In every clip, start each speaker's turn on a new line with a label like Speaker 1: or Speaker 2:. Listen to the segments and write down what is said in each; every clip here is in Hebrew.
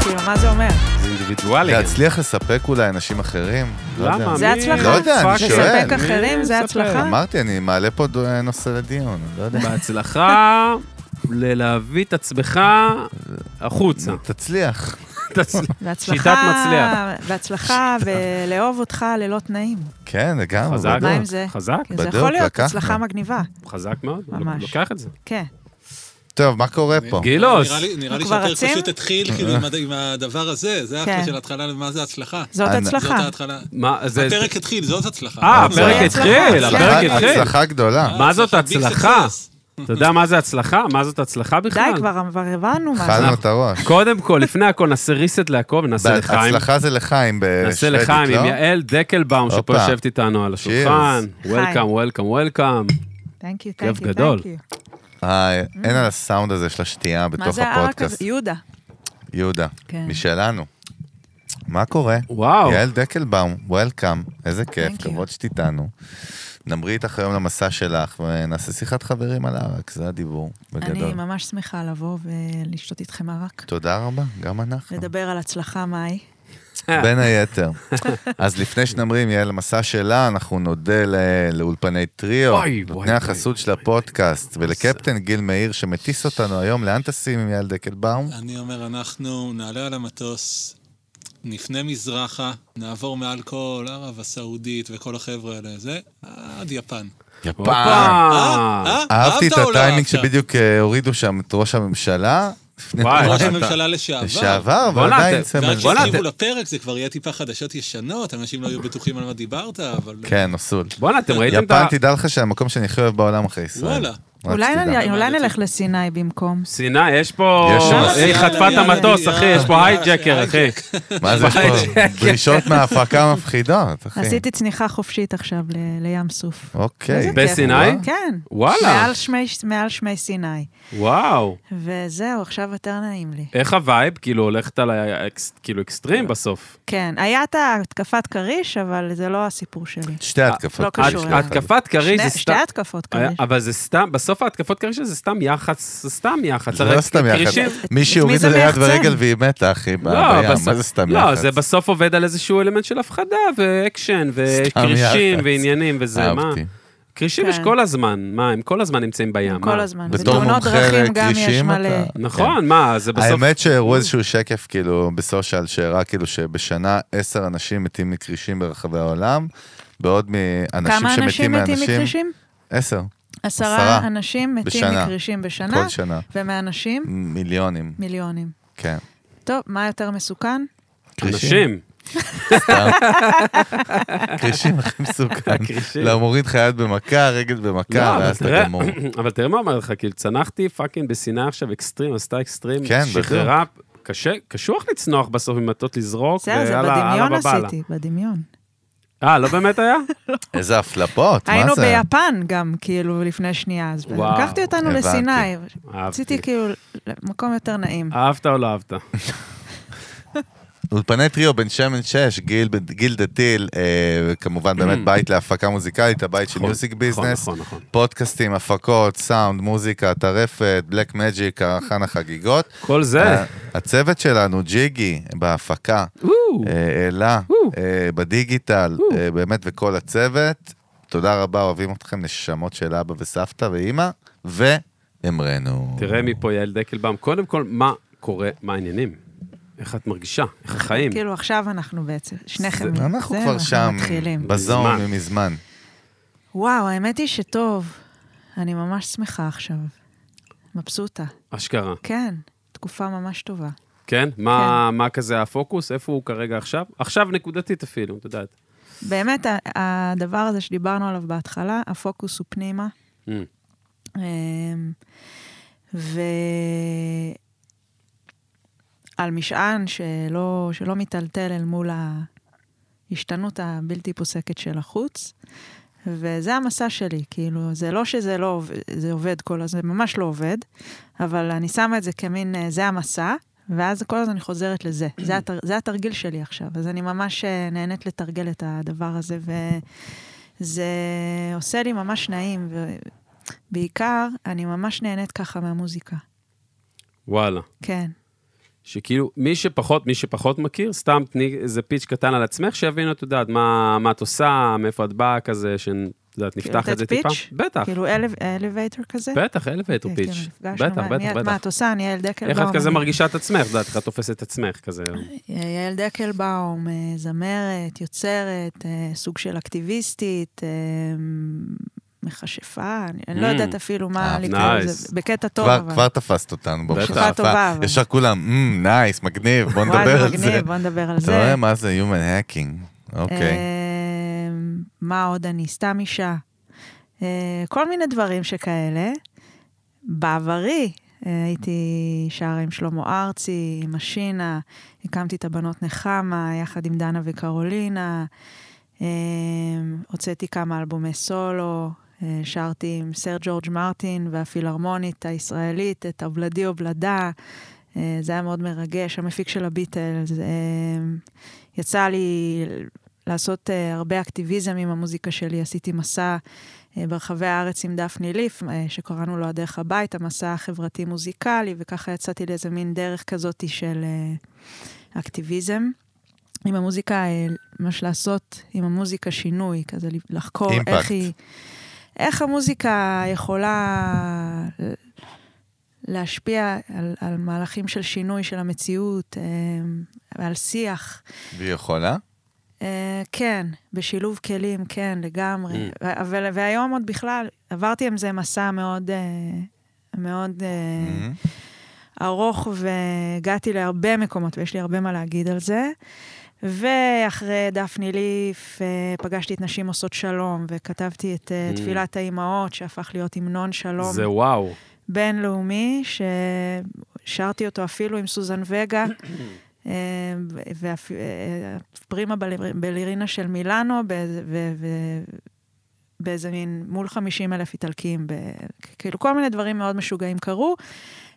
Speaker 1: כאילו,
Speaker 2: אינדיבידואלים.
Speaker 3: להצליח לספק אולי אנשים אחרים? לא יודע.
Speaker 2: למה?
Speaker 1: זה
Speaker 2: מי-
Speaker 1: הצלחה.
Speaker 3: לא יודע, אני
Speaker 2: פאק,
Speaker 3: שואל.
Speaker 1: לספק אחרים
Speaker 2: מי
Speaker 1: זה
Speaker 2: מספר?
Speaker 1: הצלחה?
Speaker 3: אמרתי, אני מעלה פה דו- נושא לדיון, לא יודע.
Speaker 2: בהצלחה ללהביא את עצמך החוצה.
Speaker 3: תצליח.
Speaker 1: והצלחה-
Speaker 2: שיטת מצליח.
Speaker 1: והצלחה ולאהוב אותך ללא תנאים.
Speaker 3: כן, לגמרי.
Speaker 2: חזק.
Speaker 3: בדיוק.
Speaker 1: מה עם זה?
Speaker 2: חזק,
Speaker 1: זה
Speaker 3: בדיוק,
Speaker 1: יכול להיות
Speaker 3: לקחנו.
Speaker 1: הצלחה מגניבה,
Speaker 2: חזק מאוד.
Speaker 1: ממש.
Speaker 2: לוקח את זה.
Speaker 1: כן.
Speaker 3: טוב, מה קורה פה?
Speaker 2: גילוס.
Speaker 4: נראה לי- נראה לי
Speaker 1: כבר
Speaker 4: שהפרק
Speaker 1: רצים?
Speaker 4: פשוט התחיל כאילו עם הד- עם הדבר הזה, זה
Speaker 1: כן.
Speaker 4: אחלה של התחלה למה זה הצלחה.
Speaker 1: זאת
Speaker 3: אני-
Speaker 4: זאת
Speaker 1: הצלחה.
Speaker 4: ההתחלה.
Speaker 2: מה, זה...
Speaker 4: הפרק התחיל, זאת הצלחה.
Speaker 2: אה,
Speaker 3: הצלחה.
Speaker 2: הפרק התחיל,
Speaker 1: הצלחה.
Speaker 2: הפרק
Speaker 3: הצלחה-
Speaker 2: התחיל.
Speaker 3: הצלחה גדולה.
Speaker 2: מה זאת
Speaker 4: הצלחה, big
Speaker 2: הצלחה?
Speaker 4: success.
Speaker 2: אתה יודע מה זה הצלחה? מה זאת הצלחה
Speaker 1: די,
Speaker 2: בכלל?
Speaker 1: כבר כבר הבנו מה זה.
Speaker 3: אכלנו את הראש.
Speaker 2: קודם כל, לפני הכל, נעשה reset לעקוב, נעשה לחיים.
Speaker 3: הצלחה זה לחיים
Speaker 2: נעשה
Speaker 3: בשוודית,
Speaker 2: לחיים עם
Speaker 3: לא?
Speaker 2: יעל דקלבאום, שפה
Speaker 3: הופה.
Speaker 2: יושבת איתנו על השולחן. וולקאם, וולקאם, וולקאם.
Speaker 1: Thank you,
Speaker 2: כיף
Speaker 1: thank you,
Speaker 2: גדול.
Speaker 1: thank you.
Speaker 3: אה, אין על הסאונד הזה של השתייה
Speaker 1: מה
Speaker 3: בתוך
Speaker 1: זה הערק הזה?
Speaker 3: הפודקאסט.
Speaker 1: יהודה.
Speaker 3: יהודה,
Speaker 1: כן.
Speaker 3: משלנו. מה קורה?
Speaker 2: וואו.
Speaker 3: יעל דקלבאום, וולקאם, איזה כיף,
Speaker 1: Thank you.
Speaker 3: כבוד שאת איתנו. נמריא איתך היום למסע שלך, ונעשה שיחת חברים על ערק, זה הדיבור,
Speaker 1: אני
Speaker 3: בגדול.
Speaker 1: ממש שמחה לבוא ולשתות איתכם ערק.
Speaker 3: תודה רבה, גם אנחנו.
Speaker 1: לדבר על הצלחה, מאי.
Speaker 3: בין היתר. אז לפני שנמריא עם יעל למסע שלה, אנחנו נודה ל- לאולפני טריו,
Speaker 2: אוי, וואי,
Speaker 3: נותני
Speaker 2: וואי,
Speaker 3: החסות של הפודקאסט, ולקפטן גיל מאיר שמטיס אותנו היום, לאן טסים עם יעל דקלבאום?
Speaker 4: אני אומר, אנחנו נעלה על המטוס, נפנה מזרחה, נעבור מעל כל ערב הסעודית וכל החבר'ה האלה, זה, עד יפן.
Speaker 3: יפן.
Speaker 4: אה,
Speaker 3: אהבתי את
Speaker 4: אהבת או לא
Speaker 3: הטיימינג
Speaker 4: אהבת?
Speaker 3: שבדיוק אה, הורידו שם את ראש הממשלה. לפני
Speaker 2: וואי,
Speaker 3: כמה-
Speaker 4: ראש
Speaker 2: אתה-
Speaker 4: הממשלה לשעבר.
Speaker 3: לשעבר, אבל
Speaker 2: בואנה,
Speaker 3: עדיין
Speaker 2: אתה-
Speaker 3: סמל.
Speaker 4: ועד
Speaker 2: בוא'נה,
Speaker 4: שהקשיבו
Speaker 2: אתם-
Speaker 4: לפרק זה כבר יהיה טיפה חדשות ישנות, אנשים לא היו בטוחים על מה דיברת, אבל...
Speaker 3: כן, נוסול.
Speaker 2: בואנה, אתם ראיתם את
Speaker 3: יפן,
Speaker 2: ה...
Speaker 3: תדע לך שהמקום שאני הכי אוהב בעולם אחרי ישראל.
Speaker 4: וואלה.
Speaker 3: רק
Speaker 1: אולי
Speaker 3: שתדע.
Speaker 1: נ- אולי נלך לסיני במקום.
Speaker 2: סיני, יש פה...
Speaker 3: יש שם-
Speaker 2: היא חטפה את המטוס, אחי, יש פה הייג'קר, אחי.
Speaker 3: מה זה פה?
Speaker 2: הייג'קר.
Speaker 3: דרישות מההפקה מפחידות, אחי.
Speaker 1: עשיתי צניחה חופשית עכשיו ל- לים סוף.
Speaker 3: אוקיי.
Speaker 1: איזה כיף.
Speaker 2: בסיני?
Speaker 1: כן.
Speaker 2: וואלה.
Speaker 1: מעל שמי- מעל שמי סיני.
Speaker 2: וואו.
Speaker 1: וזהו, עכשיו יותר נעים לי.
Speaker 2: איך הווייב? כאילו, הולכת על ה... אקס- כאילו, אקסטרים בסוף.
Speaker 1: כן, היה את ההתקפת כריש, אבל זה לא הסיפור שלי.
Speaker 3: שתי
Speaker 2: אה,
Speaker 1: לא
Speaker 3: התקפות.
Speaker 1: קשור אליי.
Speaker 2: התקפת כריש
Speaker 1: שני-
Speaker 2: זה
Speaker 1: שתי
Speaker 2: סתם... אה,
Speaker 1: התקפות כריש.
Speaker 2: אבל זה סתם, בסוף ההתקפות כריש זה סתם יח"צ, זה סתם יח"צ.
Speaker 3: זה
Speaker 2: הרי
Speaker 3: לא סתם יח"צ.
Speaker 2: כרישים-
Speaker 3: מישהי
Speaker 1: את מי
Speaker 3: הורידה
Speaker 1: זה
Speaker 3: ליד
Speaker 1: מייחצן?
Speaker 3: ורגל והיא מתה, אחי, ב- בים.
Speaker 2: לא, בסוף-
Speaker 3: מה זה סתם יח"צ?
Speaker 2: לא, זה בסוף עובד על איזשהו אלמנט של הפחדה ואקשן וכרישים
Speaker 3: יח"צ.
Speaker 2: ועניינים וזה, מה?
Speaker 3: אהבתי.
Speaker 2: כרישים
Speaker 1: כן.
Speaker 2: יש כל הזמן, מה, הם כל הזמן נמצאים בים.
Speaker 1: כל
Speaker 2: מה?
Speaker 1: הזמן.
Speaker 3: בתור
Speaker 1: בתאונות
Speaker 3: מומחה
Speaker 1: דרכים גם יש
Speaker 3: לכרישים
Speaker 1: מלא.
Speaker 3: אתה- כן.
Speaker 2: נכון, מה, זה בסוף...
Speaker 3: האמת שהראו איזשהו שקף כאילו בסושיאל שהראה כאילו שבשנה עשר אנשים מתים מכרישים ברחבי העולם, בעוד מאנשים
Speaker 1: כמה
Speaker 3: שמתים
Speaker 1: אנשים מתים
Speaker 3: מאנשים,
Speaker 1: מכרישים?
Speaker 3: עשר, עשרה
Speaker 1: עשרה אנשים מתים
Speaker 3: בשנה.
Speaker 1: מכרישים בשנה,
Speaker 3: כל שנה,
Speaker 1: ומאנשים
Speaker 3: מיליונים,
Speaker 1: מיליונים.
Speaker 3: כן.
Speaker 1: טוב, מה יותר מסוכן?
Speaker 2: אנשים.
Speaker 3: סתם. כרישים הכי מסוכן.
Speaker 2: כרישים.
Speaker 3: לא, מוריד לך יד במכה, רגל במכה,
Speaker 2: לא, אבל
Speaker 3: ואז כן, אתה
Speaker 2: תראה-
Speaker 3: גמור.
Speaker 2: אבל תראה מה אומר לך, כאילו, צנחתי פאקינג בסיני עכשיו אקסטרים, עשתה אקסטרים,
Speaker 3: כן,
Speaker 2: שחררה, קשה, קשוח לצנוח בסוף עם מטות לזרוק,
Speaker 1: בסדר, זה בדמיון עשיתי, בדמיון.
Speaker 2: אה, לא באמת היה?
Speaker 3: איזה הפלפות, מה
Speaker 1: היינו
Speaker 3: זה?
Speaker 1: ביפן גם, כאילו, לפני שנייה, אז
Speaker 2: וואו,
Speaker 1: לקחתי אותנו
Speaker 3: הבנתי.
Speaker 1: לסיני.
Speaker 2: אהבתי.
Speaker 1: רציתי כאילו למקום יותר נעים.
Speaker 2: אהבת או לא אהבת?
Speaker 3: אולפני טריו בן שמן שש, גיל, גיל דתיל, אה, כמובן באמת בית להפקה מוזיקלית, הבית של
Speaker 2: Mm. נכון,
Speaker 3: מיוזיק
Speaker 2: נכון,
Speaker 3: ביזנס,
Speaker 2: נכון, נכון.
Speaker 3: פודקאסטים, הפקות, סאונד, מוזיקה, טרפת, בלק מג'יק, קרחן החגיגות.
Speaker 2: כל זה.
Speaker 3: ה- הצוות שלנו, ג'יגי, בהפקה,
Speaker 2: וואו.
Speaker 3: אה, אלה,
Speaker 2: וואו.
Speaker 3: אה, בדיגיטל,
Speaker 2: וואו.
Speaker 3: אה, באמת, וכל הצוות. תודה רבה, אוהבים אתכם, נשמות של אבא וסבתא ואימא, והמרנו.
Speaker 2: תראה מפה יעל דקלבאום, קודם כל, מה קורה, מה העניינים? איך את מרגישה? איך החיים?
Speaker 1: כאילו, עכשיו אנחנו בעצם, שניכם,
Speaker 2: זה-
Speaker 3: אנחנו
Speaker 1: זה,
Speaker 3: כבר שם,
Speaker 1: מתחילים.
Speaker 3: בזון,
Speaker 2: מזמן.
Speaker 3: מזמן.
Speaker 1: וואו, האמת היא שטוב. אני ממש שמחה עכשיו. מבסוטה.
Speaker 2: אשכרה.
Speaker 1: כן, תקופה ממש טובה.
Speaker 2: כן? מה מה כזה הפוקוס? איפה הוא כרגע עכשיו? עכשיו נקודתית אפילו, את יודעת.
Speaker 1: באמת, ה- הדבר הזה שדיברנו עליו בהתחלה, הפוקוס הוא פנימה.
Speaker 2: Mm.
Speaker 1: אמ, ו... על משען שלא, שלא מיטלטל אל מול ההשתנות הבלתי פוסקת של החוץ. וזה המסע שלי, כאילו, זה לא שזה לא עובד, זה עובד כל הזמן, זה ממש לא עובד, אבל אני שמה את זה כמין, אה, זה המסע, ואז כל הזמן אני חוזרת לזה. זה, התר, זה התרגיל שלי עכשיו, אז אני ממש אה, נהנית לתרגל את הדבר הזה, וזה עושה לי ממש נעים, ובעיקר, אני ממש נהנית ככה מהמוזיקה.
Speaker 2: וואלה.
Speaker 1: כן.
Speaker 2: שכאילו, מי שפחות, מי שפחות מכיר, סתם תני איזה פיץ' קטן על עצמך, שיבינו, את יודעת, מה, מה את עושה, מאיפה את באה, כזה, שאת יודעת, נפתח את
Speaker 1: כאילו לתת
Speaker 2: זה טיפה.
Speaker 1: פיץ'?
Speaker 2: בטח,
Speaker 1: כאילו אליבייטר כזה?
Speaker 2: בטח, אלווייטר
Speaker 1: כן,
Speaker 2: פיץ'.
Speaker 1: כאילו, נפגשנו,
Speaker 2: בטח,
Speaker 1: מה- מי
Speaker 2: בטח,
Speaker 1: את- מה
Speaker 2: בטח.
Speaker 1: את עושה? אני יעל דקלבאום.
Speaker 2: איך את כזה
Speaker 1: אני-
Speaker 2: מרגישה את עצמך, את יודעת, איך את תופסת את עצמך כזה.
Speaker 1: יעל דקלבאום, אה, זמרת, יוצרת, אה, סוג של אקטיביסטית, אה, מכשפה, אני- אני לא
Speaker 2: Mm.
Speaker 1: יודעת אפילו מה
Speaker 3: אה,
Speaker 1: לקרוא
Speaker 2: nice.
Speaker 1: לזה, בקטע טוב,
Speaker 3: כבר,
Speaker 1: אבל.
Speaker 3: כבר תפסת אותנו
Speaker 2: בטח.
Speaker 3: במשותף.
Speaker 1: תקופה טובה, אבל.
Speaker 3: ישר כולם, "מ, נייס, מגניב, בוא
Speaker 1: וואי,
Speaker 3: נדבר על
Speaker 1: מגניב,
Speaker 3: זה.
Speaker 1: בוא נדבר על
Speaker 3: אתה רואה
Speaker 1: זה. אה,
Speaker 3: מה זה Human Hacking, אוקיי.
Speaker 1: אמ, מה עוד אני? סתם אישה. אה, כל מיני דברים שכאלה. בעברי אה, הייתי שרה עם שלמה ארצי, עם השינה, הקמתי את הבנות נחמה יחד עם דנה וקרולינה. אמ, הוצאתי כמה אלבומי סולו, אה, שרתי עם סר ג'ורג' מרטין והפילהרמונית הישראלית, את הבלדי אובלדה. אה, זה היה מאוד מרגש, המפיק של הביטלס. אמ, יצא לי לעשות אה, הרבה אקטיביזם עם המוזיקה שלי. עשיתי מסע אה, ברחבי הארץ עם דפני ליף, אה, שקראנו לו הדרך הביתה, מסע חברתי-מוזיקלי, וככה יצאתי לאיזה מין דרך כזאת של אה, אקטיביזם. עם המוזיקה, אה, ממש לעשות עם המוזיקה שינוי, כזה לחקור
Speaker 3: Impact.
Speaker 1: איך היא... איך המוזיקה יכולה אה, להשפיע על, על מהלכים של שינוי של המציאות, אה, ועל שיח.
Speaker 3: והיא יכולה?
Speaker 1: אה, כן, בשילוב כלים, כן, לגמרי.
Speaker 2: Mm.
Speaker 1: ו- אבל, והיום עוד בכלל, עברתי עם זה מסע מאוד, אה, מאוד אה,
Speaker 3: מ,
Speaker 2: Mm-hmm.
Speaker 1: ארוך, והגעתי להרבה מקומות, ויש לי הרבה מה להגיד על זה. ואחרי דפני ליף אה, פגשתי את נשים עושות שלום, וכתבתי את אה,
Speaker 2: Mm.
Speaker 1: תפילת האימהות, שהפך להיות המנון שלום
Speaker 2: זה וואו.
Speaker 1: בינלאומי, ששרתי אותו אפילו עם סוזן וגה, אה, ואפ- אה, פרימה בל- בלרינה של מילאנו, באיזה- ו- ו- באיזה מין, מול 50 אלף איטלקים, ב- כאילו כל מיני דברים מאוד משוגעים קרו.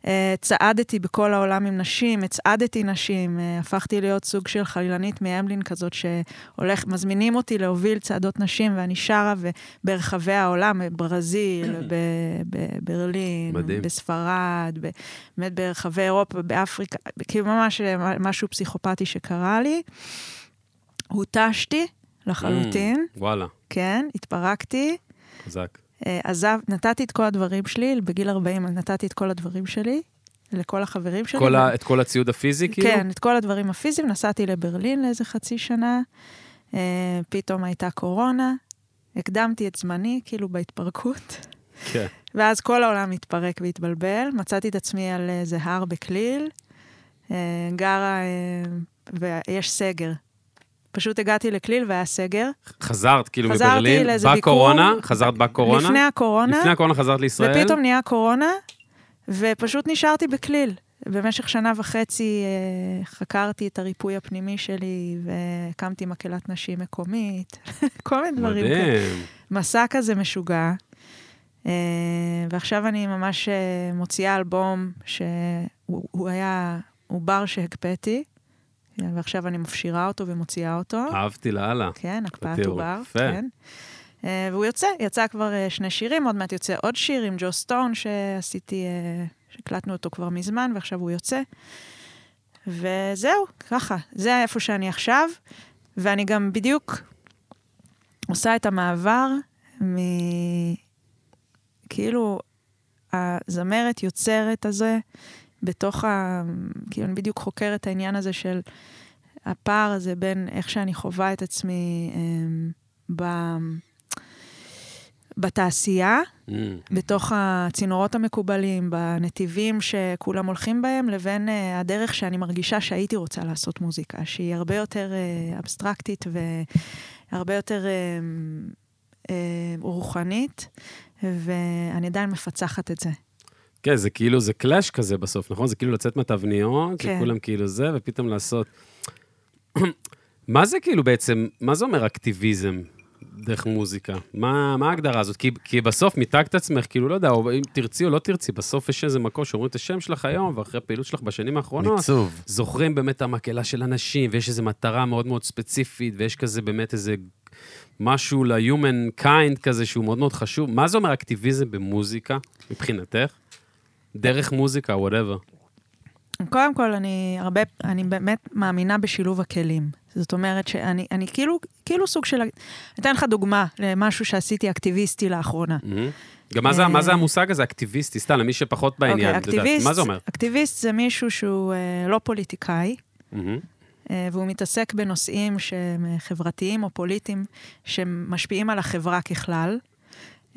Speaker 1: אה, צעדתי בכל העולם עם נשים, הצעדתי נשים, אה, הפכתי להיות סוג של חלילנית מהמלין כזאת שהולך, מזמינים אותי להוביל צעדות נשים, ואני שרה ו- ברחבי העולם, בברזיל, ב- בברלין,
Speaker 2: מדהים.
Speaker 1: בספרד, ב- באמת ברחבי אירופה, באפריקה, כאילו ממש אה, משהו פסיכופתי שקרה לי. הותשתי לחלוטין,
Speaker 2: Mm, וואלה,
Speaker 1: כן, התפרקתי.
Speaker 2: חזק.
Speaker 1: אה, עזב, נתתי את כל הדברים שלי, בגיל 40 נתתי את כל הדברים שלי, לכל החברים שלי.
Speaker 2: כל ה- את כל הציוד הפיזי, כאילו?
Speaker 1: כן, את כל הדברים הפיזיים. נסעתי לברלין לאיזה חצי שנה, אה, פתאום הייתה קורונה, הקדמתי את זמני, כאילו בהתפרקות,
Speaker 2: כן.
Speaker 1: ואז כל העולם התפרק והתבלבל. מצאתי את עצמי על איזה הר בכליל, אה, גרה, אה, ויש סגר. פשוט הגעתי לכליל והיה סגר.
Speaker 2: חזרת, כאילו,
Speaker 1: חזרתי
Speaker 2: מברלין,
Speaker 1: לאיזה ביקור.
Speaker 2: בקורונה, חזרת בקורונה?
Speaker 1: לפני הקורונה.
Speaker 2: לפני הקורונה חזרת לישראל?
Speaker 1: ופתאום נהיה קורונה, ופשוט נשארתי בכליל. במשך שנה וחצי אה, חקרתי את הריפוי הפנימי שלי, והקמתי מקהלת נשים מקומית, כל מיני דברים. כן. כאלה.
Speaker 2: מדהים.
Speaker 1: מסע כזה משוגע. אה, ועכשיו אני ממש אה, מוציאה אלבום שהוא הוא היה עובר שהקפאתי, אה, ועכשיו אני מפשירה אותו ומוציאה אותו.
Speaker 2: אהבתי לאללה.
Speaker 1: כן, הקפאת
Speaker 2: פתיר,
Speaker 1: עובר,
Speaker 2: יפה.
Speaker 1: כן. אה, והוא יוצא, יצא כבר אה, שני שירים, עוד מעט יוצא עוד שיר עם ג'ו סטון, שעשיתי, אה, שהקלטנו אותו כבר מזמן, ועכשיו הוא יוצא. וזהו, ככה, זה איפה שאני עכשיו, ואני גם בדיוק עושה את המעבר מ... כאילו, הזמרת יוצרת הזה, בתוך ה... כאילו, אני בדיוק חוקרת את העניין הזה של הפער הזה בין איך שאני חווה את עצמי אמ, ב... בתעשייה,
Speaker 2: Mm,
Speaker 1: בתוך הצינורות המקובלים, בנתיבים שכולם הולכים בהם, לבין אה, הדרך שאני מרגישה שהייתי רוצה לעשות מוזיקה, שהיא הרבה יותר אה, אבסטרקטית והרבה יותר אה, אה, רוחנית, ואני עדיין מפצחת את זה.
Speaker 2: כן, זה כאילו, זה קלאש כזה בסוף, נכון? זה כאילו לצאת מהתבניות,
Speaker 1: כן.
Speaker 2: שכולם כאילו זה, ופתאום לעשות... מה זה כאילו בעצם, מה זה אומר אקטיביזם דרך מוזיקה? מה, מה ההגדרה הזאת? כי, כי בסוף מיתגת את עצמך, כאילו, לא יודע, או אם תרצי או לא תרצי, בסוף יש איזה מקום שאומרים את השם שלך היום, ואחרי הפעילות שלך בשנים האחרונות,
Speaker 3: עיצוב.
Speaker 2: זוכרים באמת את המקהלה של אנשים, ויש איזו מטרה מאוד מאוד ספציפית, ויש כזה באמת איזה משהו ל-human kind כזה שהוא מאוד מאוד חשוב. מה זה אומר אקטיביזם במוזיקה, מבחינתך? דרך מוזיקה, וואטאבר.
Speaker 1: קודם כל, אני, הרבה, אני באמת מאמינה בשילוב הכלים. זאת אומרת שאני אני כאילו, כאילו סוג של... אני אתן לך דוגמה למשהו שעשיתי אקטיביסטי לאחרונה.
Speaker 2: מהמם. גם מה זה- מה זה המושג הזה, אקטיביסטי? סתם, למי שפחות בעניין, את יודעת. מה זה אומר?
Speaker 1: אוקיי, אקטיביסט זה מישהו שהוא אה, לא פוליטיקאי,
Speaker 2: מהמם.
Speaker 1: אה, והוא מתעסק בנושאים שהם אה, חברתיים או פוליטיים, שמשפיעים על החברה ככלל,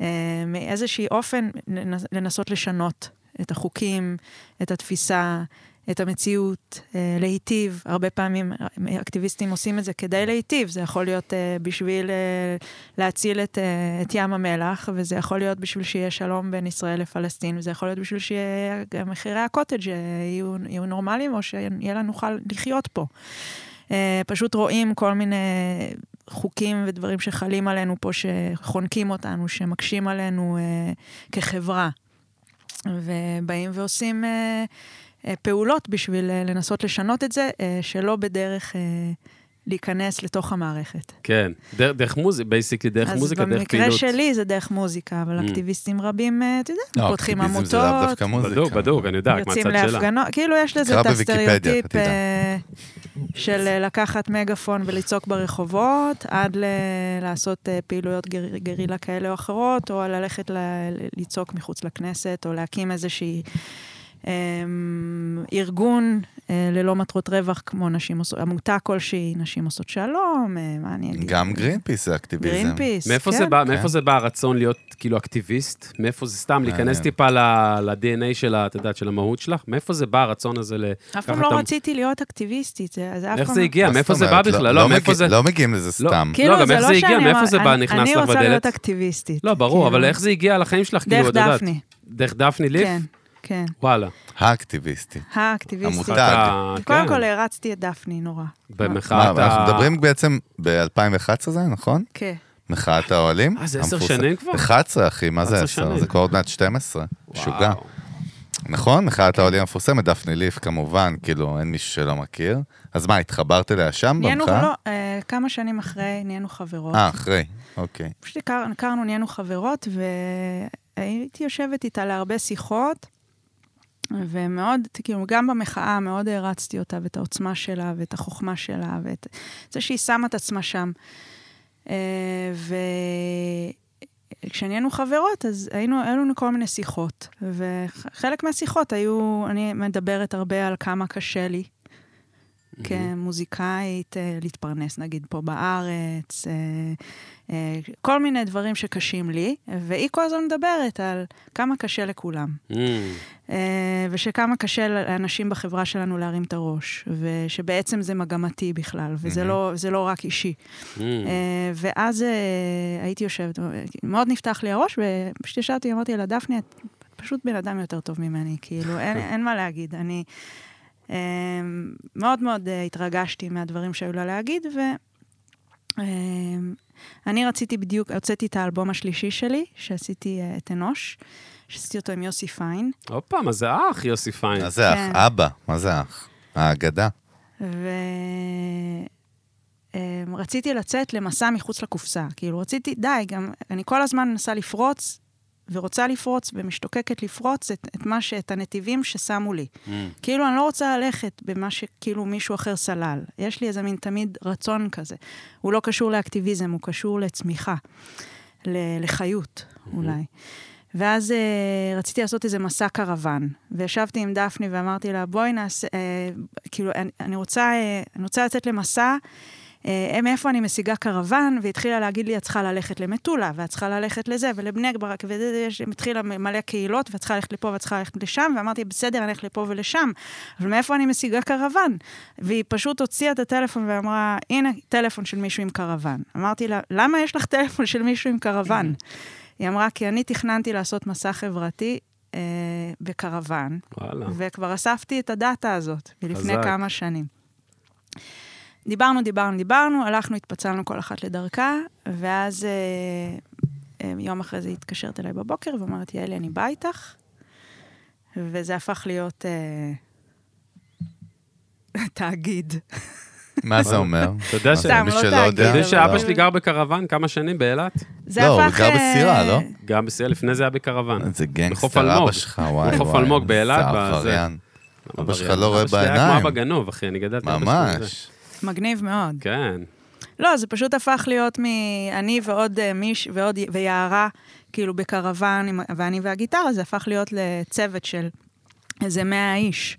Speaker 1: אה, מאיזשהו אופן לנס- לנסות לשנות את החוקים, את התפיסה, את המציאות, אה, להיטיב. הרבה פעמים אה, אקטיביסטים עושים את זה כדי להיטיב. זה יכול להיות אה, בשביל אה, להציל את, אה, את ים המלח, וזה יכול להיות בשביל שיהיה שלום בין ישראל לפלסטין, וזה יכול להיות בשביל שמחירי הקוטג' אה, יהיו, יהיו נורמליים, או שיהיה לנו נוכל לחיות פה. אה, פשוט רואים כל מיני חוקים ודברים שחלים עלינו פה, שחונקים אותנו, שמקשים עלינו אה, כחברה. ובאים ועושים אה, אה, פעולות בשביל אה, לנסות לשנות את זה, אה, שלא בדרך אה, להיכנס לתוך המערכת.
Speaker 2: כן, דר- דרך מוזיקה, בייסיקלי דרך מוזיקה,
Speaker 1: אז
Speaker 2: דרך
Speaker 1: במקרה
Speaker 2: פעילות.
Speaker 1: שלי זה דרך מוזיקה, אבל
Speaker 2: Mm.
Speaker 1: אקטיביסטים רבים, אה, אתה יודע,
Speaker 3: לא,
Speaker 1: פותחים
Speaker 3: אקטיביזם זה לאו
Speaker 1: עמותות,
Speaker 3: דווקא מוזיקה.
Speaker 2: בדוק, בדוק, אני יודע, רק
Speaker 1: יוצאים
Speaker 2: מהצד שלה.
Speaker 1: להפגנות, כאילו יש לזה
Speaker 3: תקרא
Speaker 1: את
Speaker 3: בוויקיפדיה,
Speaker 1: הסטריאוטיפ
Speaker 3: אתה תדע.
Speaker 1: אה, של אה, לקחת מגאפון ולצעוק ברחובות, עד ל- לעשות אה, פעילויות גר- גרילה כאלה או אחרות, או ללכת ל- לצעוק מחוץ לכנסת, או להקים איזושהי אה, ארגון אה, ללא מטרות רווח, כמו נשים עושות, עמותה כלשהי, נשים עושות שלום, אה, מה אני אגיד?
Speaker 3: גם גרינפיס זה אקטיביזם.
Speaker 1: גרינפיס,
Speaker 2: מאיפה זה
Speaker 1: כן.
Speaker 2: בא, מאיפה
Speaker 3: כן.
Speaker 2: זה בא הרצון להיות כאילו אקטיביסט? מאיפה זה סתם להיכנס
Speaker 3: מעניין.
Speaker 2: טיפה ל- ל-DNA של ה- את יודעת, של המהות שלך? מאיפה זה בא הרצון הזה ל...
Speaker 1: אף
Speaker 2: ככה
Speaker 1: פעם לא
Speaker 2: אתה-
Speaker 1: רציתי להיות אקטיביסטית, זה זה אף פעם... לא.
Speaker 2: איך זה הגיע?
Speaker 3: מה
Speaker 2: כן, מאיפה
Speaker 3: זאת
Speaker 2: זה בא
Speaker 3: אומרת?
Speaker 2: בכלל? לא, מאיפה
Speaker 3: מגיע-
Speaker 2: זה...
Speaker 3: לא מגיעים לזה
Speaker 2: לא.
Speaker 3: סתם.
Speaker 2: לא, גם איך זה הגיע?
Speaker 1: כאילו, שאני
Speaker 2: מאיפה זה
Speaker 1: אמר-
Speaker 2: בא?
Speaker 1: אני-
Speaker 2: נכנס
Speaker 1: אני
Speaker 2: לך
Speaker 1: רוצה
Speaker 2: בדלת?
Speaker 1: להיות אקטיביסטית.
Speaker 2: לא, ברור,
Speaker 1: כאילו.
Speaker 2: אבל איך זה הגיע לחיים שלך? כאילו,
Speaker 1: דרך
Speaker 2: את יודעת.
Speaker 1: דפני.
Speaker 2: דרך דפני ליף?
Speaker 1: כן, כן.
Speaker 2: וואלה.
Speaker 3: האקטיביסטית.
Speaker 1: האקטיביסטית.
Speaker 3: עמותה.
Speaker 2: אתה-
Speaker 1: קודם
Speaker 2: כן,
Speaker 1: כל הרצתי את דפני נורא.
Speaker 2: במחאת
Speaker 3: מה,
Speaker 2: ה...
Speaker 3: אנחנו מדברים בעצם ב-2011 זה, נכון?
Speaker 1: כן.
Speaker 3: מחאת האוהלים.
Speaker 2: אה, זה עשר
Speaker 3: המפורסם.
Speaker 2: שנים כבר?
Speaker 3: 11, אחי, מה זה
Speaker 2: 11
Speaker 3: 10?
Speaker 2: שנים.
Speaker 3: זה כבר עוד מעט 12.
Speaker 2: וואו.
Speaker 3: משוגע. נכון, מחאת האוהלים המפורסמת, דפני ליף כמובן, כאילו, אין מישהו שלא מכיר. אז מה, התחברת אליה שם
Speaker 1: נהיינו,
Speaker 3: במחאה?
Speaker 1: לא, אה, כמה שנים אחרי נהיינו חברות.
Speaker 3: אה, אחרי, אוקיי.
Speaker 1: פשוט הכר- הכרנו, נהיינו חברות, והייתי יושבת איתה להרבה שיחות, ומאוד, כאילו, גם במחאה מאוד הערצתי אותה, ואת העוצמה שלה, ואת החוכמה שלה, ואת זה שהיא שמה את עצמה שם. אה, וכשנהיינו חברות, אז היינו, היו לנו כל מיני שיחות, וחלק מהשיחות היו, אני מדברת הרבה על כמה קשה לי. כמוזיקאית, אה, להתפרנס נגיד פה בארץ, אה, אה, כל מיני דברים שקשים לי, והיא כל הזמן מדברת על כמה קשה לכולם,
Speaker 2: אמ,
Speaker 1: אה, ושכמה קשה לאנשים בחברה שלנו להרים את הראש, ושבעצם זה מגמתי בכלל, וזה לא, זה לא רק אישי.
Speaker 2: אמ.
Speaker 1: אה, ואז אה, הייתי יושבת, מאוד נפתח לי הראש, ופשוט ישבתי, אמרתי לה, דפני, את פשוט בן אדם יותר טוב ממני, כאילו, אין, אין מה להגיד. אני אה, מאוד מאוד אה, התרגשתי מהדברים שהיו לה להגיד, ו... אה, אני רציתי בדיוק, הוצאתי את האלבום השלישי שלי, שעשיתי אה, את אנוש, שעשיתי אותו עם יוסי פיין,
Speaker 2: עוד פעם, אז זה אח, יוסי פיין.
Speaker 3: מה זה
Speaker 1: כן.
Speaker 3: אח? אבא, מה זה אח? האגדה.
Speaker 1: ורציתי לצאת למסע מחוץ לקופסה. כאילו, רציתי, די, גם אני כל הזמן מנסה לפרוץ, ורוצה לפרוץ, ומשתוקקת לפרוץ את, את מה ש... את הנתיבים ששמו לי. Mm. כאילו, אני לא רוצה ללכת במה שכאילו מישהו אחר סלל. יש לי איזה מין תמיד רצון כזה. הוא לא קשור לאקטיביזם, הוא קשור לצמיחה, ל- לחיות, אולי. ואז אה, רציתי לעשות איזה מסע קרוון, וישבתי עם דפני ואמרתי לה, בואי נעשה, אה, כאילו, אני, אני, רוצה, אה, אני רוצה לצאת למסע, אה, מאיפה אני משיגה קרוון, והיא התחילה להגיד לי, את צריכה ללכת למטולה, ואת צריכה ללכת לזה, ולבני ברק, והתחילה מלא קהילות, ואת צריכה ללכת לפה, ואת צריכה ללכת לשם, ואמרתי, בסדר, אני אלך לפה ולשם, אבל מאיפה אני משיגה קרוון? והיא פשוט הוציאה את הטלפון ואמרה, הנה, טלפון של מישהו עם קרוון. אמרתי לה, למה יש לך טלפון של מישהו עם קרוון? היא אמרה, כי אני תכננתי לעשות מסע חברתי אה, בקרוון,
Speaker 2: וואלה.
Speaker 3: אה.
Speaker 1: וכבר אספתי את הדאטה הזאת מלפני
Speaker 2: חזק.
Speaker 1: כמה שנים. דיברנו, דיברנו, דיברנו, הלכנו, התפצלנו כל אחת לדרכה, ואז אה, אה, יום אחרי זה היא התקשרת אליי בבוקר ואומרת, יעלי, אני באה איתך, וזה הפך להיות אה, תאגיד.
Speaker 3: מה זה אומר?
Speaker 2: אתה יודע
Speaker 3: מה
Speaker 2: ש-
Speaker 3: זה,
Speaker 1: סתם,
Speaker 3: מי
Speaker 1: לא
Speaker 3: שלא
Speaker 1: תאגיד,
Speaker 3: יודע,
Speaker 2: אתה יודע
Speaker 1: אבל-
Speaker 2: שאבא שלי גר בקרוון כמה שנים באילת?
Speaker 1: זה
Speaker 3: לא, הוא
Speaker 1: הפך,
Speaker 3: גר
Speaker 1: אה,
Speaker 3: בסירה, לא?
Speaker 2: גם בסיעה, לפני זה היה בקרוון.
Speaker 3: אה, זה
Speaker 2: בחוף
Speaker 3: גנגסטר
Speaker 2: אלמוג.
Speaker 3: אבא שלך, וואי וואי.
Speaker 2: בחוף אלמוג באילת,
Speaker 3: זה
Speaker 2: בזה.
Speaker 3: עבריין. אבא שלך
Speaker 2: עבריין.
Speaker 3: לא רואה
Speaker 2: אבא שלי היה
Speaker 3: בעיניים.
Speaker 2: כמו אבא גנוב, אחי, אני גדלתי... על אבא שלי וזה.
Speaker 3: ממש.
Speaker 1: מגניב מאוד.
Speaker 2: כן.
Speaker 1: לא, זה פשוט הפך להיות מ... אני ועוד אה, מיש ועוד ויערה, כאילו בקרוון, עם- ואני והגיטרה, זה הפך להיות לצוות של איזה 100 איש.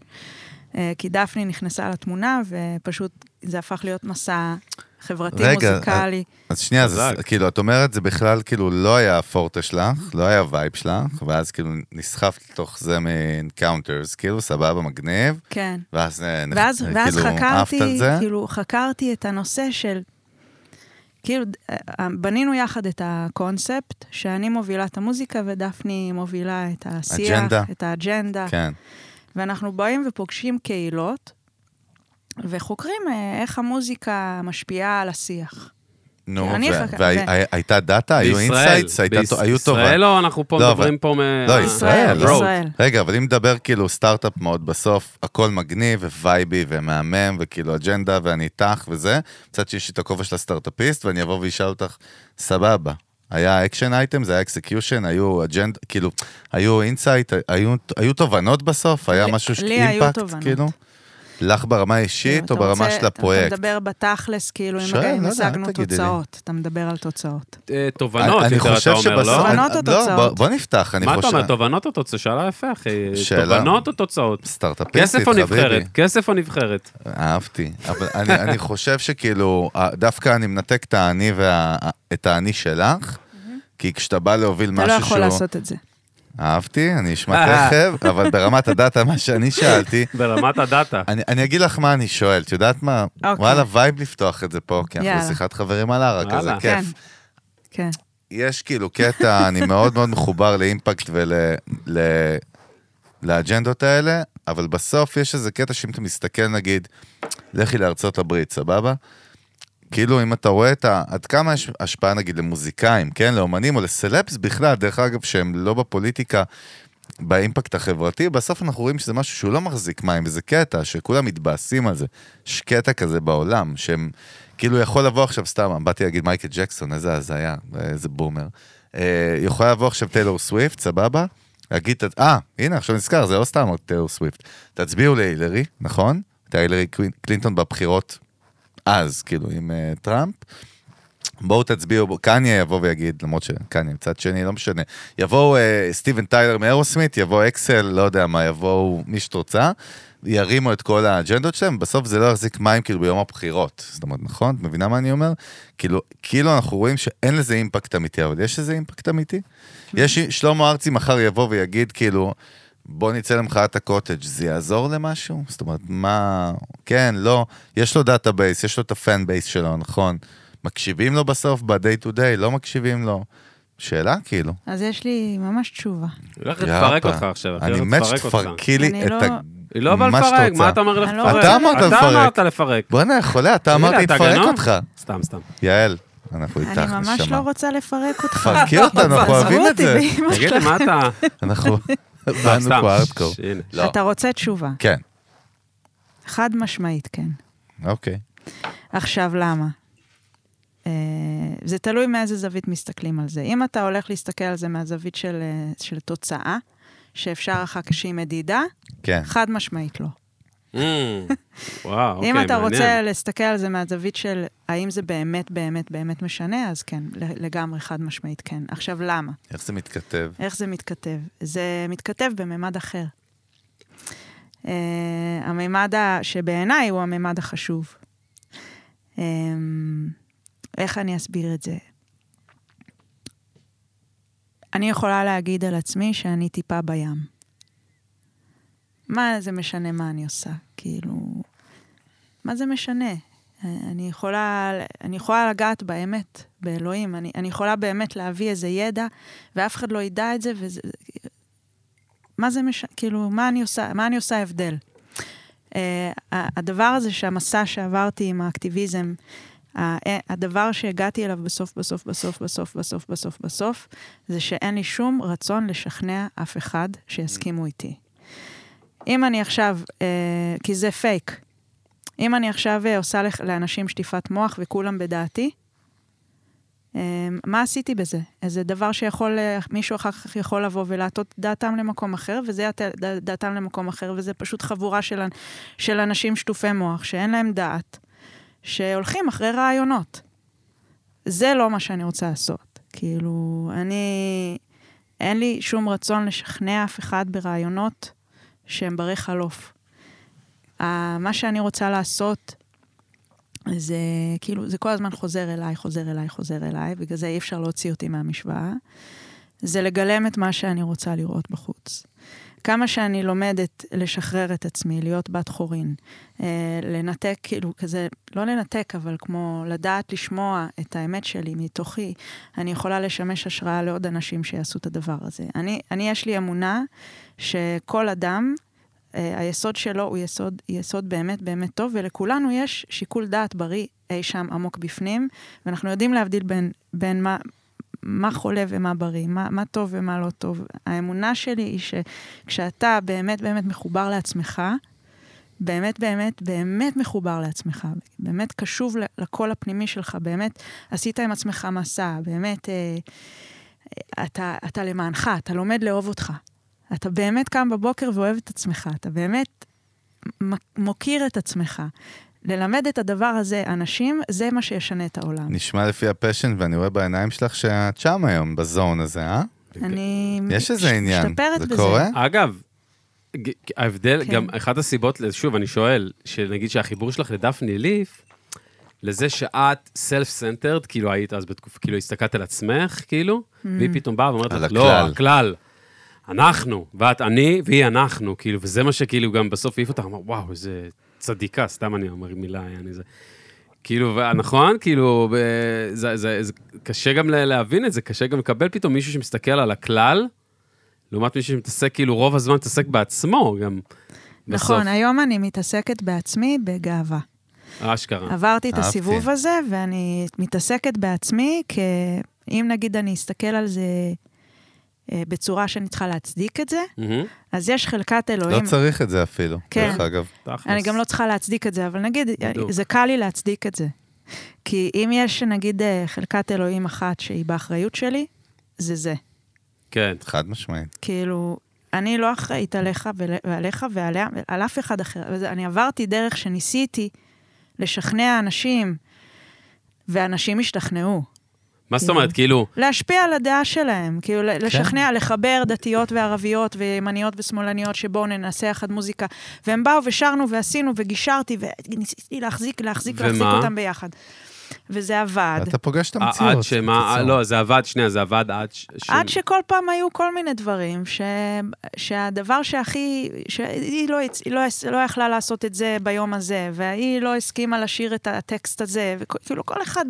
Speaker 1: אה, כי דפני נכנסה לתמונה, ופשוט זה הפך להיות מסע חברתי
Speaker 3: רגע, אה,
Speaker 1: מוזיקלי.
Speaker 3: אז שנייה, זה,
Speaker 2: חזק.
Speaker 3: כאילו, את אומרת, זה בכלל כאילו לא היה הפורטה שלך, לא היה וייב שלך, ואז כאילו נסחפת לתוך זה מ-encounters, כאילו, סבבה, מגניב,
Speaker 1: כן.
Speaker 3: ואז אה, נח-
Speaker 1: ואז,
Speaker 3: אה,
Speaker 1: ואז
Speaker 3: כאילו,
Speaker 1: חקרתי,
Speaker 3: עפת על זה.
Speaker 1: כאילו, חקרתי את הנושא של... כאילו, אה, אה, בנינו יחד את הקונספט, שאני מובילה את המוזיקה ודפני מובילה את השיח,
Speaker 3: אג'נדה.
Speaker 1: את האג'נדה.
Speaker 3: כן.
Speaker 1: ואנחנו באים ופוגשים קהילות, וחוקרים אה, איך המוזיקה משפיעה על השיח.
Speaker 3: נו,
Speaker 1: אני חכה- זה-
Speaker 3: והייתה דאטה? אה, היו
Speaker 2: בישראל.
Speaker 3: אינסייטס? הייתה- היו טובה.
Speaker 2: בישראל לא, אנחנו פה
Speaker 3: לא, אבל-
Speaker 2: מדברים פה מ...
Speaker 3: לא,
Speaker 2: אה,
Speaker 3: ישראל,
Speaker 2: road.
Speaker 1: ישראל.
Speaker 3: רגע, אבל אם נדבר כאילו סטארט-אפ מאוד בסוף, הכל מגניב ווייבי ומהמם וכאילו אג'נדה ואני איתך וזה, מצד שיש לי את הכובע של הסטארט-אפיסט ואני אבוא ואשאל אותך, סבבה. היה אקשן אייטם, זה היה אקסקיושן, היו אג'נד, כאילו, היו אינסייט, היו, היו תובנות בסוף, היה
Speaker 1: לי-
Speaker 3: משהו, ש-
Speaker 1: לי היו
Speaker 3: אימפקט,
Speaker 1: תובנות.
Speaker 3: כאילו? לך ברמה האישית
Speaker 1: אתה
Speaker 3: או ברמה
Speaker 1: רוצה-
Speaker 3: של הפרויקט?
Speaker 1: אתה מדבר בתכלס, כאילו, אם
Speaker 3: שואל,
Speaker 1: אתה-
Speaker 3: לא
Speaker 1: אם
Speaker 3: יודע,
Speaker 1: השגנו
Speaker 3: אל תגידי לי.
Speaker 1: תוצאות. אתה מדבר על תוצאות.
Speaker 2: אה, תובנות,
Speaker 3: אני
Speaker 2: יותר אתה
Speaker 3: חושב
Speaker 2: אומר,
Speaker 3: שבסוף...
Speaker 2: לא?
Speaker 3: אני-
Speaker 1: תובנות או
Speaker 3: לא,
Speaker 1: תוצאות?
Speaker 3: בוא, בוא נפתח, אני
Speaker 2: מה אתה
Speaker 3: חושב...
Speaker 2: אומר, תובנות או תוצאות? שאלה יפה, אחי.
Speaker 3: שאלה.
Speaker 2: תובנות או תוצאות?
Speaker 3: סטארט-אפיסטית,
Speaker 2: כסף או
Speaker 3: חביבי.
Speaker 2: נבחרת? כסף או נבחרת?
Speaker 3: אהבתי, אבל אני, אני חושב שכאילו, אה, דווקא אני מנתק את האני וה... את האני שלך, כי כשאתה בא להוביל
Speaker 1: אתה
Speaker 3: משהו
Speaker 1: לא
Speaker 3: שהוא...
Speaker 1: יכול לעשות את זה.
Speaker 3: אהבתי, אני אשמע תכף, אבל ברמת הדאטה, מה שאני שאלתי,
Speaker 2: ברמת הדאטה.
Speaker 3: אני, אני אגיד לך מה אני שואל, את יודעת מה?
Speaker 1: אוקיי.
Speaker 3: וואלה, וייב לפתוח את זה פה, כי אנחנו
Speaker 1: יאללה.
Speaker 3: בשיחת חברים על ערק, אז זה
Speaker 2: וואלה.
Speaker 3: כיף.
Speaker 1: כן. כן.
Speaker 3: יש כאילו קטע, אני מאוד מאוד מחובר לאימפקט ול... ל... לאג'נדות האלה, אבל בסוף יש איזה קטע שאם אתה מסתכל, נגיד, לכי לארצות הברית, סבבה? כאילו, אם אתה רואה את ה... עד כמה יש השפעה, נגיד, למוזיקאים, כן? לאומנים או לסלפס בכלל, דרך אגב, שהם לא בפוליטיקה, באימפקט החברתי, בסוף אנחנו רואים שזה משהו שהוא לא מחזיק מים, וזה קטע שכולם מתבאסים על זה. יש קטע כזה בעולם, שהם, כאילו יכול לבוא עכשיו, סתם, באתי להגיד מייקל ג'קסון, איזה הזיה, איזה בומר. אה, יכול לבוא עכשיו טיילור סוויפט, סבבה? להגיד, ת- אה, הנה, עכשיו נזכר, זה לא סתם רק טיילור סוויפט. תצביעו להילרי, נכון? הייתה הילרי קלין- קלינטון בבחירות אז, כאילו, עם אה, טראמפ. בואו תצביעו, בוא- קניה יבוא ויגיד, למרות שקניה צד שני, לא משנה. יבואו אה, סטיבן טיילר מאירוסמית, יבוא אקסל, לא יודע מה, יבואו מי שאת רוצה, ירימו את כל האג'נדות שלהם, בסוף זה לא יחזיק מים כאילו ביום הבחירות. זאת אומרת, נכון? את מבינה מה אני אומר? כאילו, כאילו אנחנו רואים שאין לזה אימפקט אמיתי, אבל יש לזה אימפקט אמיתי? יש, שלמה ארצי מחר יבוא ויגיד, כאילו, בוא נצא למחאת הקוטג', זה יעזור למשהו? זאת אומרת, מה... כן, לא, יש לו דאטאבייס, יש לו את הפן בייס שלו, נכון? מקשיבים לו בסוף ב-day to day, לא מקשיבים לו. שאלה כאילו.
Speaker 1: אז יש לי ממש תשובה.
Speaker 2: היא הולכת לפרק
Speaker 3: יאפא.
Speaker 2: אותך עכשיו, אחי,
Speaker 3: אני
Speaker 2: הולכת
Speaker 3: מת
Speaker 2: לפרק אותך.
Speaker 3: שתפרקי לי
Speaker 1: אני
Speaker 3: את
Speaker 1: לא-
Speaker 3: ה...
Speaker 2: היא לא באה
Speaker 3: מה שאת
Speaker 2: לפרק,
Speaker 3: רוצה.
Speaker 2: מה אתה אומר לך
Speaker 1: אני לא
Speaker 2: לפרק?
Speaker 1: רוצה.
Speaker 3: אתה אמרת
Speaker 2: אתה
Speaker 3: לפרק.
Speaker 2: אמרת לפרק.
Speaker 3: בואנה, חולה, אתה
Speaker 2: תגיד,
Speaker 3: אמרת
Speaker 2: אתה
Speaker 3: לפרק
Speaker 2: גנוב?
Speaker 3: אותך.
Speaker 2: סתם, סתם.
Speaker 3: יעל, אנחנו איתך,
Speaker 1: אני
Speaker 3: נשמה.
Speaker 1: ממש לא רוצה לפרק אותך.
Speaker 3: תפרקי אותנו, אנחנו
Speaker 1: עזבו
Speaker 3: אוהבים את
Speaker 1: אותי
Speaker 3: זה.
Speaker 1: באמא
Speaker 2: תגיד לי,
Speaker 1: שלך.
Speaker 2: מה אתה...
Speaker 3: אנחנו
Speaker 2: סתם,
Speaker 3: באנו
Speaker 2: לא, סתם.
Speaker 3: פה ארדקור.
Speaker 2: ש- הנה.
Speaker 3: לא.
Speaker 1: אתה רוצה תשובה.
Speaker 3: כן,
Speaker 1: חד משמעית, כן.
Speaker 3: אוקיי.
Speaker 1: עכשיו, למה? אה, זה תלוי מאיזה זווית מסתכלים על זה. אם אתה הולך להסתכל על זה מהזווית של, אה, של תוצאה, שאפשר אחר כך שהיא מדידה,
Speaker 3: כן.
Speaker 1: חד משמעית לא.
Speaker 2: Mm. וואו, אוקיי,
Speaker 1: אם
Speaker 2: מעניין.
Speaker 1: אתה רוצה להסתכל על זה מהזווית של האם זה באמת, באמת, באמת משנה, אז כן, לגמרי חד משמעית כן. עכשיו, למה?
Speaker 3: איך זה מתכתב?
Speaker 1: איך זה מתכתב? זה מתכתב בממד אחר. Uh, הממד ה- שבעיניי הוא הממד החשוב. Um, איך אני אסביר את זה? אני יכולה להגיד על עצמי שאני טיפה בים. מה זה משנה מה אני עושה? כאילו, מה זה משנה? אה, אני יכולה, אני יכולה לגעת באמת, באלוהים. אני, אני יכולה באמת להביא איזה ידע, ואף אחד לא ידע את זה, וזה... מה זה משנה? כאילו, מה אני עושה, מה אני עושה הבדל? Uh, הדבר הזה שהמסע שעברתי עם האקטיביזם, uh, הדבר שהגעתי אליו בסוף, בסוף, בסוף, בסוף, בסוף, בסוף, בסוף, זה שאין לי שום רצון לשכנע אף אחד שיסכימו איתי. אם אני עכשיו, אה, כי זה פייק, אם אני עכשיו אה, עושה לח- לאנשים שטיפת מוח וכולם בדעתי, אמ, מה עשיתי בזה? איזה דבר שיכול, אה, מישהו אחר כך יכול לבוא ולהטות דעתם למקום אחר, וזה יעט- ד- דעתם למקום אחר, וזה פשוט חבורה של, אנ- של אנשים שטופי מוח, שאין להם דעת, שהולכים אחרי רעיונות. זה לא מה שאני רוצה לעשות. כאילו, אני... אין לי שום רצון לשכנע אף אחד ברעיונות שהם ברי חלוף. ה- מה שאני רוצה לעשות זה כאילו, זה כל הזמן חוזר אליי, חוזר אליי, חוזר אליי, בגלל זה אי אפשר להוציא אותי מהמשוואה. זה לגלם את מה שאני רוצה לראות בחוץ. כמה שאני לומדת לשחרר את עצמי, להיות בת חורין, אה, לנתק, כאילו כזה, לא לנתק, אבל כמו לדעת לשמוע את האמת שלי מתוכי, אני יכולה לשמש השראה לעוד אנשים שיעשו את הדבר הזה. אני, אני יש לי אמונה שכל אדם, אה, היסוד שלו הוא יסוד, יסוד באמת באמת טוב, ולכולנו יש שיקול דעת בריא אי שם עמוק בפנים, ואנחנו יודעים להבדיל בין, בין מה, מה חולה ומה בריא, מה, מה טוב ומה לא טוב. האמונה שלי היא שכשאתה באמת באמת מחובר לעצמך, באמת באמת באמת מחובר לעצמך, באמת קשוב ל- לקול הפנימי שלך, באמת עשית עם עצמך מסע, באמת אה, אה, אתה, אתה למענך, אתה לומד לאהוב אותך. אתה באמת קם בבוקר ואוהב את עצמך, אתה באמת מ- מוקיר את עצמך. ללמד את הדבר הזה אנשים, זה מה שישנה את העולם.
Speaker 3: נשמע לפי הפשן, ואני רואה בעיניים שלך שאת שם היום, בזון הזה, אה?
Speaker 1: אני
Speaker 3: יש איזה
Speaker 1: מש-
Speaker 3: עניין.
Speaker 1: משתפרת
Speaker 3: זה
Speaker 1: בזה.
Speaker 3: קורה?
Speaker 2: אגב, ג- ההבדל,
Speaker 1: כן.
Speaker 2: גם אחת הסיבות, ל- שוב, אני שואל, שנגיד שהחיבור שלך לדפני ליף, לזה שאת self-centered, כאילו היית אז בתקופה, כאילו הסתכלת על עצמך, כאילו, והיא פתאום באה ואומרת
Speaker 3: על
Speaker 2: לך,
Speaker 3: הכלל.
Speaker 2: לא, הכלל, אנחנו, ואת אני, והיא אנחנו, כאילו, וזה מה שכאילו גם בסוף העיף אותך, אמר, וואו, איזה צדיקה, סתם אני אומר מילה, אני זה. כאילו, ו- נכון? כאילו, ב- זה, זה, זה קשה גם ל- להבין את זה, קשה גם לקבל פתאום מישהו שמסתכל על הכלל, לעומת מישהו שמתעסק, כאילו, רוב הזמן מתעסק בעצמו גם. בסוף,
Speaker 1: נכון, היום אני מתעסקת בעצמי בגאווה.
Speaker 2: אשכרה.
Speaker 1: עברתי את
Speaker 3: אהבתי.
Speaker 1: הסיבוב הזה, ואני מתעסקת בעצמי, כ... אם נגיד אני אסתכל על זה אה, בצורה שאני צריכה להצדיק את זה,
Speaker 2: מהמם,
Speaker 1: אז יש חלקת
Speaker 3: לא
Speaker 1: אלוהים.
Speaker 3: צריך את זה אפילו,
Speaker 1: כן.
Speaker 3: דרך אגב.
Speaker 2: תכלס.
Speaker 1: אני גם לא צריכה להצדיק את זה, אבל נגיד, אה,
Speaker 2: בדיוק.
Speaker 1: זה קל לי להצדיק את זה. כי אם יש, נגיד, אה, חלקת אלוהים אחת שהיא באחריות שלי, זה זה.
Speaker 2: כן,
Speaker 3: חד משמעית.
Speaker 1: כאילו, אני לא אחראית עליך ול- ועליך ועליה, על אף אחד אחר. וזה- אני עברתי דרך שניסיתי לשכנע אנשים, ואנשים השתכנעו.
Speaker 2: מה זאת
Speaker 1: כן.
Speaker 2: אומרת, כאילו,
Speaker 1: להשפיע על הדעה שלהם, כאילו כן. לשכנע, לחבר דתיות וערביות וימניות ושמאלניות שבואו ננסח עד מוזיקה. והם באו ושרנו ועשינו וגישרתי וניסיתי להחזיק, להחזיק,
Speaker 2: ומה?
Speaker 1: להחזיק אותם ביחד. וזה עבד.
Speaker 3: אתה פוגש את המציאות.
Speaker 2: אה, עד שמה,
Speaker 3: בקיצור.
Speaker 2: לא, זה עבד, שנייה, זה עבד עד ש...
Speaker 1: עד
Speaker 2: ש-
Speaker 1: שכל פעם היו כל מיני דברים, ש... שהדבר שהכי, שהיא לא, הצ- היא לא, הס- לא יכלה לעשות את זה ביום הזה, והיא לא הסכימה לשיר את הטקסט הזה, וכאילו כל אחד,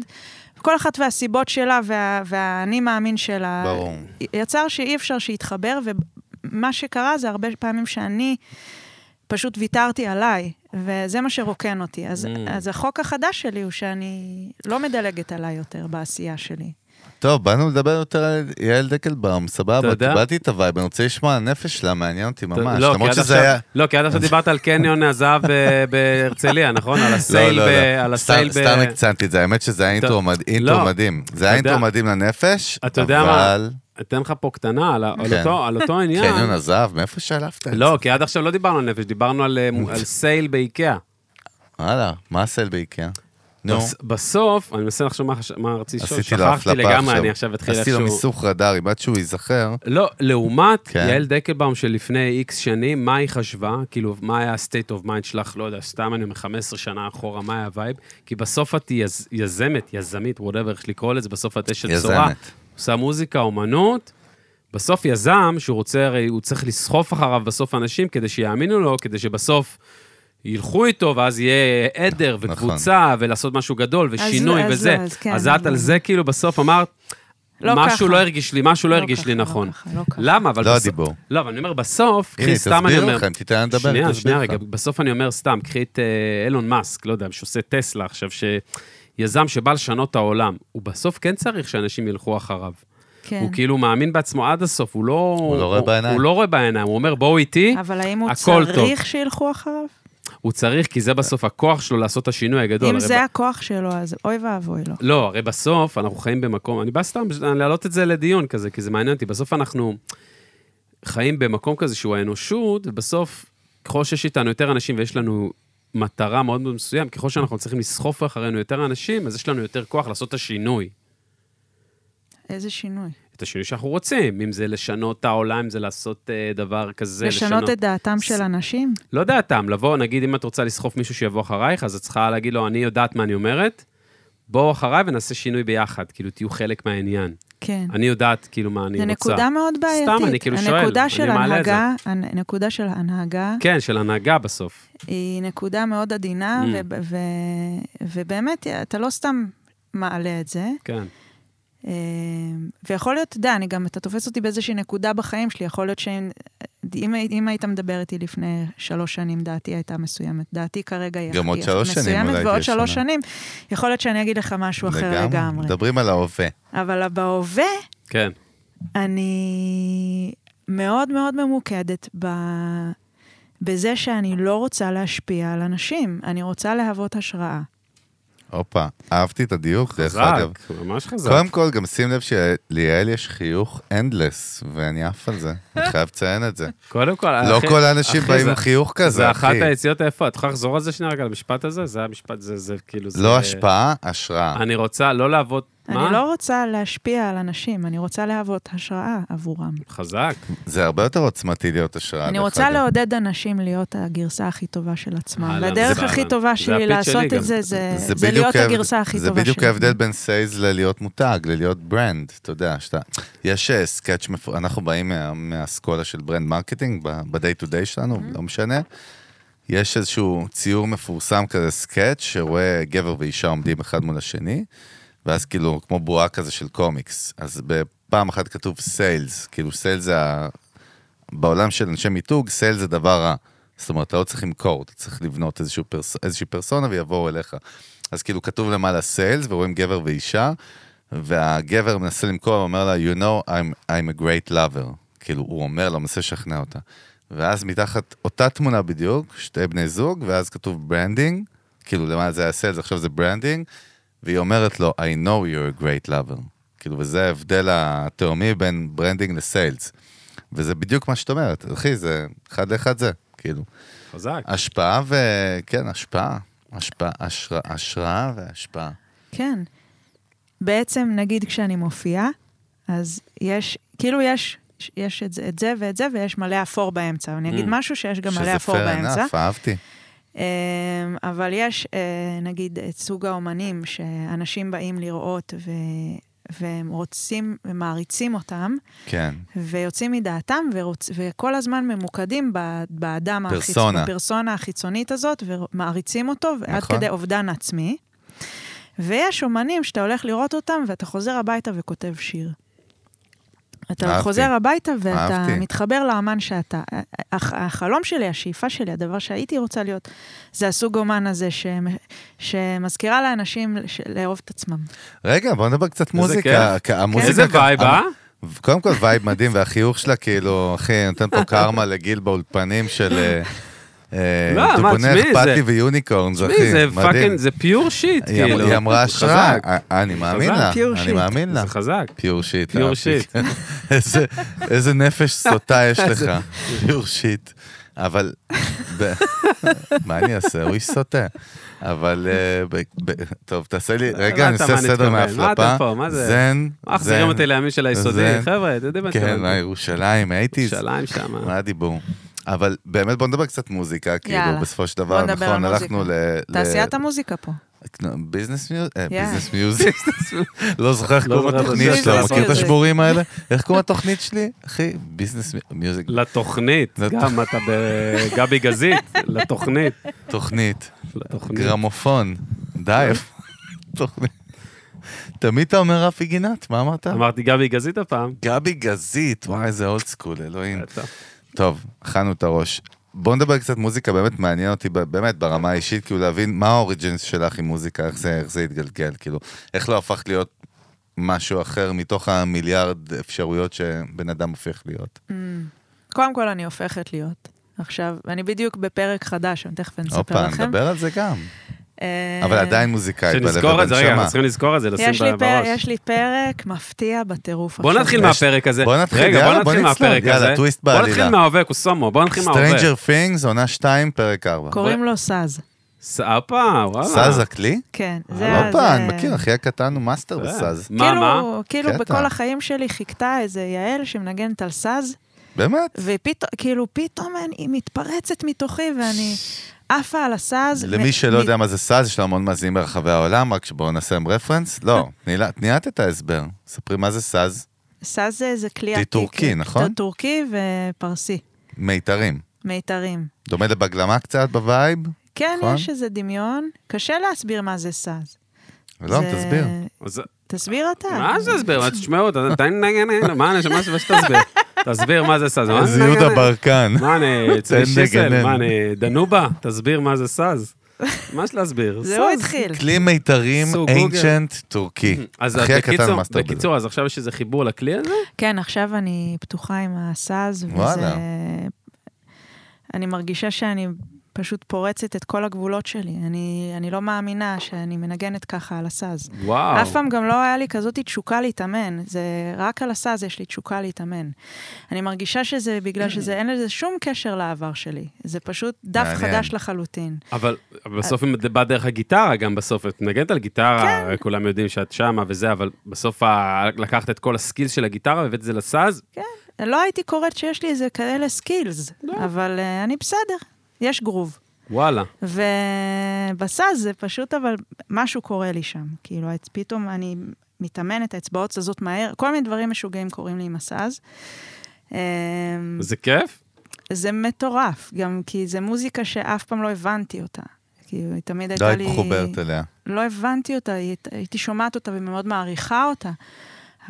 Speaker 1: כל אחת והסיבות שלה וה... והאני מאמין שלה,
Speaker 3: ברור.
Speaker 1: יצר שאי אפשר שיתחבר, ומה שקרה זה הרבה פעמים שאני פשוט ויתרתי עליי, וזה מה שרוקן אותי. אז,
Speaker 2: Mm.
Speaker 1: mm. אז החוק החדש שלי הוא שאני לא מדלגת עליי יותר בעשייה שלי.
Speaker 3: טוב, באנו לדבר יותר על יעל דקלבאום,
Speaker 2: אתה
Speaker 3: סבבה,
Speaker 2: יודע?
Speaker 3: קיבלתי את הווייב, אני רוצה לשמוע על הנפש שלה, מעניין אותי ממש.
Speaker 2: לא, כי
Speaker 3: למרות
Speaker 2: עד
Speaker 3: שזה
Speaker 2: עכשיו-
Speaker 3: היה...
Speaker 2: לא, כי עד עכשיו דיברת על קניון הזהב ב- בהרצליה, נכון? על
Speaker 3: לא,
Speaker 2: הסייל
Speaker 3: לא,
Speaker 2: ב...
Speaker 3: לא,
Speaker 2: על
Speaker 3: סתם
Speaker 2: הסייל ב...
Speaker 3: סתם הקצנתי את זה, האמת שזה היה אינטרו מד- אינטרו
Speaker 2: לא.
Speaker 3: מדהים. זה היה
Speaker 2: אתה
Speaker 3: אינטרו
Speaker 2: יודע-
Speaker 3: מדהים לנפש,
Speaker 2: אתה יודע מה?
Speaker 3: אבל...
Speaker 2: אתן לך פה קטנה על ה- על
Speaker 3: כן.
Speaker 2: אותו- על אותו עניין.
Speaker 3: קניון הזהב, מאיפה שלפת את זה?
Speaker 2: לא, כי עד עכשיו לא דיברנו על נפש, דיברנו על, אה, מ- על סייל באיקאה.
Speaker 3: וואלה, מה הסל באיקאה? נו,
Speaker 2: בס- בסוף, אני מנסה לחשוב מה חש- מה רציתי לשאול,
Speaker 3: עשיתי לו הפלפה עכשיו.
Speaker 2: שכחתי לגמרי, אני עכשיו אתחיל
Speaker 3: עשיתי לו
Speaker 2: איכשהו...
Speaker 3: מיסוך רדארי, עד שהוא ייזכר.
Speaker 2: לא, לעומת
Speaker 3: כן.
Speaker 2: יעל דקלבאום שלפני איקס שנים, מה היא חשבה? כאילו, מה היה ה-state of mind שלך? לא יודע, סתם אני מ-15 שנה אחורה, מה היה הווייב? כי בסוף את יז, יזמת, יזמית, וואטאבר, איך לקרוא לזה, בסוף את אשת בשורה.
Speaker 3: יזמת.
Speaker 2: עושה מוזיקה, אומנות. בסוף יזם, שהוא רוצה, הרי הוא צריך לסחוף אחריו בסוף אנשים כדי שיאמינו לו, כדי שבסוף ילכו איתו, ואז יהיה עדר
Speaker 3: נכון.
Speaker 2: וקבוצה, ולעשות משהו גדול, ושינוי
Speaker 1: אז
Speaker 2: וזה.
Speaker 1: לא, אז כן,
Speaker 2: אז את על
Speaker 1: לא.
Speaker 2: זה כאילו בסוף אמרת,
Speaker 1: לא
Speaker 2: משהו
Speaker 1: ככה.
Speaker 2: לא הרגיש לי, משהו לא
Speaker 1: לא
Speaker 2: הרגיש לי
Speaker 1: ככה, לא
Speaker 2: נכון.
Speaker 1: ככה, לא ככה.
Speaker 2: למה? אבל
Speaker 3: לא
Speaker 2: בסוף-
Speaker 3: הדיבור.
Speaker 2: לא, אבל אני אומר, בסוף,
Speaker 3: הנה,
Speaker 2: קחי סתם, אני
Speaker 3: תסביר
Speaker 2: אומר...
Speaker 3: לכם, תיתן לה לדבר,
Speaker 2: שנייה,
Speaker 3: תסביר
Speaker 2: שנייה,
Speaker 3: לך.
Speaker 2: רגע, בסוף אני אומר סתם, קחי את אה, אילון מאסק, לא יודע, שעושה טסלה עכשיו, שיזם שבא לשנות את העולם, הוא בסוף כן צריך שאנשים ילכו אחריו.
Speaker 1: כן.
Speaker 2: הוא כאילו מאמין בעצמו עד הסוף, הוא לא...
Speaker 3: הוא לא רואה בעיניים.
Speaker 2: הוא לא רואה בעיניים, הוא אומר, בואו איתי,
Speaker 1: אבל האם הוא
Speaker 2: הכל טוב. לא,
Speaker 1: צריך שילכו אחריו?
Speaker 2: הוא צריך, כי זה בסוף הכוח שלו לעשות את השינוי הגדול.
Speaker 1: אם
Speaker 2: הרי
Speaker 1: זה הכוח שלו, אז אוי ואבוי לו.
Speaker 2: לא, הרי בסוף אנחנו חיים במקום, אני בא סתם להעלות את זה לדיון כזה, כי זה מעניין אותי. בסוף אנחנו חיים במקום כזה שהוא האנושות, ובסוף, ככל שיש איתנו יותר אנשים ויש לנו מטרה מאוד מאוד מסוים, ככל שאנחנו צריכים לסחוף אחרינו יותר אנשים, אז יש לנו יותר כוח לעשות את השינוי.
Speaker 1: איזה שינוי.
Speaker 2: את השינוי שאנחנו רוצים, אם זה לשנות את העולם, אם זה לעשות אה, דבר כזה,
Speaker 1: לשנות את דעתם
Speaker 2: ס-
Speaker 1: של אנשים?
Speaker 2: לא דעתם, לבוא, נגיד, אם את רוצה לסחוף מישהו שיבוא אחרייך, אז את צריכה להגיד לו, אני יודעת מה אני אומרת, בואו אחריי ונעשה שינוי ביחד, כאילו, תהיו חלק מהעניין.
Speaker 1: כן.
Speaker 2: אני יודעת, כאילו, מה אני
Speaker 1: זו
Speaker 2: רוצה.
Speaker 1: נקודה מאוד בעייתית.
Speaker 2: סתם, אני כאילו שואל,
Speaker 1: הנקודה
Speaker 2: אני
Speaker 1: של
Speaker 2: מעלה את זה.
Speaker 1: הנהגה, הנקודה של הנהגה
Speaker 2: כן, של הנהגה בסוף.
Speaker 1: היא נקודה מאוד עדינה,
Speaker 2: Mm.
Speaker 1: וב- ו- ובאמת, אתה לא סתם מעלה את זה.
Speaker 2: כן,
Speaker 1: אה, ויכול להיות, אתה יודע, אני גם, אתה תופס אותי באיזושהי נקודה בחיים שלי, יכול להיות שאם אם, הי- אם היית מדבר איתי לפני שלוש שנים, דעתי הייתה מסוימת. דעתי כרגע היא
Speaker 3: גם עוד
Speaker 1: היא
Speaker 3: שלוש שנים
Speaker 1: מסוימת,
Speaker 3: אולי תהיה
Speaker 1: ועוד שלוש
Speaker 3: שונה.
Speaker 1: שנים, יכול להיות שאני אגיד לך משהו אחר לגמרי.
Speaker 3: מדברים על ההווה.
Speaker 1: אבל בהווה,
Speaker 2: כן.
Speaker 1: אני מאוד מאוד ממוקדת ב... בזה שאני לא רוצה להשפיע על אנשים, אני רוצה להוות השראה.
Speaker 3: הופה, אהבתי את הדיוק, דרך
Speaker 2: חזק,
Speaker 3: אגב.
Speaker 2: ממש חזק.
Speaker 3: קודם כל, גם שים לב שליעל יש חיוך אנדלס, ואני עף על זה. אני חייב לציין את זה.
Speaker 2: קודם כל,
Speaker 3: לא
Speaker 2: אה, אחי-
Speaker 3: כל האנשים
Speaker 2: אחי,
Speaker 3: באים
Speaker 2: זה-
Speaker 3: עם חיוך
Speaker 2: זה
Speaker 3: כזה,
Speaker 2: אחת
Speaker 3: אחי.
Speaker 2: היציאות היפות. את יכולה לחזור על זה שנייה רגע, על המשפט הזה? זה המשפט, זה זה כאילו... זה-
Speaker 3: לא השפעה, השראה.
Speaker 2: אני רוצה לא לעבוד... מה?
Speaker 1: אני לא רוצה להשפיע על אנשים, אני רוצה להוות השראה עבורם.
Speaker 2: חזק.
Speaker 3: זה הרבה יותר עוצמתי להיות השראה.
Speaker 1: אני
Speaker 3: דרך
Speaker 1: רוצה
Speaker 3: אגב.
Speaker 1: לעודד אנשים להיות הגרסה הכי טובה של עצמם.
Speaker 2: אהלן,
Speaker 1: והדרך
Speaker 2: זה-
Speaker 1: הכי
Speaker 2: אהלן.
Speaker 1: טובה
Speaker 2: זה
Speaker 1: שלי
Speaker 2: הפיץ שלי
Speaker 1: לעשות
Speaker 2: גם.
Speaker 1: את זה, זה- זה
Speaker 3: זה בדיוק
Speaker 1: להיות
Speaker 3: ההבד-
Speaker 1: הגרסה הכי
Speaker 3: זה
Speaker 1: טובה
Speaker 3: בדיוק
Speaker 1: שלי.
Speaker 3: ההבדל בין סייז ללהיות מותג, ללהיות ברנד. אתה יודע, שאתה... יש אה, סקאץ' מפורט, אנחנו באים מה- מהאסכולה של ברנד מרקטינג, ב- ב-day to day שלנו,
Speaker 1: Mm-hmm.
Speaker 3: לא משנה. יש איזשהו ציור מפורסם כזה, סקאץ', שרואה גבר ואישה עומדים אחד מול השני, ואז כאילו, כמו בועה כזה של קומיקס. אז בפעם אחת כתוב סיילס, כאילו סיילס זה ה... בעולם של אנשי מיתוג, סייל זה דבר רע. זאת אומרת, אתה לא צריך למכור, אתה צריך לבנות איזשהו פרס... איזושהי פרסונה ויבואו אליך. אז כאילו כתוב למעלה סיילס, ורואים גבר ואישה, והגבר מנסה למכור, ואומר לה, you know, I'm, I'm a great lover. כאילו, הוא אומר לה, הוא מנסה לשכנע אותה. ואז מתחת אותה תמונה בדיוק, שתי בני זוג, ואז כתוב ברנדינג, כאילו למעלה זה היה סיילס, עכשיו זה ברנדינג, והיא אומרת לו, I know you're a great lover. כאילו, וזה ההבדל התהומי בין ברנדינג לסיילס. וזה בדיוק מה שאת אומרת, אחי, זה אחד לאחד זה, כאילו.
Speaker 2: חזק.
Speaker 3: השפעה ו... כן, השפעה. השפעה, השראה, השראה והשפעה.
Speaker 1: כן. בעצם, נגיד כשאני מופיעה, אז יש, כאילו יש, יש את זה, את זה ואת זה, ויש מלא אפור באמצע. אני אגיד
Speaker 2: Mm.
Speaker 1: משהו שיש גם מלא
Speaker 3: שזה
Speaker 1: אפור
Speaker 3: fair
Speaker 1: באמצע.
Speaker 3: enough, אהבתי.
Speaker 1: אמ, אבל יש, אה, נגיד, את סוג האומנים שאנשים באים לראות ו... והם רוצים ומעריצים אותם,
Speaker 3: כן.
Speaker 1: ויוצאים מדעתם, ורוצ... וכל הזמן ממוקדים ב... באדם החיצ-
Speaker 3: פרסונה.
Speaker 1: בפרסונה החיצונית הזאת, ומעריצים אותו, ועד
Speaker 3: נכון.
Speaker 1: כדי אובדן עצמי. ויש אומנים שאתה הולך לראות אותם, ואתה חוזר הביתה וכותב שיר. אתה
Speaker 3: אהבתי.
Speaker 1: חוזר הביתה ואתה
Speaker 3: אהבתי.
Speaker 1: מתחבר לאמן שאתה. הח- החלום שלי, השאיפה שלי, הדבר שהייתי רוצה להיות, זה הסוג אומן הזה ש... שמזכירה לאנשים ש... לאהוב את עצמם.
Speaker 3: רגע, בוא נדבר קצת מוזיקה.
Speaker 2: כיף.
Speaker 3: כ- המוזיקה
Speaker 2: איזה
Speaker 3: כאן-
Speaker 2: וייב, אה?
Speaker 3: קודם כל וייב מדהים, והחיוך שלה כאילו, אחי, נותן פה קרמה לגיל באולפנים של... אה, אה,
Speaker 2: לא, מה,
Speaker 3: דובונה
Speaker 2: תשמעי, זה-
Speaker 3: אכפתי ויוניקורנס, אחי,
Speaker 2: תשמעי, זה
Speaker 3: מדהים.
Speaker 2: פאקינג, זה פיור שיט,
Speaker 3: היא אמ-
Speaker 2: כאילו.
Speaker 3: היא אמרה
Speaker 2: זה
Speaker 3: השראה,
Speaker 2: חזק.
Speaker 3: אה, אני מאמין
Speaker 2: חזק.
Speaker 3: לה,
Speaker 1: Pure
Speaker 3: אני
Speaker 1: shit.
Speaker 3: מאמין לה.
Speaker 2: זה חזק.
Speaker 3: פיור שיט.
Speaker 2: Pure
Speaker 3: אהבתי.
Speaker 2: shit.
Speaker 3: איזה- איזה נפש סוטה יש לך, פיור שיט. אבל, ב- מה אני אעשה? הוא איש סוטה. אבל, אה, ב- ב- טוב, תעשה לי, רגע,
Speaker 2: מה
Speaker 3: אני
Speaker 2: אתה-
Speaker 3: עושה
Speaker 2: מה אני
Speaker 3: סדר
Speaker 2: מתכוון? מה
Speaker 3: מההפלפה.
Speaker 2: אתה פה? מה זה?
Speaker 3: זן,
Speaker 2: מחזירים אותי לימים של היסודי,
Speaker 3: זה-
Speaker 2: חבר'ה, אתם יודעים מה
Speaker 3: כן,
Speaker 2: התכוונתי.
Speaker 3: מה, ירושלים, 80's.
Speaker 2: ירושלים שמה.
Speaker 3: מה הדיבור? אבל באמת, בוא נדבר קצת מוזיקה, כאילו,
Speaker 1: יאללה.
Speaker 3: בסופו של
Speaker 1: בוא
Speaker 3: דבר,
Speaker 1: נדבר
Speaker 3: נכון,
Speaker 1: על
Speaker 3: הלכנו ל...
Speaker 1: מוזיקה.
Speaker 3: ל-
Speaker 1: תעשיית המוזיקה פה.
Speaker 3: ביזנס מיוזיק?
Speaker 1: Yeah.
Speaker 3: ביזנס מיוזיק. אה, לא זוכר איך
Speaker 2: לא
Speaker 3: קוראים
Speaker 2: זוכר
Speaker 3: לתוכנית
Speaker 2: איך זה
Speaker 3: שלו,
Speaker 2: נקרא.
Speaker 3: מכיר את
Speaker 1: Business Music.
Speaker 3: השבורים האלה? איך קוראים לתוכנית שלי? אחי, ביזנס מיוזיק,
Speaker 2: לא. לתוכנית,
Speaker 3: לת-
Speaker 2: גם אתה בגבי גזית, לתוכנית.
Speaker 3: תוכנית,
Speaker 2: לתוכנית.
Speaker 3: גרמופון, די, איפה-
Speaker 2: לא.
Speaker 3: תוכנית. תמיד אתה אומר רפי גינת, מה אמרת?
Speaker 2: אמרתי גבי גזית הפעם.
Speaker 3: גבי גזית, וואי, איזה אולד סקול, אלוהים.
Speaker 2: אתה-
Speaker 3: טוב, אכלנו את הראש. בוא נדבר קצת מוזיקה, באמת מעניין אותי, ב- באמת, ברמה האישית, כאילו להבין מה האוריג'ינס שלך עם מוזיקה, איך זה, איך זה התגלגל, כאילו, איך לא הפך להיות משהו אחר מתוך המיליארד אפשרויות שבן אדם הופך להיות.
Speaker 1: קודם כל, אני הופכת להיות. עכשיו, אני בדיוק בפרק חדש, אני תכף אני אספר
Speaker 3: הופה,
Speaker 1: לכם.
Speaker 3: נדבר על זה גם.
Speaker 1: אה,
Speaker 3: אבל עדיין מוזיקאית בלב
Speaker 2: שנזכור את זה, רגע, אנחנו
Speaker 3: ובנשמה.
Speaker 2: צריכים לזכור את זה, לשים
Speaker 1: יש לי,
Speaker 2: ב-
Speaker 1: פר,
Speaker 2: בראש.
Speaker 1: יש לי פרק מפתיע בטירוף
Speaker 2: בוא
Speaker 1: עכשיו.
Speaker 2: נתחיל
Speaker 3: יש-
Speaker 2: מהפרק הזה.
Speaker 3: בוא נתחיל,
Speaker 2: רגע,
Speaker 3: יאללה,
Speaker 2: בוא
Speaker 3: בוא
Speaker 2: נתחיל
Speaker 3: נצלול.
Speaker 2: מהפרק הזה.
Speaker 3: יאללה, טוויסט
Speaker 2: בוא נתחיל
Speaker 3: בעלילה.
Speaker 2: מההווה, קוסומו, בוא נתחיל מההווה.
Speaker 3: Stranger Things, עונה 2, פרק 4.
Speaker 1: קוראים לו סאז.
Speaker 2: סאפה, וואלה.
Speaker 3: סאז הכלי?
Speaker 1: כן, זה...
Speaker 3: הופה,
Speaker 1: זה-
Speaker 3: אני אה, לא מכיר, אחי הקטן הוא מאסטר
Speaker 2: כן.
Speaker 3: בסאז.
Speaker 2: מה,
Speaker 1: כאילו,
Speaker 2: מה?
Speaker 1: כאילו
Speaker 3: קטע.
Speaker 1: בכל החיים שלי חיכתה איזה יעל שמנגנת על סאז,
Speaker 3: באמת?
Speaker 1: ופתאום, כאילו, פתאום אני- היא מתפרצת מתוכי ואני עפה על הסאז.
Speaker 3: למי
Speaker 1: מ-
Speaker 3: שלא
Speaker 1: מ-
Speaker 3: יודע מה זה סאז, יש לו המון מאזינים ברחבי העולם, רק שבואו נעשה עם רפרנס.
Speaker 1: אה.
Speaker 3: לא, תני לה- תני את את ההסבר. ספרי מה זה סאז.
Speaker 1: סאז זה איזה כלי
Speaker 3: כלי
Speaker 1: עתיק.
Speaker 3: טורקי, נכון?
Speaker 1: טורקי ופרסי,
Speaker 3: מיתרים.
Speaker 1: מיתרים.
Speaker 3: דומה לבגלמה קצת בווייב?
Speaker 1: כן,
Speaker 3: נכון.
Speaker 1: יש איזה דמיון. קשה להסביר מה זה סאז.
Speaker 3: לא,
Speaker 1: זה-
Speaker 3: תסביר.
Speaker 1: כאילו-
Speaker 2: אז-
Speaker 1: תסביר אתה.
Speaker 2: מה זה הסבר? מה, תשמעו, אתה- אתה- מה אני- מה ש- שתסביר? תסביר מה זה סאז. מה
Speaker 3: זה יהודה ברקן.
Speaker 2: מה אני,
Speaker 3: תן
Speaker 2: צבי שיסל,
Speaker 3: לגנן.
Speaker 2: מה אני, דנובה, תסביר מה זה סאז. מה יש להסביר?
Speaker 1: זה הוא
Speaker 2: סאז.
Speaker 1: התחיל.
Speaker 3: כלי מיתרים
Speaker 2: סוג Mm,
Speaker 3: אנצ'נט טורקי.
Speaker 2: אז
Speaker 3: הכי הקטן
Speaker 2: בקיצור-
Speaker 3: מאסטר בזה.
Speaker 2: בקיצור, אז עכשיו יש איזה חיבור לכלי הזה?
Speaker 1: כן, עכשיו אני פתוחה עם הסאז, וזה...
Speaker 3: וואלה.
Speaker 1: אני מרגישה שאני פשוט פורצת את כל הגבולות שלי. אני, אני לא מאמינה שאני מנגנת ככה על הסאז.
Speaker 2: וואו.
Speaker 1: אף פעם גם לא היה לי כזאת תשוקה להתאמן, זה רק על הסאז יש לי תשוקה להתאמן. אני מרגישה שזה בגלל שזה, אין לזה שום קשר לעבר שלי. זה פשוט דף
Speaker 3: מעניין.
Speaker 1: חדש לחלוטין.
Speaker 2: אבל אבל בסוף אם זה בא דרך הגיטרה, גם בסוף את מנגנת על גיטרה,
Speaker 1: כן.
Speaker 2: כולם יודעים שאת שמה וזה, אבל בסוף ה- לקחת את כל הסקילס של הגיטרה והבאת את זה לסאז,
Speaker 1: לא הייתי קוראת שיש לי איזה כאלה סקילס, אבל אה, אני בסדר, יש גרוב.
Speaker 2: וואלה.
Speaker 1: ובסאז זה פשוט, אבל משהו קורה לי שם. כאילו, את- פתאום אני מתאמנת, האצבעות זזות מהר, כל מיני דברים משוגעים קורים לי עם הסאז. אמ,
Speaker 2: זה כיף?
Speaker 1: זה מטורף, גם כי זה מוזיקה שאף פעם לא הבנתי אותה. כאילו, היא תמיד הייתה
Speaker 3: לא היית
Speaker 1: לי...
Speaker 3: מחוברת אליה.
Speaker 1: לא הבנתי אותה, היא- הייתי שומעת אותה ומאוד מעריכה אותה,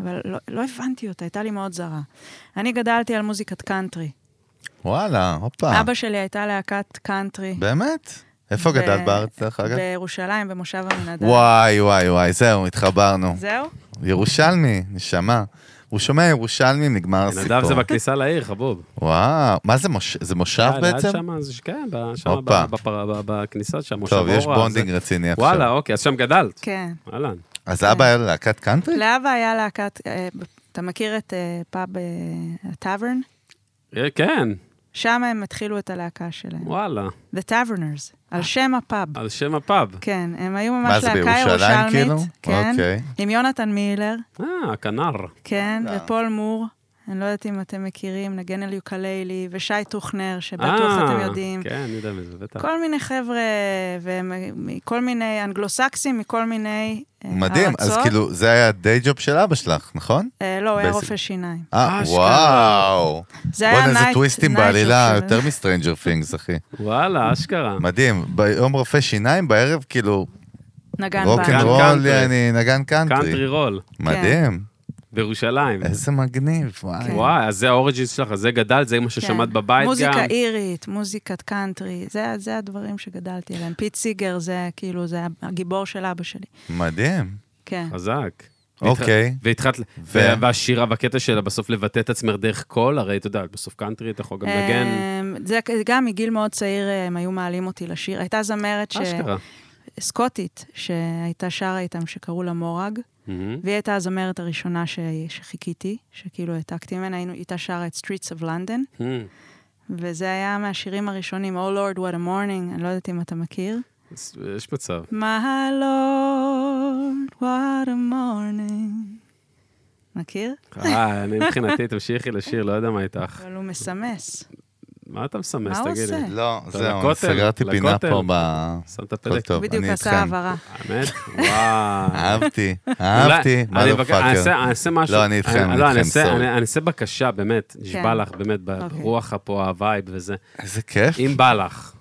Speaker 1: אבל לא, לא הבנתי אותה, הייתה לי מאוד זרה. אני גדלתי על מוזיקת קאנטרי.
Speaker 3: וואלה, הופה.
Speaker 1: אבא שלי הייתה להקת קאנטרי.
Speaker 3: באמת? איפה
Speaker 1: ב-
Speaker 3: גדלת בארץ, דרך אגב?
Speaker 1: בירושלים, במושב המנדל.
Speaker 3: וואי, וואי, וואי, זהו, התחברנו.
Speaker 1: זהו?
Speaker 3: ירושלמי, נשמה. הוא שומע ירושלמי, נגמר
Speaker 2: נדב זה
Speaker 3: הסיפור.
Speaker 2: בכניסה לעיר, חבוב.
Speaker 3: וואו, מה זה, מוש- זה מושב
Speaker 2: אה, ליד
Speaker 3: בעצם?
Speaker 2: שם, אז ש- כן, ב- שם
Speaker 3: הופה.
Speaker 2: ב- בפר- ב- בכניסה שם, מושב
Speaker 3: טוב, יש
Speaker 2: אורה,
Speaker 3: בונדינג
Speaker 2: זה-
Speaker 3: רציני
Speaker 2: וואלה,
Speaker 3: עכשיו.
Speaker 2: אוקיי, אז שם גדלת.
Speaker 1: כן.
Speaker 2: אהלן.
Speaker 3: אז אבא היה להקת קאנטרי?
Speaker 1: לאבא היה להקת... אה, אתה מכיר את אה, פאב אה, הטאברן?
Speaker 2: אה, כן,
Speaker 1: שם הם התחילו את הלהקה שלהם.
Speaker 2: וואלה.
Speaker 1: The Taverners, על שם הפאב.
Speaker 2: על שם הפאב.
Speaker 1: כן, הם היו
Speaker 3: מה
Speaker 1: ממש
Speaker 3: זה,
Speaker 1: להקה
Speaker 3: בירושלים כאילו?
Speaker 1: ירושלמית. כן,
Speaker 3: אוקיי.
Speaker 1: עם יונתן מילר,
Speaker 2: אה, הכנר.
Speaker 1: כן,
Speaker 3: וואלה.
Speaker 1: ופול מור. אני לא יודעת אם אתם מכירים, נגן על יוקללי, ושי טוכנר, שבטוח
Speaker 2: אה,
Speaker 1: אתם יודעים.
Speaker 2: כן, אני יודע מזה, בטח.
Speaker 1: כל מיני חבר'ה, והם מכל מיני אנגלוסקסים, מכל מיני אה, ארצות.
Speaker 3: מדהים, אז כאילו, זה היה הדיי ג'וב של אבא שלך, נכון?
Speaker 1: אה, לא, הוא היה
Speaker 3: בעצם.
Speaker 1: רופא שיניים.
Speaker 3: אה,
Speaker 2: אשכרה.
Speaker 3: וואו.
Speaker 1: זה היה
Speaker 3: בוא'נה,
Speaker 1: נייט...
Speaker 3: איזה טוויסטים
Speaker 1: נייט
Speaker 3: בעלילה,
Speaker 1: של-
Speaker 3: יותר מסטרנג'ר פינגס, אחי.
Speaker 2: וואלה, אשכרה.
Speaker 3: מדהים, ביום רופא שיניים, בערב כאילו,
Speaker 1: נגן בעל.
Speaker 3: רוקנרול,
Speaker 2: קאנטרי.
Speaker 3: אני נגן
Speaker 2: קאנטרי כן.
Speaker 3: קאנטרי.
Speaker 2: רול,
Speaker 3: מדהים,
Speaker 2: בירושלים.
Speaker 3: איזה מגניב,
Speaker 1: כן.
Speaker 3: וואי.
Speaker 2: וואי, אז זה האוריג'ינס שלך, אז זה גדל, זה מה ששמעת
Speaker 1: כן.
Speaker 2: בבית גם.
Speaker 1: מוזיקה אירית, מוזיקת קאנטרי, זה, זה הדברים שגדלתי עליהם. פיט סיגר זה כאילו, זה הגיבור של אבא שלי.
Speaker 3: מדהים.
Speaker 1: כן.
Speaker 2: חזק.
Speaker 3: אוקיי.
Speaker 2: והתח- והתחלת, וה- והשירה והקטע שלה בסוף לבטא את עצמך דרך קול, הרי אתה יודע, בסוף קאנטרי אתה יכול גם לגן,
Speaker 1: אמ, זה גם מגיל מאוד צעיר אה, הם היו מעלים אותי לשיר. הייתה זמרת ש...
Speaker 2: אשכרה.
Speaker 1: סקוטית שהייתה שרה איתם, שקראו לה מורג,
Speaker 2: מהמם.
Speaker 1: והיא הייתה הזמרת הראשונה ש... שחיכיתי, שכאילו העתקתי ממנה, היינו- היא הייתה שרה את Streets of London,
Speaker 2: מהמם.
Speaker 1: וזה היה מהשירים הראשונים, Oh Lord, What a Morning, אני לא יודעת אם אתה מכיר.
Speaker 2: אז יש מצב.
Speaker 1: My Lord, what a morning. מכיר?
Speaker 2: אה, אני מבחינתי, תמשיכי לשיר, לא יודע מה איתך.
Speaker 1: אבל הוא מסמס.
Speaker 2: מה אתה מסמס,
Speaker 1: מה הוא
Speaker 2: תגידי?
Speaker 1: עושה?
Speaker 3: לא,
Speaker 2: אתה
Speaker 3: זהו,
Speaker 2: לכותל,
Speaker 3: אני סגרתי פינה
Speaker 2: לכותל.
Speaker 3: פה ב...
Speaker 2: שמת
Speaker 3: הכל
Speaker 2: פלט.
Speaker 3: טוב,
Speaker 1: בדיוק
Speaker 3: אני
Speaker 1: עשה
Speaker 3: איתכם.
Speaker 1: העברה.
Speaker 2: האמת? וואו.
Speaker 3: אהבתי, אהבתי,
Speaker 2: אולי- אני
Speaker 3: מה לא
Speaker 2: מבקש- אני אעשה-
Speaker 3: פאקר.
Speaker 2: אני אעשה משהו.
Speaker 3: לא, אני איתכם, אני
Speaker 2: לא,
Speaker 3: איתכם,
Speaker 2: אעשה-
Speaker 3: סורי.
Speaker 2: אני- אני אעשה בקשה, באמת, נשבע
Speaker 1: כן.
Speaker 2: לך, באמת,
Speaker 1: אוקיי.
Speaker 2: ברוח פה, הווייב וזה.
Speaker 3: איזה כיף.
Speaker 2: אם בא לך,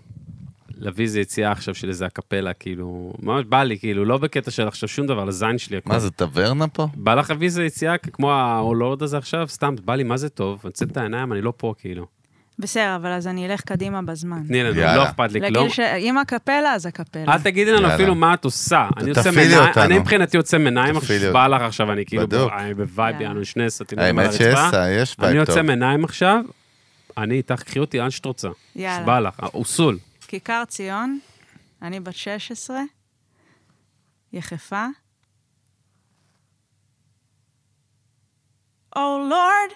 Speaker 2: להביא איזה יציאה עכשיו של איזה הקפלה, כאילו, ממש בא לי, כאילו, לא בקטע של עכשיו שום דבר, לזין שלי. הכל.
Speaker 3: מה זה, טברנה פה?
Speaker 2: בא לך להביא איזה יציאה כמו הלורד הזה עכשיו, סתם, בא לי, מה זה טוב, אני את העיניים, אני לא פה, כאילו.
Speaker 1: בסדר, אבל אז אני אלך קדימה בזמן.
Speaker 2: תני לנו,
Speaker 3: יאללה.
Speaker 2: לא אכפת לי כלום.
Speaker 1: לגיל ש... אם הקפלה, אז הקפלה.
Speaker 2: כן. אל תגידי לנו
Speaker 3: יאללה.
Speaker 2: אפילו מה את עושה. אני עושה
Speaker 3: תפעילי
Speaker 2: מניים,
Speaker 3: אותנו.
Speaker 2: אני מבחינתי יוצא מניים,
Speaker 3: תפעילי
Speaker 2: עכשיו
Speaker 3: אותנו.
Speaker 2: בא לך עכשיו, אני כאילו,
Speaker 3: בדוק.
Speaker 2: אני בווייב,
Speaker 1: יאללה.
Speaker 2: יענו שני סטינים על
Speaker 3: האמת שיש,
Speaker 2: הרצפה.
Speaker 3: יש
Speaker 2: אני
Speaker 3: וייב
Speaker 2: יוצא
Speaker 3: טוב.
Speaker 2: מניים עכשיו, אני איתך, קחי אותי לאן שאת רוצה.
Speaker 1: יאללה.
Speaker 2: שבא לך, אה, אוסול.
Speaker 3: אה,
Speaker 1: כיכר ציון, אני בת 16, יחפה. Oh Lord,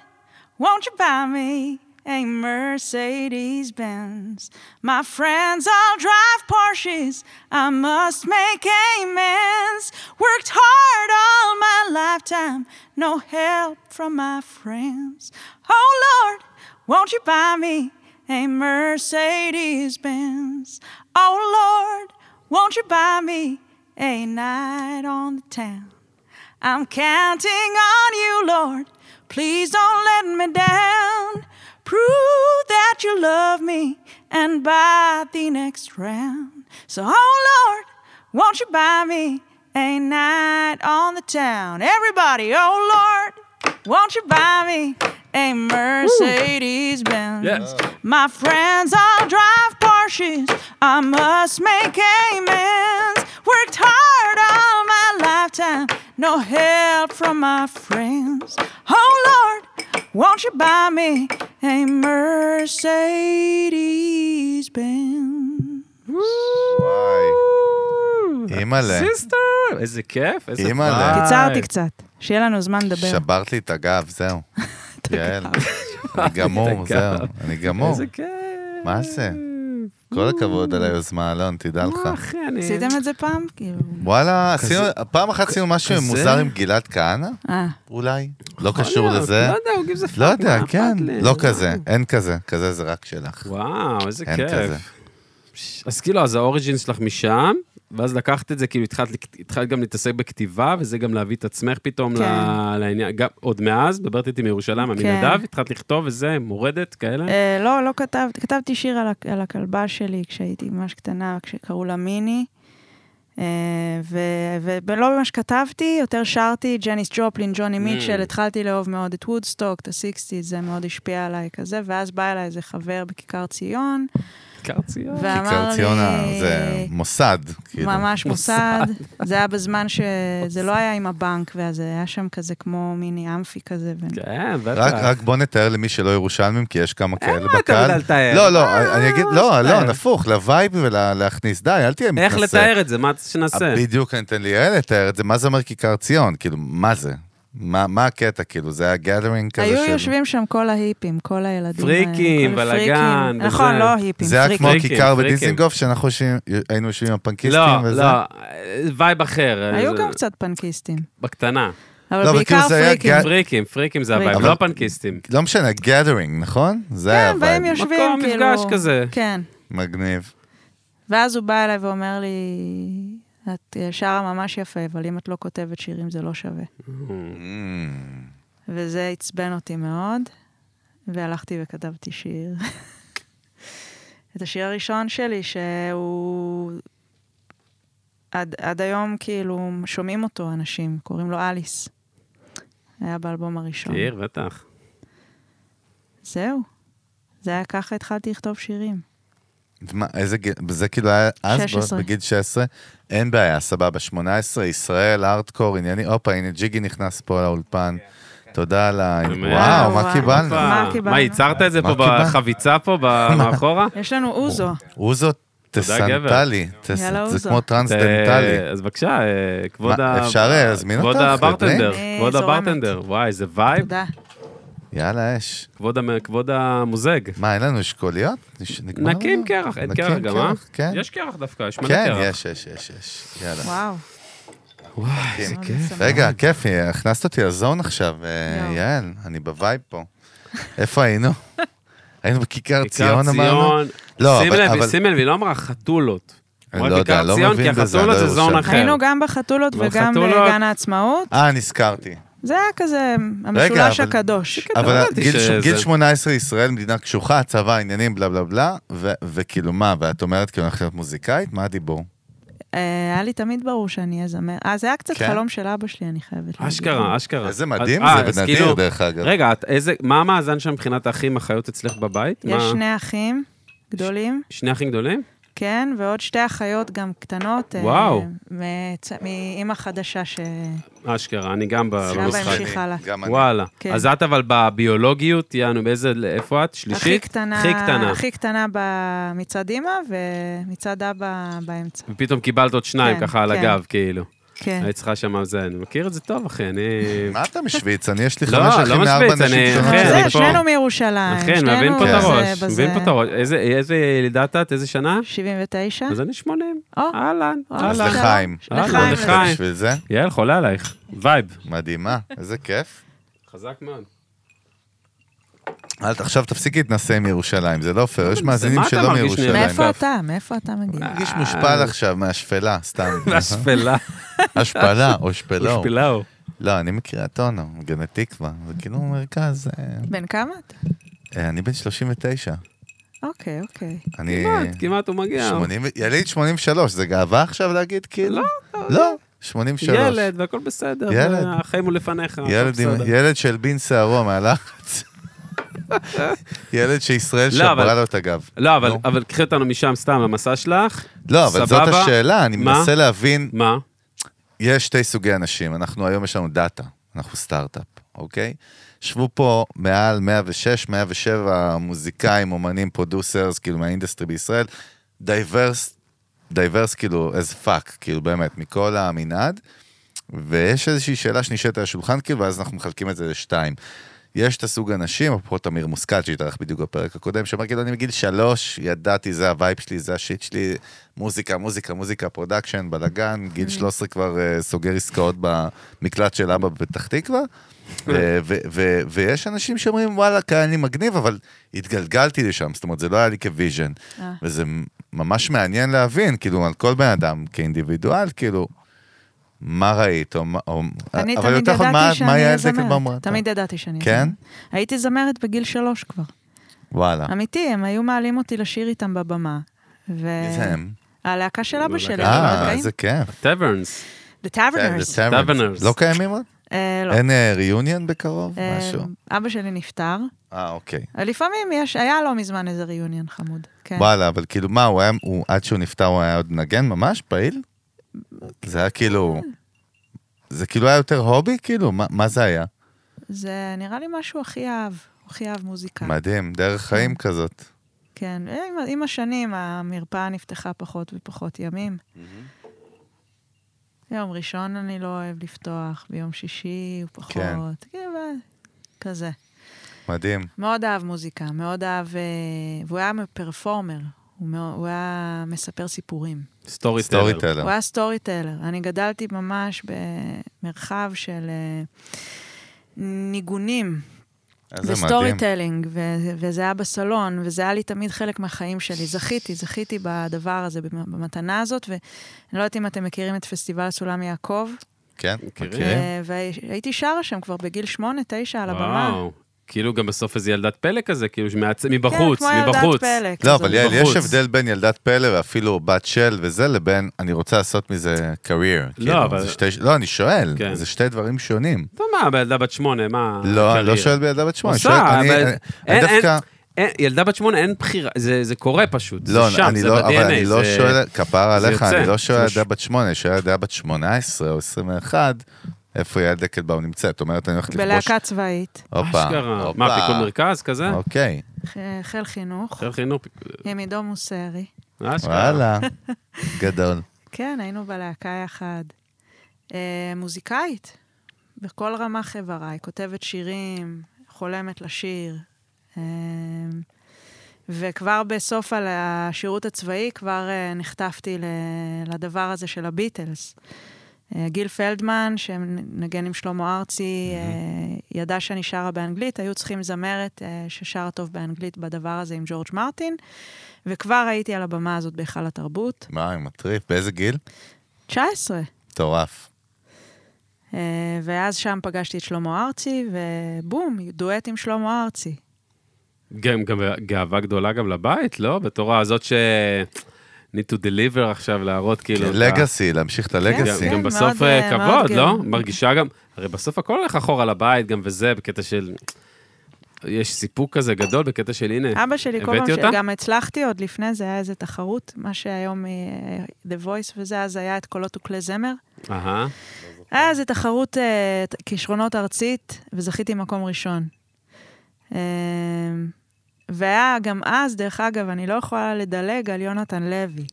Speaker 1: won't you buy me a Mercedes Benz? My friends all drive Porsches. I must make amends. Worked hard all my lifetime, no help from my friends. Oh Lord, won't you buy me a Mercedes Benz? Oh Lord, won't you buy me a night on the town? I'm counting on you, Lord. Please don't let me down. Prove that you love me and buy the next round. So, oh Lord, won't you buy me a night on the town? Everybody, oh Lord, won't you buy me a Mercedes Benz?
Speaker 2: Yes.
Speaker 1: My friends all drive Porsches. I must make amends. Worked hard all my lifetime, no help from my friends. Oh Lord, won't you buy me a Mercedes Benz?
Speaker 3: וואי.
Speaker 2: אה,
Speaker 3: אימא'לה,
Speaker 2: סיסטר! איזה כיף, איזה
Speaker 3: אימא'לה.
Speaker 2: וייב.
Speaker 1: קיצרתי קצת, שיהיה לנו זמן לדבר.
Speaker 3: שברת לי את הגב, זהו. יעל, אני גמור,
Speaker 2: את הגב.
Speaker 3: זהו. אני גמור.
Speaker 2: איזה כיף. אה,
Speaker 3: מה זה? נכון. כל הכבוד על היוזמה, אלון, תדע
Speaker 2: מה,
Speaker 3: לך.
Speaker 2: אחי, אני...
Speaker 1: עשיתם את זה פעם? כאילו...
Speaker 3: וואלה, עשינו, פעם אחת עשינו משהו
Speaker 2: כזה?
Speaker 3: מוזר עם גלעד כהנא,
Speaker 1: אה,
Speaker 3: אולי? לא קשור לזה.
Speaker 2: לא יודע, הוא גיב זה פאק.
Speaker 3: לא יודע,
Speaker 2: מה,
Speaker 3: כן.
Speaker 2: אכפת לי?
Speaker 3: לא כזה, אין כזה. כזה זה רק שלך.
Speaker 2: וואו, איזה
Speaker 3: אין כזה.
Speaker 2: כיף. אז כאילו, אז האוריג'ין שלך משם, ואז לקחת את זה, כאילו התחלת, לק- התחלת גם להתעסק בכתיבה, וזה גם להביא את עצמך פתאום
Speaker 1: כן.
Speaker 2: ל- לעניין, גם עוד מאז, מדברת איתי מירושלים, עמינדב, התחלת לכתוב וזה, מורדת, כאלה.
Speaker 1: אה, לא, לא כתבתי, כתבתי שיר על, ה- על הכלבה שלי כשהייתי ממש קטנה, כשקראו לה מיני. אה, ו- ו- ולא ממש כתבתי, יותר שרתי, ג'ניס ג'ופלין, ג'וני מיטשל, התחלתי לאהוב מאוד את וודסטוק, את הסיקסטיז, זה מאוד השפיע עליי כזה, ואז בא אליי איזה חבר בכיכר ציון,
Speaker 2: קרצייה.
Speaker 1: ואמר
Speaker 3: כיכר
Speaker 1: לי...
Speaker 3: ציונה זה מוסד, כאילו.
Speaker 1: ממש
Speaker 2: מוסד.
Speaker 1: מוסד. זה היה בזמן שזה לא היה עם הבנק, ואז זה היה שם כזה כמו מיני אמפי כזה. ו-
Speaker 2: כן, בטח.
Speaker 3: רק, רק בוא נתאר למי שלא ירושלמים, כי יש כמה כאלה
Speaker 2: מה אתה
Speaker 3: בקהל.
Speaker 2: יודע לתאר? אה,
Speaker 3: לא, לא,
Speaker 2: מה-
Speaker 3: אני אגיד,
Speaker 2: מה
Speaker 3: לא,
Speaker 2: לתאר?
Speaker 3: לא, נפוך, לווייב ולהכניס, די, אל תהיה מתנשא. אה,
Speaker 2: איך לתאר את זה? מה אתה רוצה שנעשה?
Speaker 3: בדיוק, אני אתן ליעל לתאר את זה, מה זה אומר כיכר ציון? כאילו, מה זה? מה, מה הקטע? כאילו, זה היה גאדרינג כזה
Speaker 1: היו
Speaker 3: של...
Speaker 1: יושבים שם כל ההיפים, כל הילדים האלה.
Speaker 2: פריקים,
Speaker 1: כל
Speaker 2: בלאגן,
Speaker 1: הפריקים.
Speaker 2: וזה.
Speaker 1: נכון, לא היפים,
Speaker 3: זה היה
Speaker 1: פריקים.
Speaker 3: כמו
Speaker 2: פריקים,
Speaker 3: הכיכר
Speaker 2: פריקים.
Speaker 3: בדיזינגוף, שאנחנו יושבים- היינו יושבים עם הפנקיסטים
Speaker 2: לא,
Speaker 3: וזה.
Speaker 2: לא, וייב אחר.
Speaker 1: היו
Speaker 2: זה-
Speaker 1: גם קצת פנקיסטים,
Speaker 2: בקטנה.
Speaker 1: אבל
Speaker 3: לא, אבל
Speaker 1: בעיקר
Speaker 3: כאילו זה היה
Speaker 1: פריקים.
Speaker 3: גל-
Speaker 2: פריקים, פריקים זה הווייב,
Speaker 3: אבל-
Speaker 2: לא פנקיסטים.
Speaker 3: לא משנה, גאדרינג, נכון? זה היה
Speaker 1: כן, באים
Speaker 3: וייב.
Speaker 1: יושבים,
Speaker 2: מקום,
Speaker 1: כאילו...
Speaker 2: מפגש כזה.
Speaker 1: כן.
Speaker 3: מגניב.
Speaker 1: ואז הוא בא אליי ואומר לי, את אה, שרה ממש יפה, אבל אם את לא כותבת שירים זה לא שווה.
Speaker 2: Mm.
Speaker 1: וזה עצבן אותי מאוד, והלכתי וכתבתי שיר. את השיר הראשון שלי, שהוא... עד, עד היום כאילו שומעים אותו אנשים, קוראים לו אליס. היה באלבום הראשון.
Speaker 2: שיר, בטח.
Speaker 1: זהו. זה היה ככה התחלתי לכתוב שירים.
Speaker 3: מה, איזה גיל, זה כאילו היה אז, ב-
Speaker 1: 16.
Speaker 3: בגיל 16, אין בעיה, סבבה, 18, ישראל, ארטקור, ענייני, הופה, הנה ג'יגי נכנס פה לאולפן,
Speaker 2: כן,
Speaker 3: תודה על ה...
Speaker 2: באמת?
Speaker 3: וואו, מה
Speaker 1: וואו.
Speaker 3: קיבלנו?
Speaker 1: הופה. מה קיבלנו?
Speaker 2: מה, ייצרת את זה
Speaker 3: מה
Speaker 2: פה
Speaker 3: קיבלנו?
Speaker 2: בחביצה פה, ב- מאחורה?
Speaker 1: יש לנו אוזו.
Speaker 3: אוזו טסנטלי, טס-
Speaker 1: יאללה,
Speaker 3: זה
Speaker 1: אוזו.
Speaker 3: כמו טרנסדנטלי.
Speaker 2: אה, אז בבקשה, אה, כבוד
Speaker 3: מה,
Speaker 2: ה...
Speaker 3: אפשר, אה, להזמין
Speaker 2: כבוד
Speaker 3: אותך
Speaker 2: הברטנדר,
Speaker 3: לדרינק?
Speaker 1: אה,
Speaker 2: כבוד
Speaker 1: זורמת.
Speaker 2: הברטנדר. וואי, זה וייב.
Speaker 1: תודה.
Speaker 3: כן. יאללה, אש.
Speaker 2: כבוד המ- כבוד המוזג.
Speaker 3: מה, אין לנו אשכוליות? נש- נגמר
Speaker 2: נקים
Speaker 3: לנו?
Speaker 2: קרח, אין
Speaker 3: אה, נקים
Speaker 2: קרח גם, אה?
Speaker 3: קרח, כן.
Speaker 2: יש קרח דווקא, יש מלא
Speaker 3: כן,
Speaker 2: קרח.
Speaker 3: יש, יש, יש, יש. יאללה.
Speaker 1: וואו.
Speaker 2: וואי, איזה
Speaker 1: מאוד
Speaker 2: כיף.
Speaker 1: משמח.
Speaker 3: רגע, כיפי, הכנסת אותי לזון עכשיו, אה,
Speaker 1: יואו.
Speaker 3: יעל, אני בווייב פה. איפה היינו? היינו בכיכר ציון, אמרנו?
Speaker 2: ציון.
Speaker 3: לא,
Speaker 2: שים
Speaker 3: אבל-
Speaker 2: לב,
Speaker 3: אבל-
Speaker 2: שים לב, היא לא אמרה חתולות.
Speaker 3: אני
Speaker 2: אמרה
Speaker 3: לא יודע,
Speaker 2: כיכר
Speaker 3: לא
Speaker 2: ציון,
Speaker 3: מבין
Speaker 2: כי
Speaker 3: בזה,
Speaker 2: החתולות זה
Speaker 3: לא
Speaker 2: זון
Speaker 3: ירושלים.
Speaker 2: אחר.
Speaker 1: היינו גם בחתולות
Speaker 2: אבל
Speaker 1: וגם
Speaker 2: חתולות-
Speaker 1: בגן העצמאות.
Speaker 3: אה, נזכרתי.
Speaker 1: זה היה כזה המשולש
Speaker 3: אבל-
Speaker 1: הקדוש.
Speaker 2: כן, לא
Speaker 3: אבל
Speaker 2: ידעתי
Speaker 3: גיל ש-
Speaker 2: שזה.
Speaker 3: גיל 18, ישראל, מדינה קשוחה, צבא, עניינים, בלה בלה בלה, ו- וכאילו מה, ואת אומרת כאילו אני הולכת להיות מוזיקאית? מה הדיבור?
Speaker 1: אה, היה לי תמיד ברור שאני אהיה זמר. אה, זה היה קצת
Speaker 3: כן?
Speaker 1: חלום של אבא שלי, אני חייבת להגיד.
Speaker 2: אשכרה, אשכרה.
Speaker 3: איזה
Speaker 2: אז-
Speaker 3: מדהים
Speaker 2: אה, אז
Speaker 3: זה, ונדיר
Speaker 2: כאילו-
Speaker 3: דרך אגב.
Speaker 2: רגע, את איזה, מה המאזן שם מבחינת האחים, אחיות אצלך בבית?
Speaker 1: יש
Speaker 2: מה-
Speaker 1: שני אחים גדולים,
Speaker 2: שני אחים גדולים?
Speaker 1: כן, ועוד שתי אחיות גם קטנות. אה,
Speaker 2: וואו.
Speaker 1: מצ- מאימא חדשה שגם
Speaker 2: אשכרה, אני גם ב-
Speaker 1: סבבה,
Speaker 2: במשחק.
Speaker 1: המשיך הלאה.
Speaker 3: גם אני.
Speaker 2: וואלה.
Speaker 1: כן.
Speaker 2: אז את אבל בביולוגיות, יענו, באיזה, איפה את? שלישית?
Speaker 1: הכי קטנה,
Speaker 2: הכי קטנה.
Speaker 1: הכי קטנה ב- מצד אימא ומצד אבא באמצע.
Speaker 2: ופתאום קיבלת עוד שניים
Speaker 1: כן,
Speaker 2: ככה על
Speaker 1: כן.
Speaker 2: הגב, כאילו.
Speaker 1: כן. אה,
Speaker 2: היית צריכה שם זה, אני מכיר את זה טוב, אחי, אני...
Speaker 3: מה אתה משוויץ? אני, יש לי
Speaker 2: לא,
Speaker 3: חמש
Speaker 2: לא
Speaker 3: אחים
Speaker 2: משוויץ,
Speaker 3: מארבע
Speaker 2: אני-
Speaker 3: נשים
Speaker 2: אחי, אני
Speaker 3: שונות. שלי.
Speaker 1: זהו,
Speaker 2: פה.
Speaker 1: שנינו לא, מירושלים.
Speaker 2: אכן,
Speaker 1: שנינו
Speaker 2: מבין פה את
Speaker 1: זה
Speaker 2: הראש,
Speaker 1: בזה.
Speaker 2: מבין פה את הראש. איזה- איזה ילידה את? איזה שנה?
Speaker 1: 79?
Speaker 2: אז אני 80.
Speaker 1: או,
Speaker 2: אהלן,
Speaker 1: וואלה.
Speaker 3: אז
Speaker 2: אהלן.
Speaker 1: שלום.
Speaker 3: לחיים.
Speaker 2: אהלן,
Speaker 1: לחיים,
Speaker 3: לחיים.
Speaker 2: אה, לחיים.
Speaker 3: בשביל זה?
Speaker 2: יעל, חולה עלייך. וייב.
Speaker 3: מדהימה, איזה כיף.
Speaker 2: חזק מאוד.
Speaker 3: אל- עכשיו תפסיק להתנשא עם ירושלים, זה לא פייר, יש
Speaker 2: זה-
Speaker 3: מאזינים
Speaker 2: מה אתה
Speaker 3: שלא
Speaker 2: מרגיש
Speaker 3: מירושלים.
Speaker 2: נראה?
Speaker 1: מאיפה
Speaker 2: כף.
Speaker 1: אתה? מאיפה אתה מגיע?
Speaker 2: אה.
Speaker 3: מרגיש מושפל עכשיו מהשפלה, סתם.
Speaker 2: השפלה,
Speaker 3: השפלה או שפלו.
Speaker 2: השפלאו.
Speaker 3: לא, אני מקריית אונו, גני תקווה, זה כאילו מרכז... אה,
Speaker 1: בן כמה אתה?
Speaker 3: אה, אני בן 39.
Speaker 1: אוקיי, אוקיי.
Speaker 3: אני...
Speaker 2: כמעט, לא, כן. כמעט הוא מגיע.
Speaker 3: 80 יליד 83, זה גאווה עכשיו להגיד כאילו? לא, 83.
Speaker 2: ילד, והכל בסדר.
Speaker 3: ילד.
Speaker 2: החיים הוא לפניך. הכל
Speaker 3: ילד עם-
Speaker 2: בסדר.
Speaker 3: ילד של בין שערו מהלחץ. ילד שישראל
Speaker 2: לא, אבל-
Speaker 3: שברה לו את הגב.
Speaker 2: לא, אבל-
Speaker 3: נו.
Speaker 2: אבל קחי אותנו משם סתם למסע שלך.
Speaker 3: לא, אבל זאת
Speaker 2: סבבה.
Speaker 3: השאלה, אני
Speaker 2: מה?
Speaker 3: מנסה להבין
Speaker 2: מה?
Speaker 3: יש שתי סוגי אנשים, אנחנו היום יש לנו דאטה, אנחנו סטארט-אפ, אוקיי? ישבו פה מעל 106, 107 מוזיקאים, אומנים, פרודוסרס, כאילו מהאינדסטרי בישראל, דייברס, דייברס כאילו as fuck, כאילו באמת, מכל המנעד, ויש איזושהי שאלה שנשאלת על השולחן, כאילו, ואז אנחנו מחלקים את זה לשתיים. יש את הסוג האנשים, אפרופו תמיר מושכל שהתארח בדיוק בפרק הקודם, שאמר כאילו אני מגיל שלוש, ידעתי, זה הווייב שלי, זה השיט שלי, מוזיקה, מוזיקה, מוזיקה, פרודקשן, בלאגן, גיל 13 כבר אה, סוגר עסקאות במקלט של אבא בפתח תקווה. אה, ו- ו- ויש אנשים שאומרים וואלה, כאן אני מגניב, אבל התגלגלתי לשם, זאת אומרת, זה לא היה לי כוויז'ן.
Speaker 1: אה.
Speaker 3: וזה ממש מעניין להבין, כאילו, על כל בן אדם כאינדיבידואל, כאילו, מה ראית, או מה... או-
Speaker 1: אני
Speaker 3: אבל
Speaker 1: תמיד
Speaker 3: יותר נכון, מה-
Speaker 1: ידעתי
Speaker 3: מה יעל
Speaker 1: שאני
Speaker 3: דקל אמרה?
Speaker 1: זמרת. תמיד ידעתי שאני
Speaker 3: כן?
Speaker 1: זמרת. הייתי זמרת בגיל שלוש כבר.
Speaker 3: וואלה.
Speaker 1: אמיתי, הם היו מעלים אותי לשיר איתם בבמה. ו...
Speaker 3: מי זה הם?
Speaker 1: הלהקה של אבא שלי.
Speaker 3: אה,
Speaker 1: הבנקאים.
Speaker 3: איזה כיף.
Speaker 2: טברנס.
Speaker 1: The
Speaker 3: כן,
Speaker 1: Taverners.
Speaker 3: זה טברנס.
Speaker 2: טברנרס.
Speaker 3: לא קיימים עוד?
Speaker 1: אה, לא.
Speaker 3: אין ריוניון בקרוב?
Speaker 1: אה,
Speaker 3: משהו?
Speaker 1: אבא שלי נפטר.
Speaker 3: אה, אוקיי.
Speaker 1: לפעמים יש, היה לא מזמן איזה ריאיון חמוד. כן.
Speaker 3: וואלה, אבל כאילו, מה, הוא היה, הוא- עד שהוא נפטר הוא היה עוד נגן ממש פעיל? זה היה כאילו...
Speaker 1: אה.
Speaker 3: זה כאילו היה יותר הובי? כאילו, מה- מה זה היה?
Speaker 1: זה נראה לי משהו הכי אהב, הוא הכי אהב מוזיקה.
Speaker 3: מדהים, דרך חיים כזאת.
Speaker 1: כן, עם, עם השנים המרפאה נפתחה פחות ופחות ימים. יום ראשון אני לא אוהב לפתוח, ביום שישי הוא פחות,
Speaker 3: כן.
Speaker 1: כן, ו- כזה.
Speaker 3: מדהים.
Speaker 1: מאוד אהב מוזיקה, מאוד אהב, אה, והוא היה פרפורמר, הוא, מאו- הוא היה מספר סיפורים.
Speaker 2: סטורי
Speaker 3: סטורי
Speaker 2: טלר.
Speaker 3: טלר.
Speaker 1: הוא היה סטורי טלר. אני גדלתי ממש במרחב של אה, ניגונים.
Speaker 3: איזה
Speaker 1: וסטורי
Speaker 3: מדהים.
Speaker 1: טלינג, ו- וזה היה בסלון, וזה היה לי תמיד חלק מהחיים שלי. זכיתי, זכיתי בדבר הזה, במ- במתנה הזאת, ואני לא יודעת אם אתם מכירים את פסטיבל סולם יעקב,
Speaker 3: כן,
Speaker 2: מכירים?
Speaker 3: מכירים?
Speaker 1: אה, והייתי שרה שם כבר בגיל שמונה, תשע, על הבמה.
Speaker 2: וואו. כאילו גם בסוף איזה ילדת פלא כזה, כאילו שמעצ- מבחוץ, מבחוץ.
Speaker 1: כן, כמו ילדת פלא.
Speaker 3: לא,
Speaker 1: כזאת.
Speaker 3: אבל יעל,
Speaker 2: בחוץ.
Speaker 3: יש הבדל בין ילדת פלא ואפילו בת של וזה, לבין אני רוצה לעשות מזה career. כאילו,
Speaker 2: אבל-
Speaker 3: זה שתי, לא, אני שואל,
Speaker 2: כן.
Speaker 3: זה שתי דברים שונים.
Speaker 2: אתה מה, בילדה בת שמונה, מה...
Speaker 3: לא, אני
Speaker 2: הקריירה?
Speaker 3: לא שואל בילדה בת שמונה, אני
Speaker 2: עושה,
Speaker 3: שואל, אני-
Speaker 2: אבל-
Speaker 3: אני- אני
Speaker 2: אין- אין-
Speaker 3: דווקא...
Speaker 2: אין, ילדה בת שמונה, אין בחירה, זה, זה קורה פשוט,
Speaker 3: לא,
Speaker 2: זה שם,
Speaker 3: אני
Speaker 2: זה
Speaker 3: לא,
Speaker 2: ב-DNA.
Speaker 3: אבל אני לא
Speaker 2: זה...
Speaker 3: שואל, כפרה
Speaker 2: זה
Speaker 3: עליך,
Speaker 2: יוצא.
Speaker 3: אני לא שואל
Speaker 2: זה
Speaker 3: ילדה
Speaker 2: מש-
Speaker 3: בת שמונה, אני שואל ילדה בת 18 או 21, איפה יעל דקלבאום נמצאת, אומרת, אני הולכת לכבוש...
Speaker 1: בלהקה צבאית,
Speaker 3: הופה,
Speaker 2: אשכרה.
Speaker 3: הופה.
Speaker 2: מה, פיקוד מרכז כזה?
Speaker 3: אוקיי,
Speaker 1: ח- חיל חינוך,
Speaker 2: חיל חינוך,
Speaker 1: עם עידו מוסרי.
Speaker 2: אשכרה.
Speaker 3: וואלה, גדול.
Speaker 1: כן, היינו בלהקה יחד. אה, מוזיקאית, בכל רמ"ח איבריי, כותבת שירים, חולמת לשיר. אה, וכבר בסוף על השירות הצבאי, כבר אה, נחטפתי ל- לדבר הזה של הביטלס. אה, גיל פלדמן, שנגן עם שלמה ארצי, אה, ידע שאני שרה באנגלית, היו צריכים זמרת אה, ששרה טוב באנגלית בדבר הזה עם ג'ורג' מרטין, וכבר הייתי על הבמה הזאת בהיכל התרבות.
Speaker 3: מה, מטריף, באיזה גיל?
Speaker 1: 19.
Speaker 3: מטורף.
Speaker 1: אה, ואז שם פגשתי את שלמה ארצי, ובום, דואט עם שלמה ארצי.
Speaker 2: גם, גם גאווה גדולה גם לבית, לא? בתור הזאת ש... need to deliver עכשיו, להראות
Speaker 3: כן,
Speaker 2: כאילו... את ה-
Speaker 3: לגאסי, להמשיך את
Speaker 2: גם,
Speaker 3: הלגאסי.
Speaker 2: גם
Speaker 1: מאוד,
Speaker 2: בסוף
Speaker 1: אה,
Speaker 2: אה,
Speaker 1: מאוד
Speaker 2: כבוד, לא?
Speaker 1: גאה.
Speaker 2: מרגישה גם... הרי בסוף הכל הולך אחורה לבית, גם וזה, בקטע של... יש סיפוק כזה גדול בקטע של הנה,
Speaker 1: אבא שלי כל
Speaker 2: הבאתי
Speaker 1: פעם,
Speaker 2: אותה?
Speaker 1: שגם הצלחתי עוד לפני זה, היה איזה תחרות, מה שהיום אה, The Voice וזה, אז היה את קולות וכלי זמר.
Speaker 2: אהה, אוקיי.
Speaker 1: היה איזה תחרות אה, ת- כישרונות ארצית, וזכיתי מקום ראשון. אה, והיה גם אז, דרך אגב, אני לא יכולה לדלג על יונתן לוי.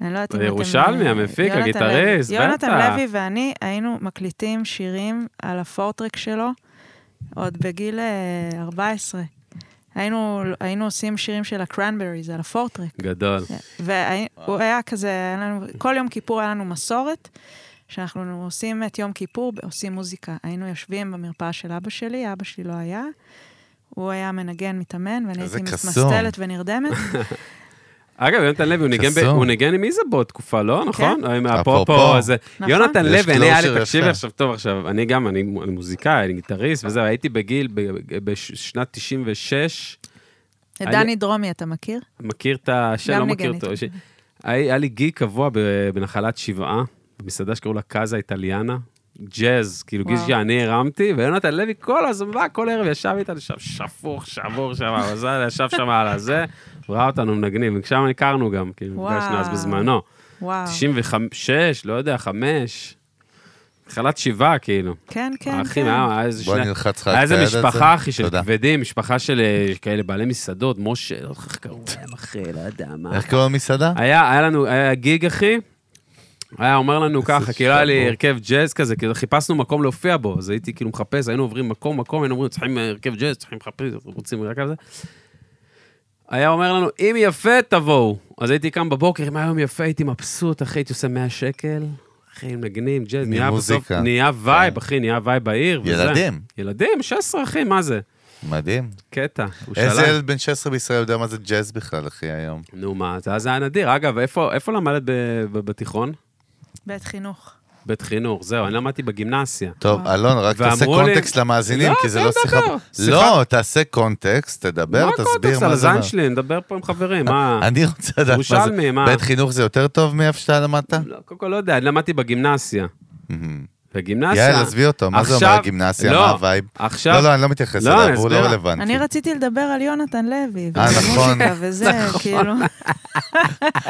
Speaker 1: אני לא יודעת אם אתם...
Speaker 2: הירושלמי, המפיק,
Speaker 1: יונתן
Speaker 2: הגיטריסט,
Speaker 1: לוי. יונתן
Speaker 2: בטח.
Speaker 1: לוי ואני היינו מקליטים שירים על הפורטרק שלו עוד בגיל אה, 14. היינו, היינו עושים שירים של הקרנבריז על הפורטרק.
Speaker 2: גדול.
Speaker 1: כן. והוא היה כזה, היה לנו, כל יום כיפור היה לנו מסורת, שאנחנו עושים את יום כיפור, עושים מוזיקה. היינו יושבים במרפאה של אבא שלי, אבא שלי לא היה. הוא היה מנגן, מתאמן, ואני
Speaker 3: איזה
Speaker 1: הייתי
Speaker 3: קסום.
Speaker 1: מתמסטלת ונרדמת.
Speaker 2: אגב, יונתן לבי, הוא ניגן ב-
Speaker 3: קסום.
Speaker 2: הוא ניגן עם איזבו תקופה, לא? נכון? עם
Speaker 3: אפרופו.
Speaker 2: אפרופו, זה...
Speaker 1: כן. נכון.
Speaker 2: יונתן
Speaker 3: יש
Speaker 2: לוי, אני היה
Speaker 3: closure
Speaker 2: לי, תקשיבי
Speaker 3: יפה.
Speaker 2: עכשיו, טוב עכשיו, אני גם, אני מ- אני מוזיקאי, אני גיטריסט וזהו, הייתי בגיל, ב- בשנת 96,
Speaker 1: את
Speaker 2: אני-
Speaker 1: דני דרומי אתה מכיר?
Speaker 2: מכיר את השם,
Speaker 1: גם
Speaker 2: לא
Speaker 1: ניגן
Speaker 2: מכיר
Speaker 1: איתו.
Speaker 2: אותו. ש- היה היה לי גיג קבוע ב- בנחלת שבעה, במסעדה שקראו לה קאזה איטליאנה, ג'אז, כאילו גיג
Speaker 1: וואו.
Speaker 2: שאני הרמתי, ויונתן לוי כל הזמן, בא, כל ערב ישב איתנו שם, שפוך, שבור שם, אבל זה, ישב שם על הזה, ראה אותנו מנגנים, ושם הכרנו גם, כאילו,
Speaker 1: וואו.
Speaker 2: נפגשנו אז בזמנו.
Speaker 1: וואו.
Speaker 2: 96, לא יודע, 5. התחלת שבעה, כאילו.
Speaker 1: כן, כן,
Speaker 2: האחים,
Speaker 1: כן.
Speaker 2: היה היה איזה
Speaker 3: בוא
Speaker 2: שני-
Speaker 3: אני אלחץ לך
Speaker 2: היה
Speaker 3: את
Speaker 2: איזה
Speaker 3: היד על זה.
Speaker 2: משפחה, אחי, של
Speaker 3: תודה.
Speaker 2: כבדים, משפחה של אה, כאלה בעלי מסעדות, משה, לא יודע איך קראו להם, אחי, לא יודע מה.
Speaker 3: איך קוראים למסעדה?
Speaker 2: היה היה לנו, היה גיג, אחי, היה אומר לנו ככה, כאילו היה לי
Speaker 3: שבור.
Speaker 2: הרכב ג'אז כזה, כאילו חיפשנו מקום להופיע בו, אז הייתי כאילו מחפש, היינו עוברים מקום, מקום, היינו אומרים, צריכים אה, הרכב ג'אז, צריכים לחפש, רוצים רק על זה. היה אומר לנו, אם יפה, תבואו. אז הייתי קם בבוקר, אם היה יום יפה, הייתי מבסוט, אחי, הייתי עושה 100 שקל, אחי, מנגנים, ג'אז, נהיה בסוף,
Speaker 3: מוזיקה. כן.
Speaker 2: נהיה וייב, אחי, נהיה וייב בעיר. וזה.
Speaker 3: ילדים.
Speaker 2: ילדים, 16, אחי, מה זה?
Speaker 3: מדהים.
Speaker 2: קטע,
Speaker 3: איזה
Speaker 2: ירושלים.
Speaker 3: ילד בן 16 בישראל יודע מה זה ג'אז בכלל, אחי, היום?
Speaker 2: נו, מה, זה אז היה נדיר. אגב, איפה איפה למדת ב- ב- בתיכון?
Speaker 1: בית חינוך.
Speaker 2: בית חינוך, זהו, אני למדתי בגימנסיה.
Speaker 3: טוב, אלון, רק
Speaker 2: ואמרו
Speaker 3: תעשה
Speaker 2: לי-
Speaker 3: קונטקסט למאזינים,
Speaker 2: לא,
Speaker 3: כי זה
Speaker 2: כן,
Speaker 3: לא שיחה...
Speaker 2: דבר. שיחה-
Speaker 3: לא, תעשה קונטקסט, תדבר, תסביר
Speaker 2: על
Speaker 3: מה זה.
Speaker 2: הזין
Speaker 3: אומר.
Speaker 2: שלי, אני מדבר פה עם חברים, מה?
Speaker 3: אני רוצה לדעת מה זה.
Speaker 2: ירושלמי, מה?
Speaker 3: בית חינוך זה יותר טוב מאיפה שאתה למדת?
Speaker 2: לא, קודם כל לא יודע, אני למדתי בגימנסיה. בגימנסיה...
Speaker 3: יעל, עזבי אותו, מה זה אומר
Speaker 2: עכשיו-
Speaker 3: הגימנסיה?
Speaker 2: לא,
Speaker 3: מה הווייב?
Speaker 2: עכשיו...
Speaker 3: לא, לא, אני לא מתייחס
Speaker 2: לא,
Speaker 3: אליו,
Speaker 2: אני
Speaker 3: הוא לא
Speaker 2: אסביר.
Speaker 3: רלוונטי.
Speaker 1: אני רציתי לדבר על יונתן לוי,
Speaker 3: אה, נכון.
Speaker 1: ומוזיקה וזה, כאילו.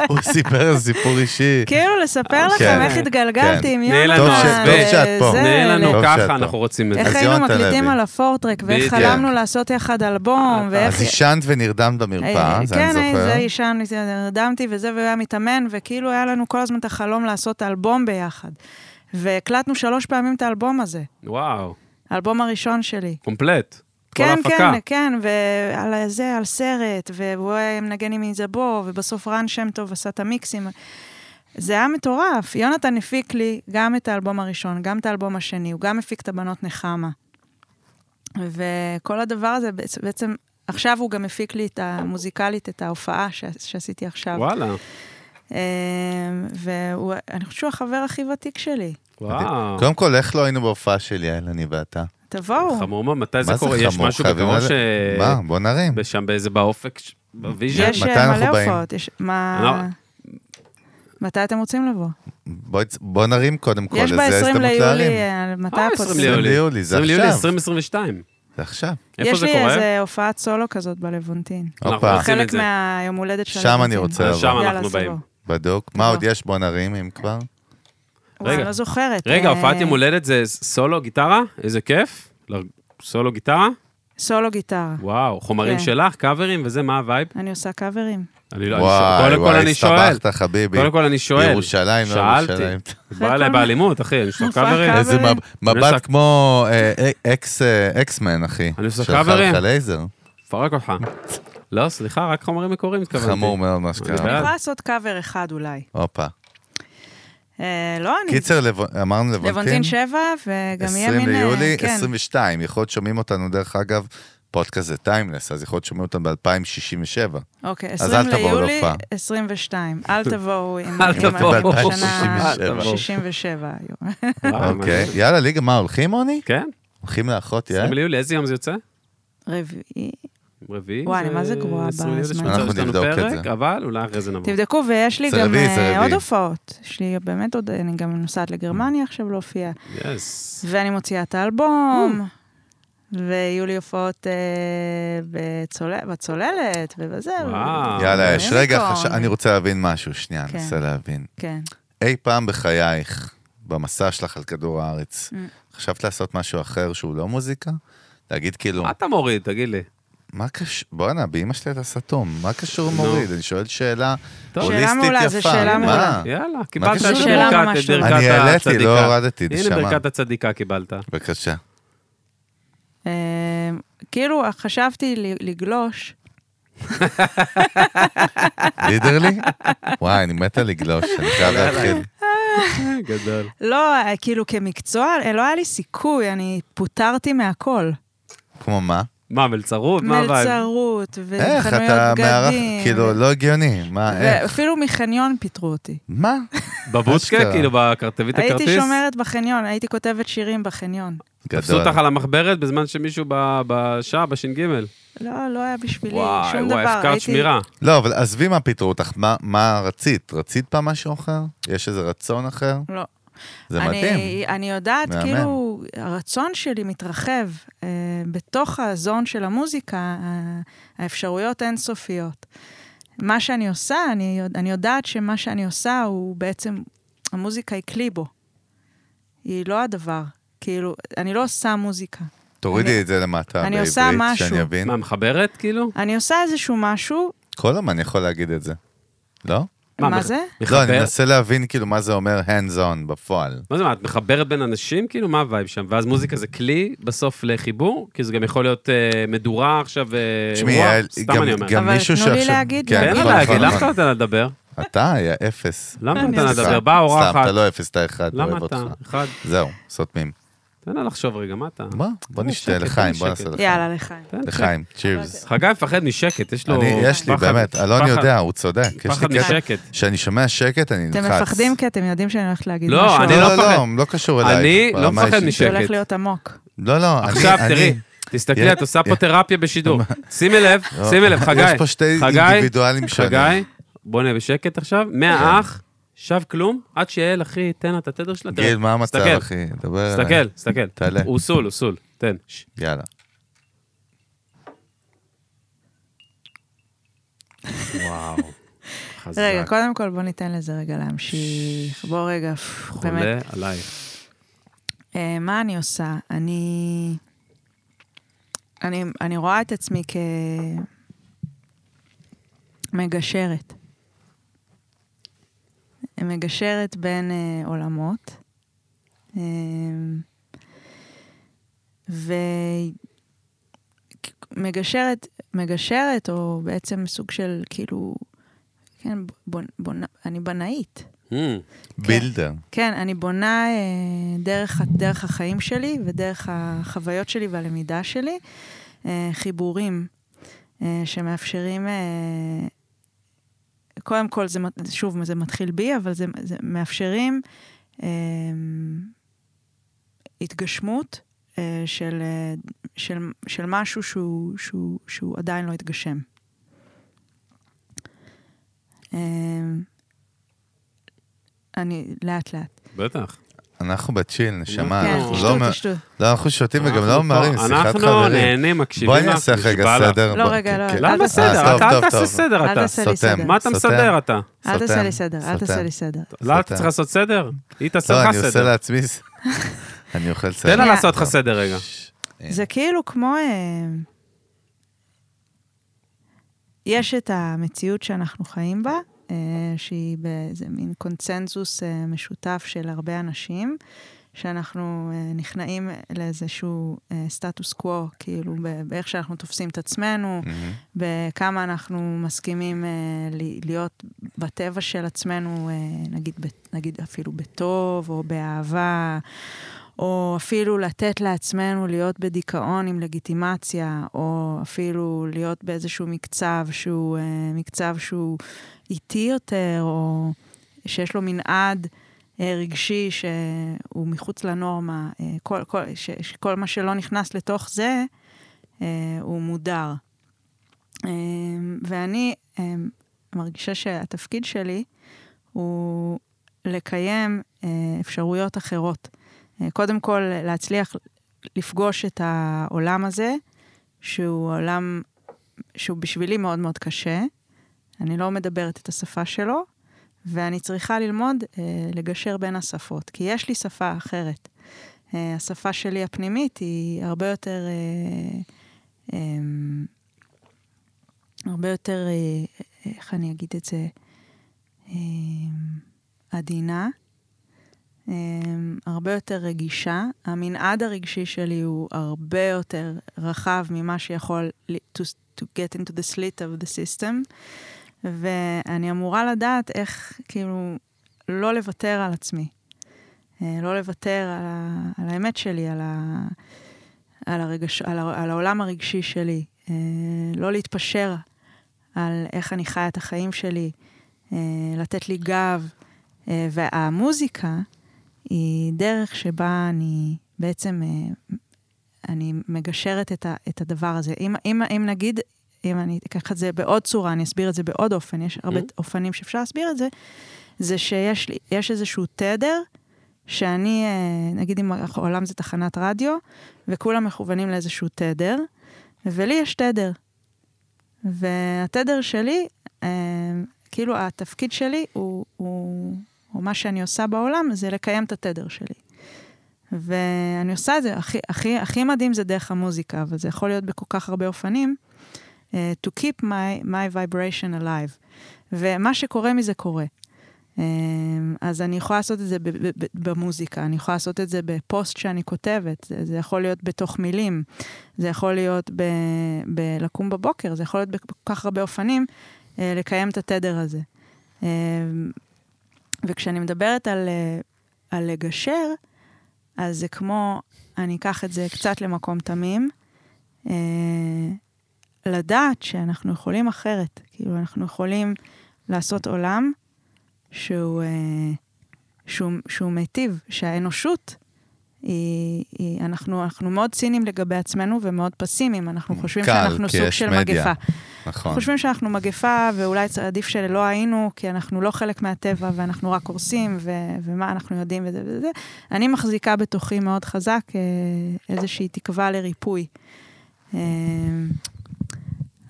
Speaker 3: הוא סיפר איזה סיפור אישי.
Speaker 1: כאילו, לספר לכם
Speaker 3: כן.
Speaker 1: איך התגלגלתי עם
Speaker 2: כן. נהיה לנו
Speaker 1: יונתן.
Speaker 2: טוב
Speaker 3: שאת פה.
Speaker 1: וזה,
Speaker 2: תני לנו
Speaker 3: טוב שאת
Speaker 2: ככה,
Speaker 3: פה.
Speaker 2: אנחנו רוצים את
Speaker 1: איך
Speaker 2: זה.
Speaker 3: אז
Speaker 1: היינו
Speaker 3: יונתן
Speaker 1: מקליטים
Speaker 3: לוי.
Speaker 1: על הפורטרק, ואיך
Speaker 2: בדיוק.
Speaker 1: חלמנו לעשות יחד אלבום, ואיך...
Speaker 2: כן.
Speaker 3: אז עישנת ונרדמת במרפאה,
Speaker 1: אה,
Speaker 3: זה אני
Speaker 1: כן, אה, זה
Speaker 3: זוכר.
Speaker 1: עישן, זה נרדמתי וזה, והוא היה מתאמן, וכאילו היה לנו כל הזמן את החלום לעשות אלבום ביחד. והקלטנו שלוש פעמים את האלבום הזה,
Speaker 2: וואו,
Speaker 1: האלבום הראשון שלי.
Speaker 2: קומפלט. כל
Speaker 1: כן,
Speaker 2: ההפקה.
Speaker 1: כן, כן, ועל זה, על סרט, והוא היה מנגן עם איזבו, ובסוף רן שם טוב עשה את המיקסים. זה היה מטורף. יונתן הפיק לי גם את האלבום הראשון, גם את האלבום השני, הוא גם הפיק את הבנות נחמה. וכל הדבר הזה בעצ- בעצם, עכשיו הוא גם הפיק לי את המוזיקלית, את ההופעה ש- שעשיתי עכשיו.
Speaker 2: וואלה,
Speaker 1: ואני חושבת שהוא החבר הכי ותיק שלי.
Speaker 2: וואו.
Speaker 3: קודם כל, איך לא היינו בהופעה של יעל, אני ואתה?
Speaker 1: תבואו.
Speaker 2: חמור מאוד, מתי זה
Speaker 3: מה זה
Speaker 2: קורה? יש
Speaker 3: חמור?
Speaker 2: משהו
Speaker 3: חייבים
Speaker 2: בקרוב
Speaker 3: לדעת.
Speaker 2: ש...
Speaker 3: מה, בוא נרים.
Speaker 2: שם באיזה באופק, ש- בוויז'ן?
Speaker 1: יש
Speaker 3: מתי
Speaker 1: אה,
Speaker 3: אנחנו
Speaker 1: מלא
Speaker 3: באים?
Speaker 1: הופעות. יש- מה...
Speaker 2: אני
Speaker 1: מתי אתם רוצים לבוא?
Speaker 3: בואי צ- בוא נרים קודם כל,
Speaker 1: יש
Speaker 3: איזה
Speaker 1: ב-20
Speaker 3: הזדמנות להרים.
Speaker 1: ליולי, אה, מתי
Speaker 2: אה, 20
Speaker 1: הפודקאסט?
Speaker 3: ליולי. ליולי, זה
Speaker 2: 20 ליולי
Speaker 3: עכשיו.
Speaker 2: 2022.
Speaker 3: זה עכשיו.
Speaker 2: איפה
Speaker 1: יש
Speaker 2: זה
Speaker 1: לי
Speaker 2: קורה?
Speaker 1: איזה הופעת סולו כזאת בלוונטין.
Speaker 2: אנחנו
Speaker 3: הופה,
Speaker 2: עושים את
Speaker 1: חלק
Speaker 2: זה.
Speaker 1: מהיום הולדת של
Speaker 3: שם
Speaker 1: הלוונטין.
Speaker 3: אני רוצה
Speaker 2: נכון. אז שם אה.
Speaker 3: לבוא.
Speaker 2: אנחנו באים.
Speaker 3: בדוק. מה עוד יש? בוא נרים, אם כבר.
Speaker 1: רגע.
Speaker 2: רגע.
Speaker 1: אני לא זוכרת.
Speaker 2: רגע,
Speaker 1: אה,
Speaker 2: הופעת יום הולדת זה סולו גיטרה? איזה כיף. ל- סולו גיטרה?
Speaker 1: סולו גיטרה.
Speaker 2: וואו, חומרים
Speaker 1: כן.
Speaker 2: שלך, קאברים וזה, מה הווייב?
Speaker 1: אני עושה קאברים.
Speaker 2: אני לא, אני שואל-
Speaker 3: וואי,
Speaker 2: קודם כל
Speaker 3: וואי,
Speaker 2: אני שואל.
Speaker 3: הסתבכת, חביבי.
Speaker 2: קודם כל אני שואל.
Speaker 3: ירושלים, לא
Speaker 2: שאלתי.
Speaker 3: ירושלים.
Speaker 2: הוא בא אליי באלימות, אחי, אני עושה
Speaker 1: מופע
Speaker 2: קאברים.
Speaker 1: קאבר.
Speaker 3: איזה מב- מבט
Speaker 2: מנסה-
Speaker 3: כמו אה, אה, אקס, אה, אקסמן, אחי.
Speaker 2: אני עושה
Speaker 3: שלך
Speaker 2: חברים.
Speaker 3: לך לייזר.
Speaker 2: פרק אותך. לא, סליחה, רק חומרים מקוריים התכוונתי.
Speaker 3: חמור מאוד מה
Speaker 2: אני
Speaker 3: שקרה.
Speaker 2: בעד.
Speaker 1: יכולה לעשות קאבר אחד אולי.
Speaker 3: הופה.
Speaker 1: אה, לא, אני...
Speaker 3: קיצר, לבו- אמרנו לבונטין.
Speaker 1: לבונטין 7, וגם יהיה
Speaker 3: 20
Speaker 1: מין... אה,
Speaker 3: ליולי,
Speaker 1: כן.
Speaker 3: 22. יכול להיות שומעים אותנו, דרך אגב, פודקאסט זה טיימלס, אז יכול להיות שומעים אותנו ב-2067.
Speaker 1: אוקיי,
Speaker 3: אל
Speaker 1: 20
Speaker 3: תבואו
Speaker 1: ליולי,
Speaker 3: להופעה.
Speaker 1: 22. אל תבואו עם...
Speaker 2: אל
Speaker 1: עם
Speaker 2: תבואו.
Speaker 1: השנה
Speaker 2: אל תבואו.
Speaker 1: 67.
Speaker 2: וואו,
Speaker 3: אוקיי.
Speaker 2: מה זה?
Speaker 3: יאללה, ליגה, מה, הולכים, עוני?
Speaker 2: כן?
Speaker 3: הולכים לאחות, יאללה?
Speaker 2: 20 ליולי, איזה יום זה יוצא?
Speaker 1: רביעי.
Speaker 2: רביעי?
Speaker 1: וואי, אני מה זה גרועה
Speaker 2: 20 ליולי,
Speaker 1: בזמן.
Speaker 2: שמונה עשרה,
Speaker 3: אנחנו
Speaker 2: יש לנו
Speaker 3: נבדוק את
Speaker 2: פרק,
Speaker 3: זה.
Speaker 2: אבל אולי אחרי זה נבוא.
Speaker 1: תבדקו, ויש לי
Speaker 3: זה
Speaker 1: גם
Speaker 3: רביעי, זה
Speaker 1: אה, עוד
Speaker 3: רביעי.
Speaker 1: הופעות. יש לי באמת עוד, אני גם נוסעת לגרמניה עכשיו להופיע,
Speaker 2: יס.
Speaker 1: ואני מוציאה את האלבום, ויהיו לי הופעות אה, בצולל, בצוללת ובזה.
Speaker 2: וואו.
Speaker 3: יאללה, יש רגע,
Speaker 1: אה, יוניקורן.
Speaker 3: חש- אני רוצה להבין משהו, שנייה,
Speaker 1: כן.
Speaker 3: ננסה להבין.
Speaker 1: כן.
Speaker 3: אי פעם בחייך, במסע שלך על כדור הארץ,
Speaker 1: אה.
Speaker 3: חשבת לעשות משהו אחר שהוא לא מוזיקה? להגיד כאילו,
Speaker 2: מה אתה מוריד, תגיד לי?
Speaker 3: מה קשור, בואנה, באמא שלי אתה סתום, מה קשור
Speaker 2: נו.
Speaker 3: מוריד? אני שואל שאלה
Speaker 2: טוב.
Speaker 3: הוליסטית יפה.
Speaker 1: שאלה מעולה, זו שאלה
Speaker 3: מה?
Speaker 1: מעולה.
Speaker 2: יאללה, קיבלת את
Speaker 3: קשור?
Speaker 2: ברכת-
Speaker 1: שאלה
Speaker 2: את
Speaker 1: ממש
Speaker 2: ברכת
Speaker 1: טובה.
Speaker 2: הצדיקה.
Speaker 3: אני העליתי, לא הורדתי,
Speaker 2: הנה
Speaker 3: נשמה.
Speaker 2: ברכת הצדיקה קיבלת.
Speaker 3: בבקשה.
Speaker 1: אה, כאילו, חשבתי ל- לגלוש,
Speaker 3: לידרלי? וואי, אני מתה לגלוש, אני חייב להתחיל.
Speaker 2: גדול.
Speaker 1: לא, אה, כאילו כמקצוע, אה, לא היה לי סיכוי, אני פוטרתי מהכל.
Speaker 3: כמו מה?
Speaker 2: מה, מלצרות? מה הבעיה?
Speaker 1: מלצרות,
Speaker 3: איך
Speaker 1: וחנויות
Speaker 3: אתה מארח,
Speaker 1: בגדים.
Speaker 3: כאילו, לא הגיוני, מה, איך?
Speaker 1: ואפילו מחניון פיטרו אותי.
Speaker 3: מה?
Speaker 2: בבודקה,
Speaker 3: אשכרה.
Speaker 2: כאילו, בכרטבית הכרטיס?
Speaker 1: הייתי שומרת בחניון, הייתי כותבת שירים בחניון.
Speaker 2: תפסו
Speaker 3: גדול.
Speaker 2: אותך על המחברת בזמן שמישהו ב- בשעה, בש"ג.
Speaker 1: לא, לא היה בשבילי
Speaker 2: וואי,
Speaker 1: שום דבר.
Speaker 2: וואי, הפקרת
Speaker 1: הייתי-
Speaker 2: שמירה.
Speaker 3: לא, אבל עזבי מה פיטרו אותך, מה- מה רצית? רצית פעם משהו אחר? יש איזה רצון אחר?
Speaker 1: לא.
Speaker 3: זה
Speaker 1: אני,
Speaker 3: מדהים.
Speaker 1: אני יודעת,
Speaker 3: מהמם.
Speaker 1: כאילו, הרצון שלי מתרחב אה, בתוך הזון של המוזיקה, אה, האפשרויות אינסופיות. מה שאני עושה, אני, יודע- אני יודעת שמה שאני עושה הוא בעצם, המוזיקה היא כלי בו. היא לא הדבר. כאילו, אני לא עושה מוזיקה.
Speaker 3: תורידי
Speaker 1: אני-
Speaker 3: את זה למטה
Speaker 1: אני
Speaker 3: בעברית,
Speaker 1: עושה משהו.
Speaker 3: שאני אבין.
Speaker 2: מה, מחברת, כאילו?
Speaker 1: אני עושה איזשהו משהו,
Speaker 3: כל אמן יכול להגיד את זה, לא?
Speaker 2: מה,
Speaker 1: מה
Speaker 2: מח-
Speaker 1: זה?
Speaker 3: לא, אני
Speaker 2: מחבר?
Speaker 3: מנסה להבין כאילו מה זה אומר hands on בפועל.
Speaker 2: מה זה, מה, את מחברת בין אנשים? כאילו, מה הווייב שם? ואז מוזיקה זה כלי בסוף לחיבור? כי זה גם יכול להיות אה, מדורה עכשיו, אה,
Speaker 3: תשמעי,
Speaker 2: אירוע?
Speaker 3: יעל,
Speaker 2: סתם
Speaker 3: גם
Speaker 2: אני אומר.
Speaker 3: גם
Speaker 1: אבל
Speaker 3: מישהו
Speaker 1: תנו לי
Speaker 3: שעכשיו...
Speaker 1: להגיד,
Speaker 3: כן,
Speaker 2: תן
Speaker 1: אני
Speaker 2: לה
Speaker 3: נכון,
Speaker 2: להגיד,
Speaker 3: נכון,
Speaker 2: למה אתה
Speaker 3: נכון.
Speaker 2: נותן לה לדבר?
Speaker 3: אתה היה אפס.
Speaker 2: למה
Speaker 1: אני
Speaker 2: אתה נותן לה
Speaker 1: סתם,
Speaker 2: לדבר? באה
Speaker 3: סתם,
Speaker 2: אורחת.
Speaker 3: אתה לא אפס, אתה אחד,
Speaker 2: למה
Speaker 3: אוהב
Speaker 2: אתה?
Speaker 3: אותך.
Speaker 2: אחד.
Speaker 3: זהו, סותמים.
Speaker 2: תן לה לחשוב רגע, מה אתה?
Speaker 3: מה? בוא
Speaker 2: לי
Speaker 3: נשתה
Speaker 2: לא, שקט, תן לי
Speaker 3: לחיים, בוא
Speaker 2: שקט.
Speaker 3: נעשה לחיים.
Speaker 1: יאללה, לחיים.
Speaker 2: תן
Speaker 3: לחיים, צ'ירס.
Speaker 2: חגי מפחד משקט, יש לו...
Speaker 3: יש לי,
Speaker 2: לא, פחד-
Speaker 3: באמת, אלון
Speaker 2: פחד-
Speaker 3: יודע, הוא צודק. יש
Speaker 2: פחד
Speaker 3: לי קטע
Speaker 2: משקט.
Speaker 3: שאני שומע שקט, אני נלחץ.
Speaker 1: אתם מפחדים כי אתם יודעים שאני הולכת להגיד
Speaker 2: לא,
Speaker 1: משהו.
Speaker 2: אני
Speaker 3: לא,
Speaker 2: לא
Speaker 3: לא,
Speaker 2: מפחד.
Speaker 3: לא, לא קשור אלייך.
Speaker 2: אני לא
Speaker 3: ברמה
Speaker 2: מפחד
Speaker 3: האישית.
Speaker 1: זה הולך
Speaker 2: שקט.
Speaker 1: להיות עמוק.
Speaker 3: לא, לא, אני...
Speaker 2: עכשיו
Speaker 3: אני-
Speaker 2: תראי, תסתכלי,
Speaker 3: יא-
Speaker 2: את עושה
Speaker 3: יא-
Speaker 2: פה תרפיה בשידור. שימי לב, שימי לב, חגי,
Speaker 3: לא, יש פה שתי
Speaker 2: חגי,
Speaker 3: אינדיבידואלים שונים. כן.
Speaker 2: חגי, בוא נהיה בשקט עכשיו, מהאח, שב כלום, עד שיעל, אחי, תן לה את התדר שלה. תראה.
Speaker 3: גיל, מה המצב,
Speaker 2: תסתכל,
Speaker 3: אחי? דבר אליי.
Speaker 2: תסתכל, תסתכל.
Speaker 3: תעלה.
Speaker 2: הוא סול, הוא סול, תן. ש-
Speaker 3: יאללה.
Speaker 2: וואו, חזק.
Speaker 1: רגע, קודם כל בוא ניתן לזה רגע להמשיך. בוא רגע, פפ, באמת.
Speaker 2: חולה עלייך.
Speaker 1: אה, מה אני עושה? אני... אני, אני רואה את עצמי כמגשרת. מגשרת בין אה, עולמות. אה, ומגשרת, מגשרת, או בעצם סוג של כאילו, כן, בונ, בונ, אני בנאית.
Speaker 2: Hmm.
Speaker 3: בילדר.
Speaker 1: כן, אני בונה אה, דרך, ה- דרך החיים שלי ודרך החוויות שלי והלמידה שלי אה, חיבורים אה, שמאפשרים, אה, קודם כל, זה, מת- שוב, זה מתחיל בי, אבל זה, זה מאפשרים אה, התגשמות אה, של, אה, של, של משהו שהוא, שהוא, שהוא עדיין לא התגשם. אה, אני לאט-לאט.
Speaker 2: בטח.
Speaker 3: אנחנו בצ'יל, נשמה.
Speaker 2: כן,
Speaker 3: אנחנו
Speaker 2: תשתו,
Speaker 3: לא מ-
Speaker 1: תשתו.
Speaker 3: לא, אנחנו שותים וגם
Speaker 2: אנחנו
Speaker 3: לא
Speaker 2: פה,
Speaker 3: ממהרים, שיחת
Speaker 2: אנחנו
Speaker 3: חברים.
Speaker 2: נהנים, מקשיבים
Speaker 3: בואי
Speaker 2: לך.
Speaker 3: נעשה רגע
Speaker 2: נשבע לך.
Speaker 3: סדר.
Speaker 1: לא,
Speaker 3: בוא-
Speaker 1: רגע, לא,
Speaker 3: כן, כן.
Speaker 1: אל
Speaker 2: למה
Speaker 1: תעשה-
Speaker 2: סדר?
Speaker 3: אה,
Speaker 2: אתה
Speaker 3: טוב,
Speaker 2: אל
Speaker 3: טוב,
Speaker 2: תעשה
Speaker 3: טוב.
Speaker 2: סדר
Speaker 1: אל
Speaker 2: אתה.
Speaker 1: תעשה לי
Speaker 3: סותם.
Speaker 1: סדר.
Speaker 2: מה אתה
Speaker 3: סותם.
Speaker 2: מסדר אתה?
Speaker 1: אל תעשה לי
Speaker 3: סותם.
Speaker 1: סדר, אל תעשה לי סותם.
Speaker 2: לא, אתה
Speaker 3: סותם.
Speaker 2: צריך לעשות סדר? היא תעשה
Speaker 3: לא,
Speaker 2: לך
Speaker 3: אני עושה לא.
Speaker 2: סדר.
Speaker 3: לעצמי... ס- אני אוכל סדר.
Speaker 2: תן לה
Speaker 1: שנייה.
Speaker 2: לעשות לך סדר רגע.
Speaker 1: זה כאילו כמו... אה, יש את המציאות שאנחנו חיים בה, אה, שהיא באיזה מין קונצנזוס אה, משותף של הרבה אנשים, שאנחנו אה, נכנעים לאיזשהו אה, סטטוס קוו, כאילו, ב- באיך שאנחנו תופסים את עצמנו,
Speaker 3: מהמם.
Speaker 1: בכמה אנחנו מסכימים אה, ל- להיות בטבע של עצמנו, אה, נגיד, ב- נגיד אפילו בטוב או באהבה, או אפילו לתת לעצמנו להיות בדיכאון עם לגיטימציה, או אפילו להיות באיזשהו מקצב שהוא אה, מקצב שהוא איטי יותר, או שיש לו מנעד. אה, רגשי שהוא מחוץ לנורמה, אה, כל, כל, ש, שכל מה שלא נכנס לתוך זה, אה, הוא מודר. אמ, ואני אמ, מרגישה שהתפקיד שלי הוא לקיים אה, אפשרויות אחרות. אה, קודם כל, להצליח לפגוש את העולם הזה, שהוא עולם, שהוא בשבילי מאוד מאוד קשה. אני לא מדברת את השפה שלו, ואני צריכה ללמוד אה, לגשר בין השפות, כי יש לי שפה אחרת. אה, השפה שלי הפנימית היא הרבה יותר... אה, אה, הרבה יותר, אה, איך אני אגיד את זה, אה, עדינה, אה, הרבה יותר רגישה. המנעד הרגשי שלי הוא הרבה יותר רחב ממה שיכול ל- to, to get into the slit of the system, ואני אמורה לדעת איך, כאילו, לא לוותר על עצמי. אה, לא לוותר על, ה, על האמת שלי, על, ה, על, הרגש, על, ה, על העולם הרגשי שלי. אה, לא להתפשר על איך אני חיה את החיים שלי, אה, לתת לי גב. אה, והמוזיקה היא דרך שבה אני בעצם, אה, אני מגשרת את, ה, את הדבר הזה. אם, אם, אם נגיד, אם אני אקח את זה בעוד צורה, אני אסביר את זה בעוד אופן, יש הרבה
Speaker 2: Mm.
Speaker 1: אופנים שאפשר להסביר את זה, זה שיש לי, יש איזשהו תדר. שאני, אה, נגיד אם העולם זה תחנת רדיו, וכולם מכוונים לאיזשהו תדר, ולי יש תדר. והתדר שלי, אה, כאילו התפקיד שלי הוא, הוא, או מה שאני עושה בעולם, זה לקיים את התדר שלי. ואני עושה את זה, הכי, הכי, הכי מדהים זה דרך המוזיקה, אבל זה יכול להיות בכל כך הרבה אופנים. אה, to keep my, my vibration alive. ומה שקורה מזה קורה. אה, אז אני יכולה לעשות את זה ב- ב- ב- במוזיקה, אני יכולה לעשות את זה בפוסט שאני כותבת, זה, זה יכול להיות בתוך מילים, זה יכול להיות ב- בלקום בבוקר, זה יכול להיות בכל כך הרבה אופנים אה, לקיים את התדר הזה. אה, וכשאני מדברת על, אה, על לגשר, אז זה כמו, אני אקח את זה קצת למקום תמים, אה, לדעת שאנחנו יכולים אחרת. כאילו, אנחנו יכולים לעשות עולם שהוא, אה, שהוא, שהוא מיטיב, שהאנושות היא, היא, אנחנו, אנחנו מאוד ציניים לגבי עצמנו ומאוד פסימיים, אנחנו חושבים
Speaker 3: קל,
Speaker 1: שאנחנו
Speaker 3: כי
Speaker 1: סוג
Speaker 3: יש
Speaker 1: של
Speaker 3: מדיה.
Speaker 1: מגפה.
Speaker 3: נכון.
Speaker 1: חושבים שאנחנו מגפה, ואולי צ- עדיף שלא היינו, כי אנחנו לא חלק מהטבע, ואנחנו רק הורסים, ו- ומה אנחנו יודעים וזה וזה. אני מחזיקה בתוכי מאוד חזק אה, איזושהי תקווה לריפוי. אה,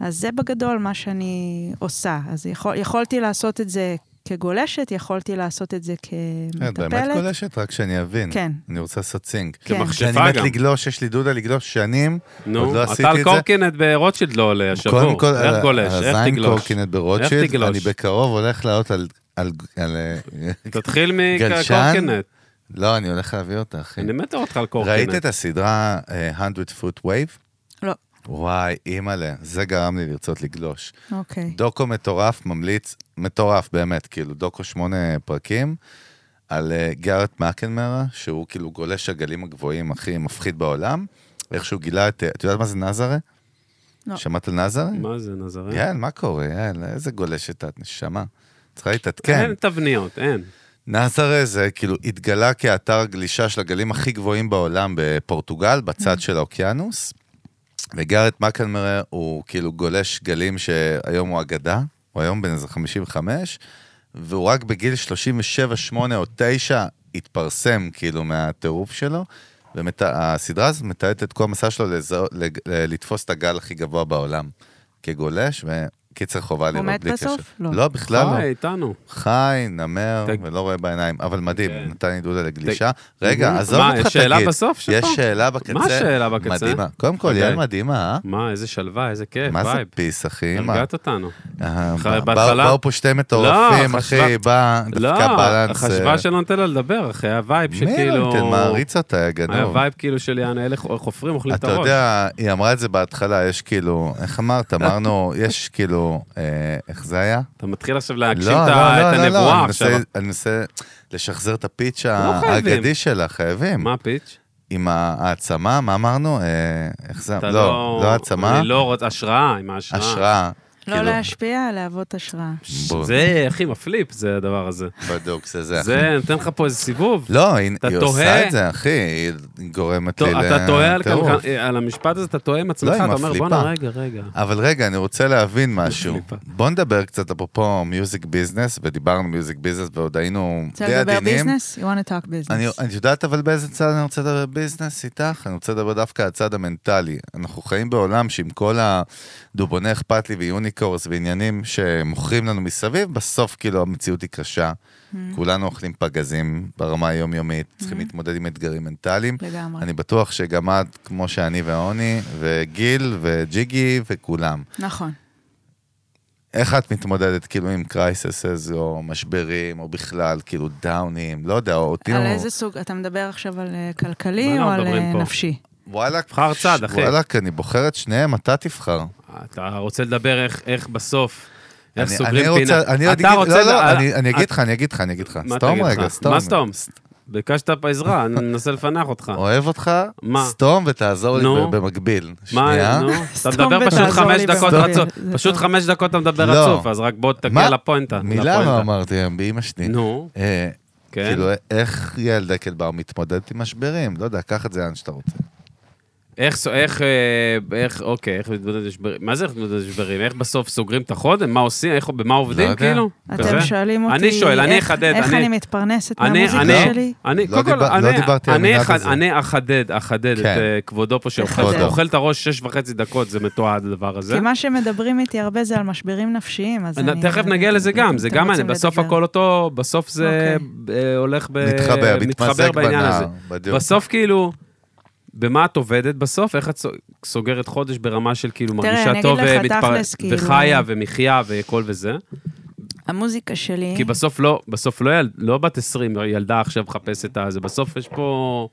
Speaker 1: אז זה בגדול מה שאני עושה. אז יכול, יכולתי לעשות את זה כגולשת, יכולתי לעשות את זה
Speaker 3: את אה, באמת
Speaker 1: כמטפלת.
Speaker 3: גולשת? רק שאני אבין.
Speaker 1: כן.
Speaker 3: אני רוצה לעשות סינק.
Speaker 1: כן.
Speaker 2: כמכשפה
Speaker 3: כשאני מת
Speaker 2: גם.
Speaker 3: לגלוש, יש לי דודה לגלוש שנים. עוד
Speaker 2: נו,
Speaker 3: לא עשיתי
Speaker 2: אתה על
Speaker 3: את זה.
Speaker 2: קורקינט ברוטשילד לא עולה השבוע.
Speaker 3: קודם כל, אה,
Speaker 2: איך גולש, איך
Speaker 3: הזין
Speaker 2: תגלוש.
Speaker 3: קורקינט ברוטשילד,
Speaker 2: תגלוש?
Speaker 3: אני בקרוב הולך לעלות על... על- על, אה,
Speaker 2: תתחיל
Speaker 3: גלשן?
Speaker 2: מקורקינט.
Speaker 3: לא, אני הולך להביא אותה, אחי.
Speaker 2: אני מת לראות אותך על
Speaker 3: ראית את
Speaker 2: קורקינט.
Speaker 3: הסדרה אה, 100 foot wave?
Speaker 1: לא.
Speaker 3: וואי, אימא'לה, זה גרם לי לרצות לגלוש.
Speaker 1: אוקיי.
Speaker 3: דוקו מטורף, ממליץ, מטורף באמת, כאילו, דוקו שמונה פרקים, על אה, גארט מקנמרה, שהוא כאילו גולש הגלים הגבוהים הכי מפחיד בעולם, איך שהוא גילה את... אה, את יודעת מה זה נזרה?
Speaker 1: לא.
Speaker 3: שמעת על נזרה?
Speaker 2: מה זה, נזרי?
Speaker 3: יעל, מה קורה? יעל, איזה גולשת את, נשמה. צריכה להתעדכן.
Speaker 2: אין תבניות, אין.
Speaker 3: נאסרה זה כאילו התגלה כאתר גלישה של הגלים הכי גבוהים בעולם בפורטוגל,
Speaker 1: Mm-hmm.
Speaker 3: בצד של האוקיינוס. וגארט מקלמרה הוא כאילו גולש גלים שהיום הוא אגדה, הוא היום בן איזה 55, והוא רק בגיל 37, 8 או 9 התפרסם כאילו מהטירוף שלו, והסדרה הזאת מתעדת את כל המסע שלו לזהו- לג- ל- לתפוס את הגל הכי גבוה בעולם כגולש, וקיצר חובה לראות
Speaker 1: מת
Speaker 3: בלי קשר.
Speaker 1: בסוף? לא.
Speaker 3: לא, בכלל לא.
Speaker 2: חי, איתנו.
Speaker 3: חי, נמר,
Speaker 2: תג-
Speaker 3: ולא רואה בעיניים, אבל מדהים,
Speaker 2: כן.
Speaker 3: נתן לי דודה לגלישה. רגע,
Speaker 2: מה,
Speaker 3: עזוב אותך,
Speaker 2: יש
Speaker 3: תגיד.
Speaker 2: שאלה בסוף שלך?
Speaker 3: יש שאלה בקצה.
Speaker 2: מה השאלה בקצה?
Speaker 3: מדהימה. קודם כל,
Speaker 2: אוקיי.
Speaker 3: יעל מדהימה,
Speaker 2: מה, איזה שלווה, איזה
Speaker 3: אה?
Speaker 2: כיף,
Speaker 3: מה זה
Speaker 2: וייב.
Speaker 3: פיס, אחי? מה?
Speaker 2: הרגעת אותנו.
Speaker 3: אה,
Speaker 2: ח-
Speaker 3: בא-
Speaker 2: בהתחלה-
Speaker 3: באו פה שתי מטורפים,
Speaker 2: לא,
Speaker 3: אחי,
Speaker 2: חשבה-
Speaker 3: בא,
Speaker 2: לא,
Speaker 3: דפקה בלנס. אה,
Speaker 2: חשבה שלא נותן לה לדבר, אחרי הווייב
Speaker 3: מי לא
Speaker 2: שכאילו...
Speaker 3: נותן? מעריץ אותה, יא גנוב.
Speaker 2: היה וייב כאילו של יענו, אלה חופרים, אוכלים את
Speaker 3: אתה
Speaker 2: הראש.
Speaker 3: יודע, היא אמרה את זה בהתחלה, יש כאילו, איך אמרת? אמרנו, יש כאילו, אה, איך זה היה?
Speaker 2: אתה מתחיל עכשיו להגשים
Speaker 3: לא,
Speaker 2: את
Speaker 3: לא,
Speaker 2: ה-
Speaker 3: לא,
Speaker 2: את
Speaker 3: לא, לא,
Speaker 2: הנבואה
Speaker 3: אני
Speaker 2: עכשיו. לא
Speaker 3: מנסה- אני מנסה לשחזר את הפיץ'
Speaker 2: חייבים.
Speaker 3: האגדי שלה, חייבים.
Speaker 2: מה הפיץ'?
Speaker 3: עם העצמה, מה אמרנו? אה, איך זה?
Speaker 2: אתה
Speaker 3: לא, לא העצמה,
Speaker 2: אני לא רוצה, השראה, עם ההשראה.
Speaker 3: השראה. כאילו,
Speaker 1: לא להשפיע, להוות השראה.
Speaker 3: בוא.
Speaker 2: זה הכי מפליפ, זה הדבר הזה.
Speaker 3: בדוק, זה זה.
Speaker 2: זה, נותן לך פה איזה סיבוב.
Speaker 3: לא, היא
Speaker 2: אתה
Speaker 3: היא
Speaker 2: תוהה?
Speaker 3: עושה את זה, אחי, היא גורמת לי
Speaker 2: טוב,
Speaker 3: לטירוף.
Speaker 2: אתה תוהה על כלכ- על המשפט הזה, אתה תוהה עם עצמך,
Speaker 3: לא, היא
Speaker 2: אתה אומר,
Speaker 3: מפליפה.
Speaker 2: בואנה, רגע, רגע.
Speaker 3: אבל רגע, אני רוצה להבין משהו.
Speaker 2: מפליפה.
Speaker 3: בוא נדבר קצת אפרופו מיוזיק ביזנס, ודיברנו מיוזיק ביזנס ועוד היינו
Speaker 1: רוצה
Speaker 3: די
Speaker 1: לדבר
Speaker 3: עדינים.
Speaker 1: ביזנס? You want to talk
Speaker 3: אני,
Speaker 1: business.
Speaker 3: אני יודעת אבל באיזה צד אני רוצה לדבר ביזנס איתך? אני רוצה לדבר דווקא על הצד המנטלי. אנחנו חיים בעולם שעם כל הדובוני אכפת לי ויוניקורס ועניינים שמוכרים לנו מסביב, בסוף כאילו המציאות היא קשה.
Speaker 1: Mm-hmm.
Speaker 3: כולנו אוכלים פגזים ברמה היומיומית, צריכים להתמודד עם אתגרים מנטליים.
Speaker 1: לגמרי.
Speaker 3: אני בטוח שגם את, כמו שאני ועוני, וגיל וג'יגי וכולם.
Speaker 1: נכון.
Speaker 3: איך את מתמודדת כאילו עם קרייססס או משברים או בכלל כאילו דאונים, לא יודע, או תראו,
Speaker 1: על איזה סוג? אתה מדבר עכשיו על אה, כלכלי
Speaker 2: מה
Speaker 1: או
Speaker 2: אנחנו
Speaker 1: על
Speaker 2: לא, מדברים
Speaker 1: אה,
Speaker 2: פה?
Speaker 1: נפשי?
Speaker 3: וואלכ,
Speaker 2: בחר צד, אחי.
Speaker 3: וואלכ, אני בוחר את שניהם, אתה תבחר.
Speaker 2: אתה רוצה לדבר איך- איך בסוף, איך
Speaker 3: אני-
Speaker 2: סוגרים
Speaker 3: אני
Speaker 2: פינה.
Speaker 3: רוצה- אני עוד
Speaker 2: אתה
Speaker 3: אגיד-
Speaker 2: רוצה-
Speaker 3: לא, לא,
Speaker 2: אה,
Speaker 3: אני- אני
Speaker 2: אה,
Speaker 3: אגיד לך, אני אגיד לך, אני אגיד לך.
Speaker 2: מה
Speaker 3: סתום
Speaker 2: תגיד לך?
Speaker 3: רגע, סתום.
Speaker 2: מה סתום? ביקשת פה עזרה, אני מנסה לפנח אותך.
Speaker 3: אוהב אותך,
Speaker 2: מה?
Speaker 3: סתום ותעזור לי
Speaker 2: נו.
Speaker 3: ב- במקביל. שנייה.
Speaker 2: מה, נו, אתה
Speaker 1: סתום
Speaker 2: מדבר פשוט
Speaker 1: ותעזור
Speaker 2: חמש
Speaker 1: לי
Speaker 2: דקות
Speaker 1: במקביל.
Speaker 2: רצוף,
Speaker 1: זה
Speaker 2: פשוט
Speaker 1: טוב.
Speaker 2: חמש דקות אתה מדבר
Speaker 3: לא.
Speaker 2: רצוף, אז רק בוא תגיע
Speaker 3: מה?
Speaker 2: לפואנטה.
Speaker 3: מילה
Speaker 2: לפואנטה.
Speaker 3: לא אמרתי היום, באמא שלי.
Speaker 2: נו,
Speaker 3: אה,
Speaker 2: כן.
Speaker 3: כאילו, איך ילדה כלבר מתמודדת עם משברים? לא יודע, קח את זה לאן שאתה רוצה.
Speaker 2: איך, איך, אה, איך, אוקיי, איך מתמודד עם משברים? מה זה איך מתמודד עם משברים? איך בסוף סוגרים את החודם? מה עושים? איך, במה עובדים,
Speaker 3: לא יודע.
Speaker 2: כאילו? כזה?
Speaker 1: אתם שואלים אותי
Speaker 2: אני שואל, אני
Speaker 1: איך-
Speaker 2: אחדד,
Speaker 1: איך
Speaker 2: אני-
Speaker 1: אני מתפרנסת
Speaker 2: אני,
Speaker 1: מהמוזיקה
Speaker 2: אני,
Speaker 1: שלי?
Speaker 2: אני,
Speaker 3: לא
Speaker 2: קודם כל,
Speaker 3: דיבר- לא
Speaker 2: אני-
Speaker 3: דיברתי על
Speaker 2: אני
Speaker 3: המילה
Speaker 2: אחד-
Speaker 3: הזאת.
Speaker 2: אני אחדד, אחדד את
Speaker 3: כן.
Speaker 2: אה, כבודו פה, שאוכל
Speaker 1: כבודו.
Speaker 2: אוכל את הראש שש וחצי דקות, זה מתועד הדבר הזה. אה,
Speaker 1: כי מה שמדברים איתי הרבה זה על משברים נפשיים, אז אני...
Speaker 2: תכף נגיע לזה גם, זה
Speaker 1: אתם
Speaker 2: גם,
Speaker 1: רוצים
Speaker 2: בסוף
Speaker 1: לדבר. אוקיי.
Speaker 2: הכל אותו, בסוף זה אה, הולך ב...
Speaker 3: מתחבר, מתמזג
Speaker 2: בעניין
Speaker 3: בנער,
Speaker 2: הזה.
Speaker 3: בדיוק.
Speaker 2: בסוף כאילו, במה את עובדת בסוף? איך את סוג- סוגרת חודש ברמה של כאילו
Speaker 1: תראה, אני
Speaker 2: מרגישה
Speaker 1: אגיד
Speaker 2: טוב
Speaker 1: לך
Speaker 2: ומתפר-
Speaker 1: תכלס, כאילו- אה.
Speaker 2: וחיה ומחיה וכל וזה?
Speaker 1: המוזיקה שלי...
Speaker 2: כי בסוף לא, בסוף לא, יל, לא בת 20, ילדה עכשיו מחפשת את זה, בסוף יש פה,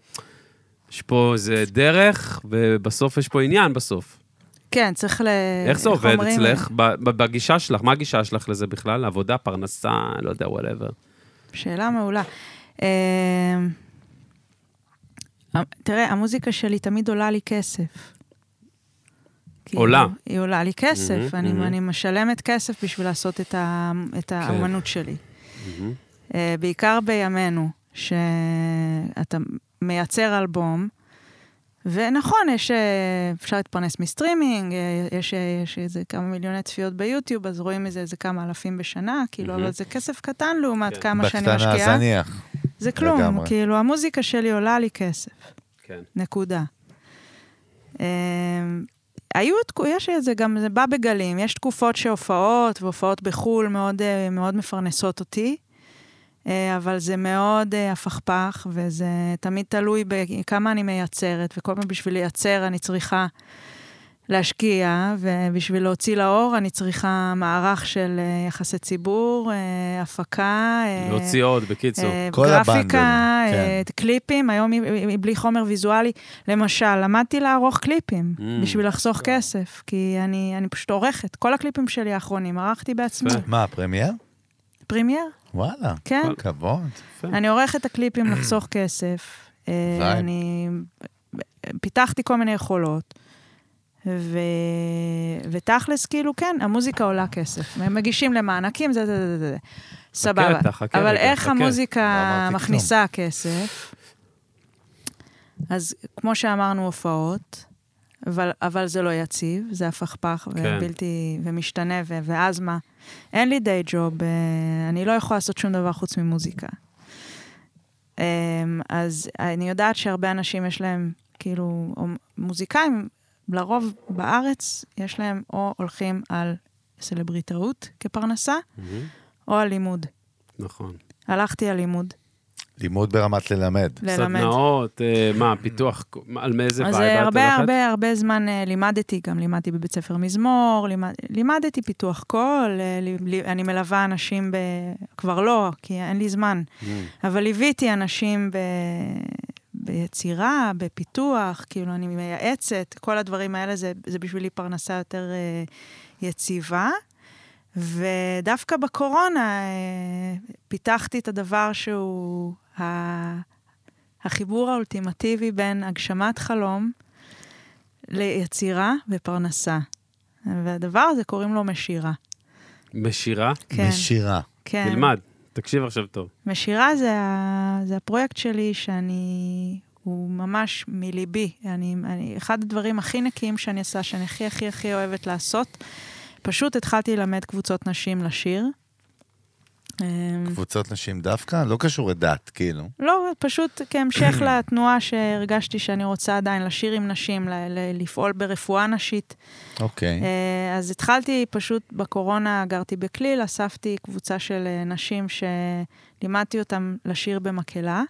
Speaker 2: יש פה איזה דרך, ובסוף יש פה עניין בסוף.
Speaker 1: כן, צריך ל...
Speaker 2: איך זה עובד
Speaker 1: אומרים?
Speaker 2: אצלך, ב- ב- בגישה שלך, מה הגישה שלך לזה בכלל? עבודה, פרנסה, לא יודע, וואטאבר.
Speaker 1: שאלה מעולה. אמ, תראה, המוזיקה שלי תמיד עולה לי כסף. כאילו,
Speaker 2: עולה. Mm-hmm,
Speaker 1: היא עולה לי כסף,
Speaker 2: מהמם,
Speaker 1: אני,
Speaker 2: מהמם.
Speaker 1: אני משלמת כסף בשביל לעשות את, ה, את
Speaker 2: כן.
Speaker 1: האמנות שלי.
Speaker 2: Mm-hmm.
Speaker 1: אה, בעיקר בימינו, שאתה מייצר אלבום, ונכון, יש, אה, אפשר להתפרנס מסטרימינג, אה, יש, אה, יש איזה כמה מיליוני צפיות ביוטיוב, אז רואים מזה איזה כמה אלפים בשנה, כאילו,
Speaker 2: מהמם.
Speaker 1: אבל זה כסף קטן לעומת
Speaker 2: Mm-hmm. כן.
Speaker 1: כמה שאני
Speaker 3: בקטנה
Speaker 1: משקיעה.
Speaker 3: זניח.
Speaker 1: זה כלום,
Speaker 3: לגמרי.
Speaker 1: כאילו, המוזיקה שלי עולה לי כסף,
Speaker 2: כן.
Speaker 1: נקודה. אה, היו, תקו- יש את זה גם, זה בא בגלים, יש תקופות שהופעות, והופעות בחו"ל מאוד, אה, מאוד מפרנסות אותי, אה, אבל זה מאוד אה, הפכפך, וזה תמיד תלוי בכמה אני מייצרת, וכל פעם בשביל לייצר אני צריכה להשקיע, ובשביל להוציא לאור אני צריכה מערך של אה, יחסי ציבור, אה, הפקה. אה,
Speaker 2: להוציא עוד, בקיצור.
Speaker 1: אה,
Speaker 3: כל הבנדל,
Speaker 1: גרפיקה, אה,
Speaker 3: כן.
Speaker 1: קליפים, היום היא- היא בלי חומר ויזואלי. למשל, למדתי לערוך קליפים
Speaker 2: Mm.
Speaker 1: בשביל לחסוך כסף, כי אני אני פשוט עורכת. כל הקליפים שלי האחרונים ערכתי בעצמי.
Speaker 2: יפה.
Speaker 3: מה, פרמייר?
Speaker 1: פרימייר,
Speaker 3: וואלה.
Speaker 1: כן.
Speaker 2: אה.
Speaker 3: כבוד.
Speaker 1: אני עורכת את הקליפים לחסוך כסף. אה,
Speaker 3: וייב.
Speaker 1: אני פיתחתי כל מיני יכולות. ו... ותכלס, כאילו, כן, המוזיקה עולה כסף. הם מגישים למענקים, זה, זה, זה, זה, זה. סבבה.
Speaker 2: אתה, חכה
Speaker 1: אבל
Speaker 2: רגע,
Speaker 1: איך
Speaker 2: חכה.
Speaker 3: לא
Speaker 1: המוזיקה
Speaker 3: אמרתי
Speaker 1: מכניסה כסף? אז כמו שאמרנו, הופעות, אבל, אבל זה לא יציב, זה הפכפך
Speaker 2: כן.
Speaker 1: ובלתי, ומשתנה, ו- ואז מה? אין לי דיי ג'וב, אה, אני לא יכולה לעשות שום דבר חוץ ממוזיקה. אמ, אז אני יודעת שהרבה אנשים יש להם, כאילו, או מוזיקאים, לרוב בארץ, יש להם או הולכים על סלבריטאות כפרנסה,
Speaker 2: מהמם.
Speaker 1: או על לימוד.
Speaker 2: נכון.
Speaker 1: הלכתי על לימוד,
Speaker 3: לימוד ברמת ללמד.
Speaker 1: ללמד.
Speaker 2: סדנאות, אה, מה, פיתוח, מה, על מאיזה
Speaker 1: אז
Speaker 2: וייב את
Speaker 1: אה, הרבה
Speaker 2: הולכת?
Speaker 1: הרבה הרבה זמן אה, לימדתי, גם לימדתי בבית ספר מזמור, לימד- לימדתי פיתוח קול, אה, ל- ל- אני מלווה אנשים ב... כבר לא, כי אין לי זמן,
Speaker 2: מהמם.
Speaker 1: אבל ליוויתי אנשים ב... ביצירה, בפיתוח, כאילו אני מייעצת, כל הדברים האלה זה, זה בשבילי פרנסה יותר אה, יציבה. ודווקא בקורונה אה, פיתחתי את הדבר שהוא ה... החיבור האולטימטיבי בין הגשמת חלום ליצירה ופרנסה. והדבר הזה קוראים לו משירה.
Speaker 2: משירה?
Speaker 1: כן,
Speaker 3: משירה.
Speaker 1: כן.
Speaker 2: תלמד, תקשיב עכשיו טוב.
Speaker 1: משירה זה, ה... זה הפרויקט שלי שאני... הוא ממש מליבי. אני, אני, אחד הדברים הכי נקיים שאני עושה, שאני הכי הכי הכי אוהבת לעשות, פשוט התחלתי ללמד קבוצות נשים לשיר. אמ,
Speaker 3: קבוצות נשים דווקא? לא קשור לדת, כאילו.
Speaker 1: לא, פשוט כהמשך לתנועה שהרגשתי שאני רוצה עדיין לשיר עם נשים, ל- ל- לפעול ברפואה נשית.
Speaker 3: אוקיי.
Speaker 1: אה, אז התחלתי פשוט בקורונה, גרתי בכליל, אספתי קבוצה של אה, נשים שלימדתי אותן לשיר במקהלה.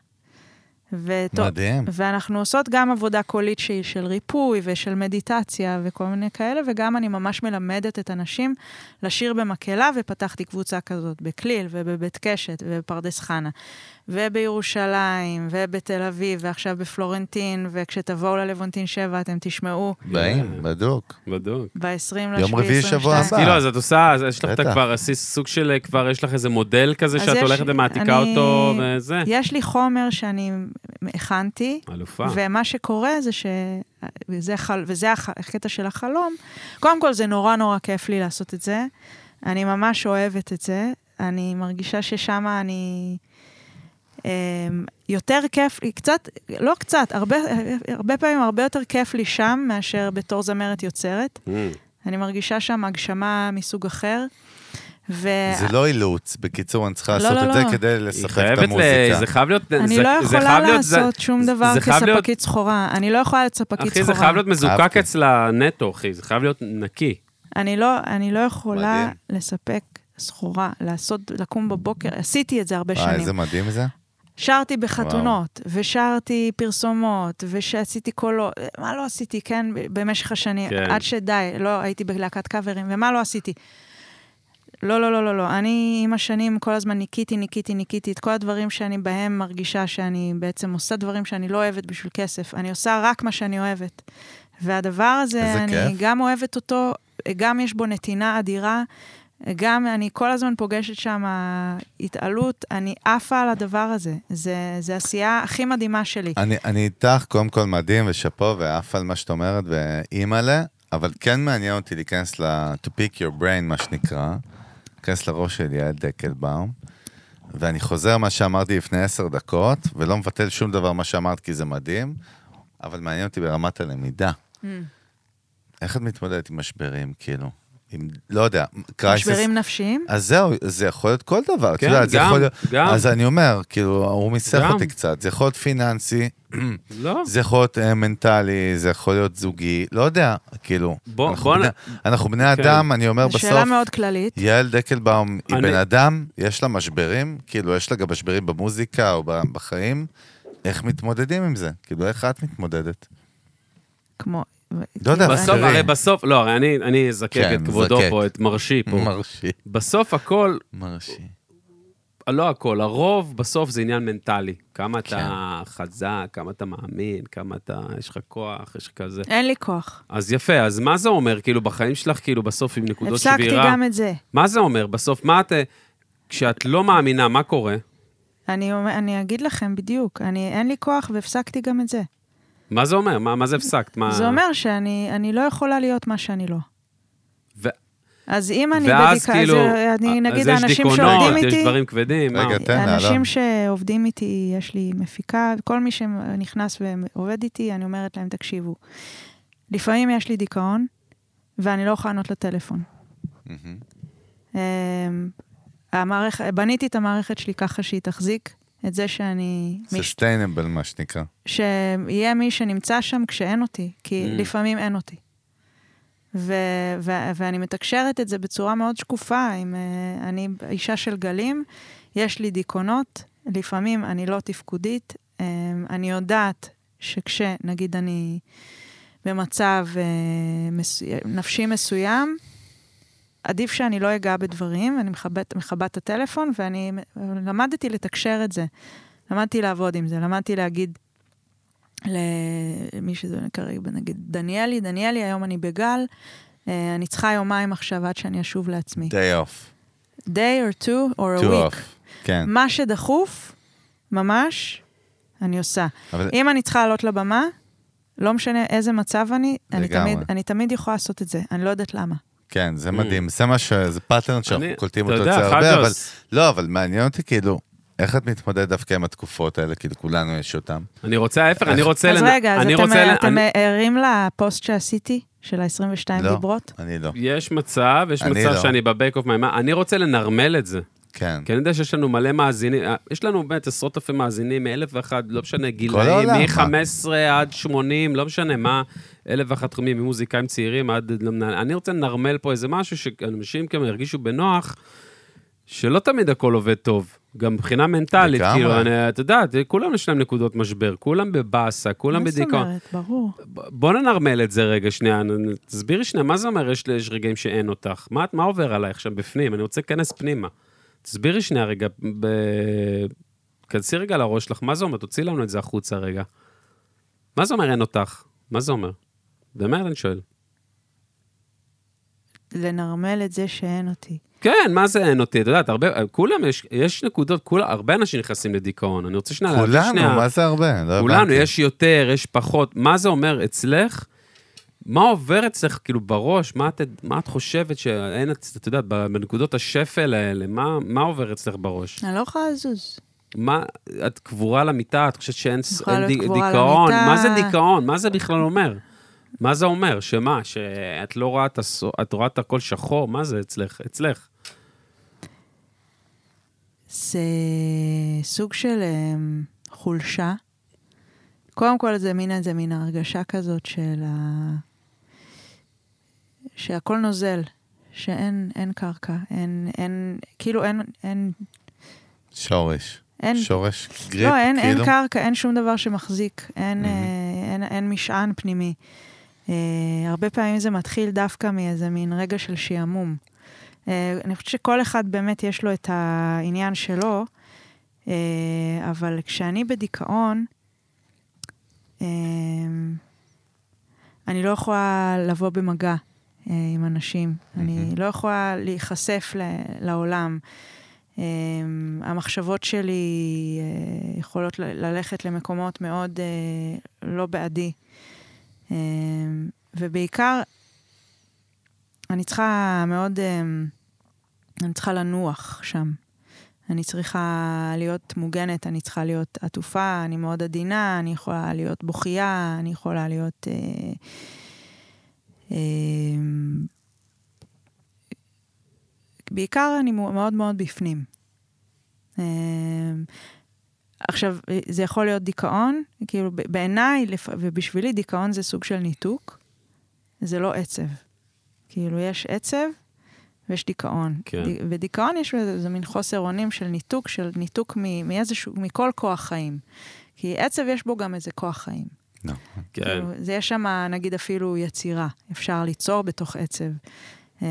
Speaker 1: וטוב,
Speaker 3: מדהים.
Speaker 1: ואנחנו עושות גם עבודה קולית שהיא של ריפוי ושל מדיטציה וכל מיני כאלה, וגם אני ממש מלמדת את הנשים לשיר במקהלה, ופתחתי קבוצה כזאת בכליל ובבית קשת ובפרדס חנה, ובירושלים ובתל אביב, ועכשיו בפלורנטין, וכשתבואו ללוונטין 7 אתם תשמעו
Speaker 3: באים, בדוק.
Speaker 2: אה, בדוק.
Speaker 1: ב-20
Speaker 3: יום רביעי שבוע הבא.
Speaker 2: כאילו, אז את עושה, אז יש לך את
Speaker 3: בטח.
Speaker 2: כבר, עשי- סוג של, אה, כבר יש לך איזה מודל כזה
Speaker 1: אז
Speaker 2: שאת
Speaker 1: יש-
Speaker 2: הולכת ומעתיקה
Speaker 1: אני-
Speaker 2: אותו וזה.
Speaker 1: יש לי חומר שאני הכנתי,
Speaker 2: אלופה.
Speaker 1: ומה שקורה זה ש... וזה, חל... וזה הח... הקטע של החלום. קודם כל, זה נורא נורא כיף לי לעשות את זה. אני ממש אוהבת את זה. אני מרגישה ששם אני... אמ, יותר כיף לי, קצת, לא קצת, הרבה, הרבה פעמים הרבה יותר כיף לי שם מאשר בתור זמרת יוצרת.
Speaker 2: אה,
Speaker 1: אני מרגישה שם הגשמה מסוג אחר. ו-
Speaker 3: זה לא אילוץ, בקיצור, אני צריכה
Speaker 1: אה, לא,
Speaker 3: לעשות
Speaker 1: לא,
Speaker 3: את זה
Speaker 1: לא.
Speaker 3: כדי
Speaker 2: היא
Speaker 3: לשחק את
Speaker 2: חייבת, ל- זה
Speaker 3: המוזיקה.
Speaker 2: חייב להיות...
Speaker 1: אני
Speaker 2: זה-
Speaker 1: לא
Speaker 2: זה
Speaker 1: יכולה
Speaker 2: חייב להיות- זה-
Speaker 1: לעשות שום
Speaker 2: זה-
Speaker 1: דבר
Speaker 2: זה חייב להיות-
Speaker 1: כספקית סחורה. אני לא יכולה להיות ספקית
Speaker 2: אחי,
Speaker 1: סחורה.
Speaker 2: זה חייב להיות מזוקק
Speaker 3: אהבתי.
Speaker 2: אצלה נטו, אחי, זה חייב להיות נקי.
Speaker 1: אני לא, אני לא יכולה
Speaker 3: מדהים.
Speaker 1: לספק סחורה, לעשות, לקום בבוקר, עשיתי את זה הרבה
Speaker 3: וואי,
Speaker 1: שנים.
Speaker 3: איזה מדהים זה.
Speaker 1: שרתי בחתונות, וואו. ושרתי פרסומות, ושעשיתי קולות, מה לא עשיתי, כן, במשך השנים,
Speaker 2: כן.
Speaker 1: כן. עד שדי, לא, הייתי בלהקת קאברים, ומה לא עשיתי? לא, לא, לא, לא, לא. אני עם השנים כל הזמן ניקיתי, ניקיתי, ניקיתי את כל הדברים שאני בהם מרגישה שאני בעצם עושה דברים שאני לא אוהבת בשביל כסף. אני עושה רק מה שאני אוהבת. והדבר הזה,
Speaker 3: איזה
Speaker 1: אני
Speaker 3: כיף.
Speaker 1: גם אוהבת אותו, גם יש בו נתינה אדירה, גם אני כל הזמן פוגשת שם התעלות, אני עפה על הדבר הזה. זה, זה עשייה הכי מדהימה שלי.
Speaker 3: אני, אני איתך, קודם כל מדהים ושאפו ואף על מה שאת אומרת ואימא'לה, אבל כן מעניין אותי להיכנס ל... to pick your brain, מה שנקרא, להיכנס לראש של יעל דקלבאום, ואני חוזר מה שאמרתי לפני עשר דקות, ולא מבטל שום דבר מה שאמרת כי זה מדהים, אבל מעניין אותי ברמת הלמידה. איך את מתמודדת עם משברים, כאילו? עם, לא יודע, קרייסס...
Speaker 1: משברים נפשיים?
Speaker 3: אז זהו, זה יכול להיות כל דבר. את
Speaker 2: כן,
Speaker 3: יודעת, זה
Speaker 2: גם,
Speaker 3: יכול להיות-
Speaker 2: גם.
Speaker 3: אז אני אומר, כאילו, הוא מיסח
Speaker 2: גם.
Speaker 3: אותי קצת. זה יכול להיות פיננסי,
Speaker 2: לא.
Speaker 3: זה יכול להיות אה, מנטלי, זה יכול להיות זוגי, לא יודע, כאילו.
Speaker 2: בוא-
Speaker 3: אנחנו
Speaker 2: בוא נ- אוקיי.
Speaker 3: בני- אנחנו בני אדם, אני אומר
Speaker 1: זו שאלה
Speaker 3: אה, בסוף,
Speaker 1: מאוד כללית.
Speaker 3: יעל דקלבאום היא
Speaker 2: אני-
Speaker 3: בן אדם, יש לה משברים, כאילו, יש לה גם משברים במוזיקה או ב- בחיים. איך מתמודדים עם זה? כאילו, איך את מתמודדת?
Speaker 1: כמו...
Speaker 3: לא יודע,
Speaker 1: כאילו,
Speaker 2: בסוף,
Speaker 3: אחרים.
Speaker 2: הרי בסוף, לא, הרי אני- אני אזקק
Speaker 3: כן,
Speaker 2: את כבודו
Speaker 3: זקק.
Speaker 2: פה, את מרשי פה.
Speaker 3: מרשי.
Speaker 2: בסוף הכל,
Speaker 3: מרשי.
Speaker 2: לא הכל, הרוב בסוף זה עניין מנטלי. כמה אתה
Speaker 3: כן.
Speaker 2: חזק, כמה אתה מאמין, כמה אתה, יש לך כוח, יש לך כזה.
Speaker 1: אין לי כוח.
Speaker 2: אז יפה, אז מה זה אומר, כאילו, בחיים שלך, כאילו, בסוף עם נקודות שבירה?
Speaker 1: הפסקתי גם את זה.
Speaker 2: מה זה אומר? בסוף, מה את... כשאת לא מאמינה, מה קורה?
Speaker 1: אני, אומר- אני אגיד לכם בדיוק, אני, אין לי כוח והפסקתי גם את זה.
Speaker 2: מה זה אומר? מה, מה זה הפסקת? מה...
Speaker 1: זה אומר שאני אני לא יכולה להיות מה שאני לא.
Speaker 2: ו...
Speaker 1: אז אם אני
Speaker 2: ואז
Speaker 1: בדיכא-
Speaker 2: כאילו...
Speaker 1: אז אני נגיד
Speaker 2: אז יש
Speaker 1: האנשים
Speaker 2: דיכאונות,
Speaker 1: שעובדים איתי...
Speaker 2: יש דברים כבדים.
Speaker 3: רגע,
Speaker 2: מה?
Speaker 3: תן לה, לא?
Speaker 1: אוקיי. אנשים שעובדים איתי, יש לי מפיקה, כל מי שנכנס ועובד איתי, אני אומרת להם, תקשיבו, לפעמים יש לי דיכאון, ואני לא יכולה לענות לטלפון.
Speaker 3: מהמם.
Speaker 1: אמ, המערכ- בניתי את המערכת שלי ככה שהיא תחזיק את זה שאני... מש-
Speaker 3: Sustainable, מה שנקרא.
Speaker 1: שיהיה מי שנמצא שם כשאין אותי, כי
Speaker 2: Mm.
Speaker 1: mm. לפעמים אין אותי. ו- ו- ואני מתקשרת את זה בצורה מאוד שקופה, אם uh, אני אישה של גלים, יש לי דיכאונות, לפעמים אני לא תפקודית, um, אני יודעת שכשנגיד אני במצב uh, מסו- נפשי מסוים, עדיף שאני לא אגע בדברים, אני מכבת- מכבה את הטלפון, ואני למדתי לתקשר את זה. למדתי לעבוד עם זה, למדתי להגיד למי שזה כרגע, נגיד, דניאלי, דניאלי, היום אני בגל, אה, אני צריכה יומיים עכשיו עד שאני אשוב לעצמי.
Speaker 3: Day off.
Speaker 1: day or two or a
Speaker 3: Two
Speaker 1: week.
Speaker 3: off. כן.
Speaker 1: מה שדחוף, ממש, אני עושה.
Speaker 3: אבל-
Speaker 1: אם אני צריכה לעלות לבמה, לא משנה איזה מצב אני, אני
Speaker 3: לגמרי.
Speaker 1: תמיד, אני תמיד יכולה לעשות את זה, אני לא יודעת למה.
Speaker 3: כן, זה מדהים, זה מה ש... זה פאטרן שאנחנו
Speaker 2: Mm. אני-
Speaker 3: קולטים
Speaker 2: אתה
Speaker 3: אותו
Speaker 2: יודע,
Speaker 3: אצל הרבה, אבל...
Speaker 2: חג'וס.
Speaker 3: לא, אבל מעניין אותי, כאילו, איך את מתמודדת דווקא עם התקופות האלה, כאילו, כולנו יש אותם.
Speaker 2: אני רוצה, ההפך, אני רוצה...
Speaker 1: אז
Speaker 2: לנ-
Speaker 1: רגע, אז
Speaker 2: אני
Speaker 1: אתם,
Speaker 2: רוצה לנ-
Speaker 1: אתם
Speaker 2: אני-
Speaker 1: ערים לפוסט שעשיתי, של ה-22
Speaker 3: לא,
Speaker 1: דיברות?
Speaker 3: אני לא.
Speaker 2: יש מצב, יש
Speaker 3: אני
Speaker 2: מצב
Speaker 3: לא.
Speaker 2: שאני בבייק אוף מיימה, אני רוצה לנרמל את זה.
Speaker 3: כן.
Speaker 2: כי אני יודע שיש לנו מלא מאזינים, אה, יש לנו באמת עשרות אלפי מאזינים, מאלף ואחד, לא משנה, גילאים,
Speaker 3: העולם,
Speaker 2: מ-15 עד 80, לא משנה מה, אלף ואחת תחומים, ממוזיקאים צעירים עד... לא אני רוצה לנרמל פה איזה משהו שאנשים כאילו ירגישו בנוח, שלא תמיד הכל עובד טוב, גם מבחינה מנטלית,
Speaker 3: לגמרי.
Speaker 2: כאילו, אני- אתה יודע, כולם יש להם נקודות משבר, כולם בבאסה, כולם
Speaker 1: מה זאת
Speaker 2: בדיכאון.
Speaker 1: אומרת? ברור.
Speaker 2: ב- בוא ננרמל את זה רגע שנייה, נ- נ- תסבירי שנייה, מה זה אומר יש, יש רגעים שאין אותך? מה, מה עובר עלייך שם בפנים? אני רוצה להיכנס פנימה. תסבירי שנייה רגע, ב... כנסי רגע לראש שלך, מה זה אומר? תוציאי לנו את זה החוצה רגע. מה זה אומר אין אותך? מה זה אומר? באמת אני שואל.
Speaker 1: לנרמל את זה שאין אותי.
Speaker 2: כן, מה זה אין אותי? את יודעת, הרבה, כולם, יש, יש נקודות, כולם, הרבה אנשים נכנסים לדיכאון. אני רוצה שנייה להבין
Speaker 3: כולנו,
Speaker 2: שנייה.
Speaker 3: מה זה הרבה? לא
Speaker 2: כולנו,
Speaker 3: הבנתי.
Speaker 2: יש יותר, יש פחות. מה זה אומר אצלך? מה עובר אצלך, כאילו, בראש? מה את, מה את חושבת שאין, את את יודעת, בנקודות השפל האלה, מה, מה עובר אצלך בראש?
Speaker 1: אני לא יכולה לזוז.
Speaker 2: מה, את קבורה למיטה, את חושבת שאין ס-
Speaker 1: יכולה
Speaker 2: אין
Speaker 1: להיות
Speaker 2: די-
Speaker 1: קבורה
Speaker 2: דיכאון?
Speaker 1: למיטה.
Speaker 2: מה זה דיכאון? מה זה בכלל אומר? מה זה אומר? שמה, שאת לא רואה את הסו- את רואה את הכל שחור? מה זה אצלך? אצלך.
Speaker 1: זה סוג של אמ, חולשה. קודם כל זה מין איזה מין הרגשה כזאת של ה... שהכל נוזל, שאין אין קרקע, אין, אין, כאילו אין, אין,
Speaker 3: שורש.
Speaker 1: אין,
Speaker 3: שורש גריפ, כאילו.
Speaker 1: לא, אין, אין קרקע, אין שום דבר שמחזיק, אין, אה, אין, אין משען פנימי. אה, הרבה פעמים זה מתחיל דווקא מאיזה מין רגע של שעמום. אה, אני חושבת שכל אחד באמת יש לו את העניין שלו, אה, אבל כשאני בדיכאון, אה, אני לא יכולה לבוא במגע אה, עם אנשים, אני לא יכולה להיחשף ל- לעולם. אה, המחשבות שלי אה, יכולות ל- ללכת למקומות מאוד אה, לא בעדי. אה, ובעיקר, אני צריכה מאוד, אה, אני צריכה לנוח שם. אני צריכה להיות מוגנת, אני צריכה להיות עטופה, אני מאוד עדינה, אני יכולה להיות בוכייה, אני יכולה להיות... אה, אה, בעיקר אני מו- מאוד מאוד בפנים. אמ, עכשיו, אה, זה יכול להיות דיכאון, כאילו ב- בעיניי לפ- ובשבילי דיכאון זה סוג של ניתוק, זה לא עצב. כאילו, יש עצב ויש דיכאון.
Speaker 2: כן.
Speaker 1: ד- ודיכאון יש בזה זה מין חוסר אונים של ניתוק, של ניתוק מ- מאיזשהו, מכל כוח חיים. כי עצב יש בו גם איזה כוח חיים.
Speaker 3: לא,
Speaker 2: כן.
Speaker 1: כאילו, זה יש שם, נגיד, אפילו יצירה. אפשר ליצור בתוך עצב. אה,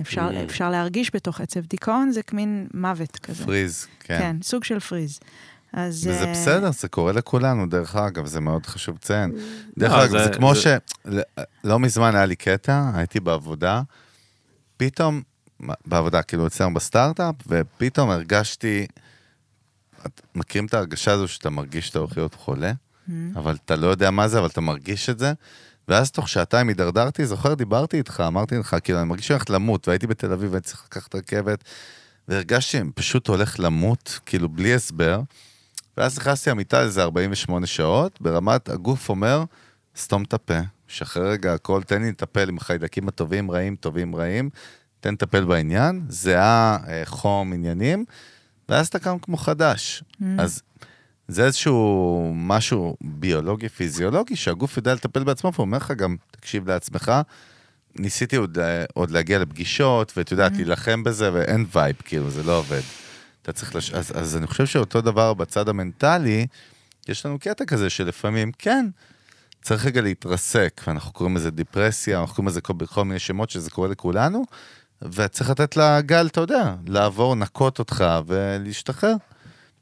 Speaker 1: אפשר,
Speaker 2: Mm.
Speaker 1: אפשר להרגיש בתוך עצב. דיכאון זה מין מוות כזה.
Speaker 3: פריז,
Speaker 1: כן.
Speaker 3: כן.
Speaker 1: סוג של פריז. אז...
Speaker 3: וזה
Speaker 1: אה,
Speaker 3: בסדר, זה קורה לכולנו, דרך אגב, זה מאוד חשוב לציין. דרך
Speaker 1: Mm.
Speaker 2: לא,
Speaker 3: אגב,
Speaker 2: זה-
Speaker 3: זה כמו
Speaker 2: זה-
Speaker 3: ש... לא- לא מזמן היה לי קטע, הייתי בעבודה, פתאום, בעבודה, כאילו אצלנו בסטארט-אפ, ופתאום הרגשתי... את- מכירים את ההרגשה הזו שאתה מרגיש שאתה הולך להיות חולה?
Speaker 1: Mm.
Speaker 3: אבל אתה לא יודע מה זה, אבל אתה מרגיש את זה. ואז תוך שעתיים הידרדרתי, זוכר, דיברתי איתך, אמרתי לך, כאילו, אני מרגיש שאני הולך למות, והייתי בתל אביב, והייתי צריך לקחת רכבת, והרגשתי שאני פשוט הולך למות, כאילו, בלי הסבר. ואז נכנסתי למיטה איזה 48 שעות, ברמת הגוף אומר, סתום את הפה, שחרר רגע הכל, תן לי לטפל עם החיידקים הטובים, רעים, טובים, רעים, תן לטפל בעניין, זהה, אה, חום, עניינים, ואז אתה קם כמו חדש. אז זה איזשהו משהו ביולוגי, פיזיולוגי, שהגוף יודע לטפל בעצמו, והוא אומר לך גם, תקשיב לעצמך. ניסיתי עוד, אה, עוד להגיע לפגישות, ואת יודעת, להילחם בזה, ואין וייב, כאילו, זה לא עובד. אתה צריך לש... אז, אז אני חושב שאותו דבר בצד המנטלי, יש לנו קטע כזה שלפעמים, כן, צריך רגע להתרסק, ואנחנו קוראים לזה דיפרסיה, אנחנו קוראים לזה כל- בכל מיני שמות שזה קורה לכולנו, וצריך לתת לגל, אתה יודע, לעבור, נקות אותך ולהשתחרר.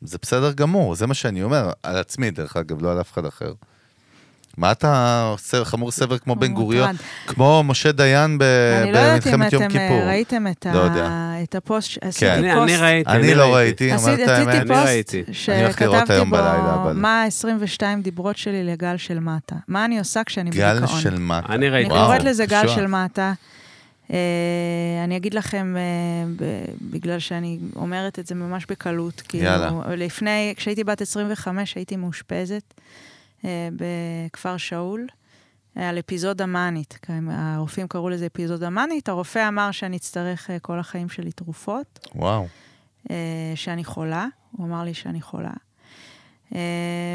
Speaker 3: זה בסדר גמור, זה מה שאני אומר, על עצמי, דרך אגב, לא על אף אחד אחר. מה אתה עושה חמור סבר כמו
Speaker 1: הוא
Speaker 3: בן גוריון?
Speaker 1: מוטרד.
Speaker 3: כמו משה דיין ב-
Speaker 1: לא אני לא יודעת אם
Speaker 3: אה, במלחמת יום
Speaker 1: אתם
Speaker 3: כיפור.
Speaker 1: אה, ראיתם את
Speaker 3: לא יודע. כן.
Speaker 1: ה- את הפוסט, ש- עשיתי
Speaker 2: אני אני
Speaker 1: פוסט
Speaker 2: ראיתי,
Speaker 3: אני לא ראיתי,
Speaker 1: עשית-
Speaker 3: אמרת את
Speaker 1: עשיתי
Speaker 3: האמת.
Speaker 2: אני ראיתי.
Speaker 1: פוסט
Speaker 3: אני הולך לראות
Speaker 1: שכתבתי
Speaker 3: היום
Speaker 1: בו
Speaker 3: בלילה, אבל-
Speaker 1: מה ה-22 דיברות שלי לגל של מטה. מה אני עושה כשאני בדיכאון.
Speaker 3: גל של מטה.
Speaker 2: אני ראיתי.
Speaker 1: אני
Speaker 3: וואו,
Speaker 1: קוראת לזה גל
Speaker 3: קשוח.
Speaker 1: של מטה. אה, אני אגיד לכם, אה, ב- בגלל שאני אומרת את זה ממש בקלות,
Speaker 3: יאללה.
Speaker 1: כאילו, לפני, כשהייתי בת 25 הייתי מאושפזת אה, בכפר שאול. אה, על אפיזודה מאנית, כי הם- הרופאים קראו לזה אפיזודה מאנית, הרופא אמר שאני אצטרך אה, כל החיים שלי תרופות,
Speaker 3: וואו.
Speaker 1: אה, שאני חולה, הוא אמר לי שאני חולה. אה,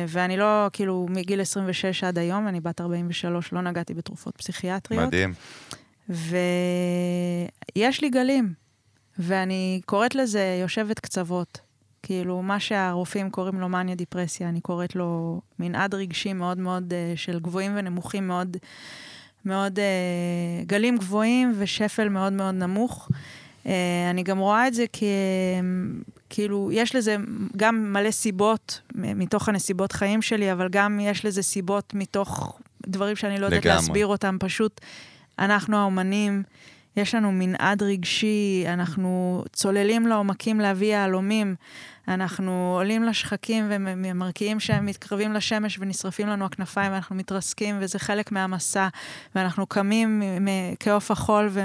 Speaker 1: ואני לא, כאילו, מגיל 26 עד היום, אני בת 43, לא נגעתי בתרופות פסיכיאטריות.
Speaker 3: מדהים.
Speaker 1: ויש לי גלים, ואני קוראת לזה יושבת קצוות. כאילו, מה שהרופאים קוראים לו מניה דיפרסיה, אני קוראת לו מנעד רגשי מאוד מאוד, uh, של גבוהים ונמוכים מאוד, מאוד uh, גלים גבוהים ושפל מאוד מאוד נמוך. Uh, אני גם רואה את זה כ... כאילו, יש לזה גם מלא סיבות מ- מתוך הנסיבות חיים שלי, אבל גם יש לזה סיבות מתוך דברים שאני לא יודעת
Speaker 3: לגמרי.
Speaker 1: להסביר אותם. פשוט אנחנו האומנים, יש לנו מנעד רגשי, אנחנו צוללים לעומקים להביא יהלומים, אנחנו עולים לשחקים ומרקיעים שהם מתקרבים לשמש ונשרפים לנו הכנפיים ואנחנו מתרסקים, וזה חלק מהמסע, ואנחנו קמים מ- מ- כעוף החול ו-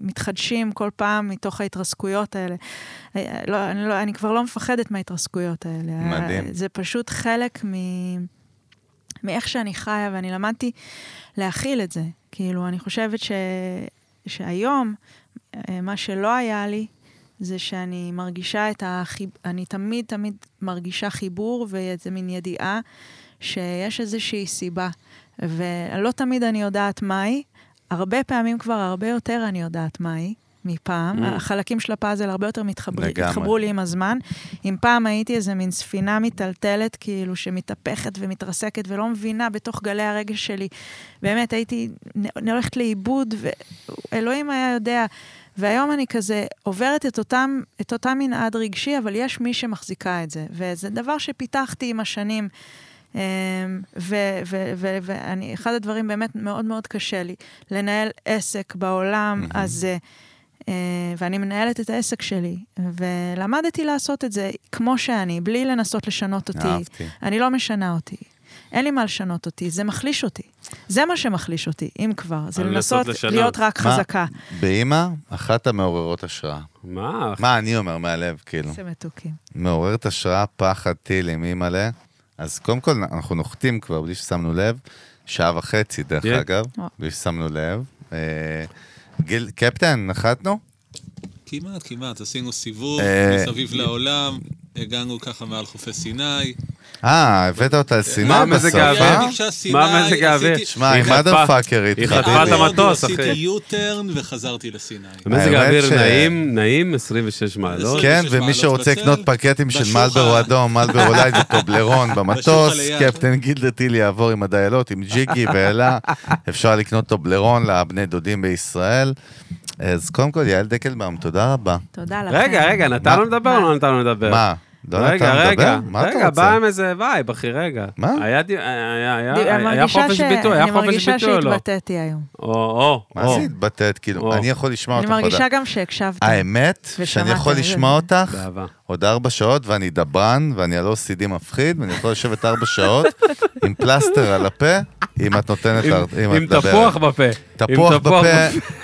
Speaker 1: ומתחדשים כל פעם מתוך ההתרסקויות האלה. אה, לא, אני, לא, אני כבר לא מפחדת מההתרסקויות האלה. אה,
Speaker 3: מדהים.
Speaker 1: זה פשוט חלק מ... מאיך שאני חיה, ואני למדתי להכיל את זה. כאילו, אני חושבת ש... שהיום, אה, מה שלא היה לי, זה שאני מרגישה את החיב... אני תמיד תמיד מרגישה חיבור ואיזה מין ידיעה שיש איזושהי סיבה. ולא תמיד אני יודעת מהי, הרבה פעמים כבר הרבה יותר אני יודעת מהי. מפעם,
Speaker 2: Mm.
Speaker 1: החלקים של הפאזל הרבה יותר מתחברי,
Speaker 3: לגמרי.
Speaker 1: התחברו לי עם הזמן. אם פעם הייתי איזה מין ספינה מיטלטלת, כאילו, שמתהפכת ומתרסקת ולא מבינה בתוך גלי הרגש שלי, באמת הייתי נ- הולכת לאיבוד, ואלוהים היה יודע. והיום אני כזה עוברת את אותם, את אותם מנעד רגשי, אבל יש מי שמחזיקה את זה. וזה דבר שפיתחתי עם השנים. אמ, ו- ו- ו- ואני, אחד הדברים באמת מאוד מאוד קשה לי, לנהל עסק בעולם
Speaker 3: מהמם.
Speaker 1: הזה, אה, ואני מנהלת את העסק שלי, ולמדתי לעשות את זה כמו שאני, בלי לנסות לשנות אותי.
Speaker 3: אהבתי.
Speaker 1: אני לא משנה אותי. אין לי מה לשנות אותי, זה מחליש אותי. זה מה שמחליש אותי, אם כבר. זה
Speaker 2: אבל
Speaker 1: לנסות
Speaker 2: לנסות לשנות.
Speaker 1: להיות רק
Speaker 3: מה?
Speaker 1: חזקה.
Speaker 3: באימא, אחת המעוררות השראה.
Speaker 2: מה?
Speaker 3: מה אני אומר מהלב, כאילו?
Speaker 1: זה כן. מתוקים.
Speaker 3: מעוררת השראה, פחד, טילים, אימא'לה. אז קודם כל, אנחנו נוחתים כבר, בלי ששמנו לב. שעה וחצי, דרך
Speaker 2: כן.
Speaker 3: אגב,
Speaker 1: וואו.
Speaker 3: בלי ששמנו לב. אה, גיל, קפטן, נחתנו?
Speaker 4: כמעט, כמעט, עשינו סיבוב
Speaker 3: אה,
Speaker 4: מסביב לעולם, הגענו ככה מעל חופי סיני.
Speaker 3: אה, הבאת אותה על סיני
Speaker 2: כן. מה
Speaker 3: בסוף,
Speaker 2: מזג
Speaker 3: אה?
Speaker 2: האוויר?
Speaker 4: היא ביקשה סיני,
Speaker 2: מה מזג האוויר?
Speaker 4: עשיתי-
Speaker 3: שמע, היא
Speaker 2: היא חטפה-
Speaker 3: motherfucker איתך,
Speaker 2: היא חטפה את
Speaker 3: ביבי.
Speaker 2: המטוס. אחי.
Speaker 4: עשיתי יוטרן וחזרתי לסיני.
Speaker 2: מזג
Speaker 3: האמת
Speaker 2: האוויר
Speaker 3: ש-
Speaker 2: נעים, נעים, 26 מעלות.
Speaker 3: כן,
Speaker 4: שש
Speaker 3: ומי
Speaker 4: מעלות
Speaker 3: שרוצה
Speaker 4: בצל,
Speaker 3: לקנות פקטים של
Speaker 4: בשוחה.
Speaker 3: מלברו אדום, מלברו לייט וטובלרון במטוס, כן,
Speaker 4: בשוחה ליד.
Speaker 3: קפטן גילדטיל יעבור עם הדיילות, עם ג'יקי ואלה, אפשר לקנות טובלרון לבני דודים בישראל. אז קודם כל, יעל דקלבאום, תודה רבה.
Speaker 1: תודה לכם.
Speaker 2: רגע, רגע, נתן לו לדבר או לא נתן לו לדבר?
Speaker 3: מה? לא
Speaker 2: רגע,
Speaker 3: נתן לדבר?
Speaker 2: רגע,
Speaker 3: מה אתה
Speaker 2: רגע, בא
Speaker 3: רוצה?
Speaker 2: עם איזה וייב, אחי, רגע.
Speaker 3: מה?
Speaker 2: היה די- היה- היה-
Speaker 1: אני
Speaker 2: היה
Speaker 1: מרגישה
Speaker 2: חופש
Speaker 1: ש-
Speaker 2: ביטוי, היה
Speaker 1: אני
Speaker 2: חופש
Speaker 1: מרגישה
Speaker 2: ביטוי או לא?
Speaker 1: שהתבטאתי היום.
Speaker 2: או, או,
Speaker 3: מה
Speaker 2: או.
Speaker 3: זה התבטאת? כאילו,
Speaker 2: או.
Speaker 3: אני יכול לשמוע
Speaker 1: אני
Speaker 3: אותך עוד...
Speaker 1: מרגישה גם שהקשבתי.
Speaker 3: האמת, שאני
Speaker 1: ושמעתי,
Speaker 3: יכול
Speaker 1: זה-
Speaker 3: לשמוע אותך
Speaker 2: באהבה.
Speaker 3: עוד ארבע שעות, ואני דברן, ואני על OCD מפחיד, ואני יכול לשבת ארבע שעות עם פלסטר על הפה, אם את נותנת...
Speaker 2: עם-
Speaker 3: לה- אם את
Speaker 2: עם
Speaker 3: מדברת.
Speaker 2: תפוח בפה. עם
Speaker 3: תפוח בפה,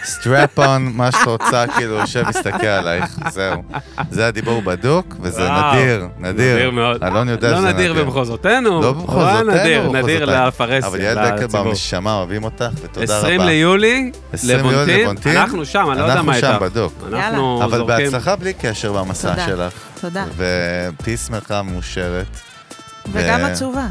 Speaker 3: סטראפ און, מה שאת רוצה, כאילו, יושב, מסתכל עלייך, זהו. זה הדיבור בדוק, וזה
Speaker 2: וואו.
Speaker 3: נדיר, נדיר.
Speaker 2: נדיר מאוד.
Speaker 3: אלון יודע שזה
Speaker 2: לא
Speaker 3: נדיר.
Speaker 2: נדיר במחוזותינו.
Speaker 3: לא
Speaker 2: אבל
Speaker 3: במחוזותינו,
Speaker 2: נדיר,
Speaker 3: במחוזותינו.
Speaker 2: נדיר לפרהסיה,
Speaker 3: אבל יעל דקלבאום,
Speaker 2: לציבור.
Speaker 3: נשמה, אוהבים אותך, ותודה רבה.
Speaker 2: 20 ליולי,
Speaker 3: 20 ליולי, לבונטין.
Speaker 2: לבונטין. אנחנו שם, אני לא יודע
Speaker 3: אנחנו
Speaker 2: מה
Speaker 3: שם,
Speaker 2: הייתה.
Speaker 3: בדוק.
Speaker 2: אנחנו זורקים.
Speaker 3: אבל בהצלחה בלי קשר במסע
Speaker 1: תודה.
Speaker 3: שלך.
Speaker 1: תודה.
Speaker 3: ותהיי שמחה, מאושרת.
Speaker 1: אה. וגם
Speaker 3: ו-
Speaker 1: עצובה.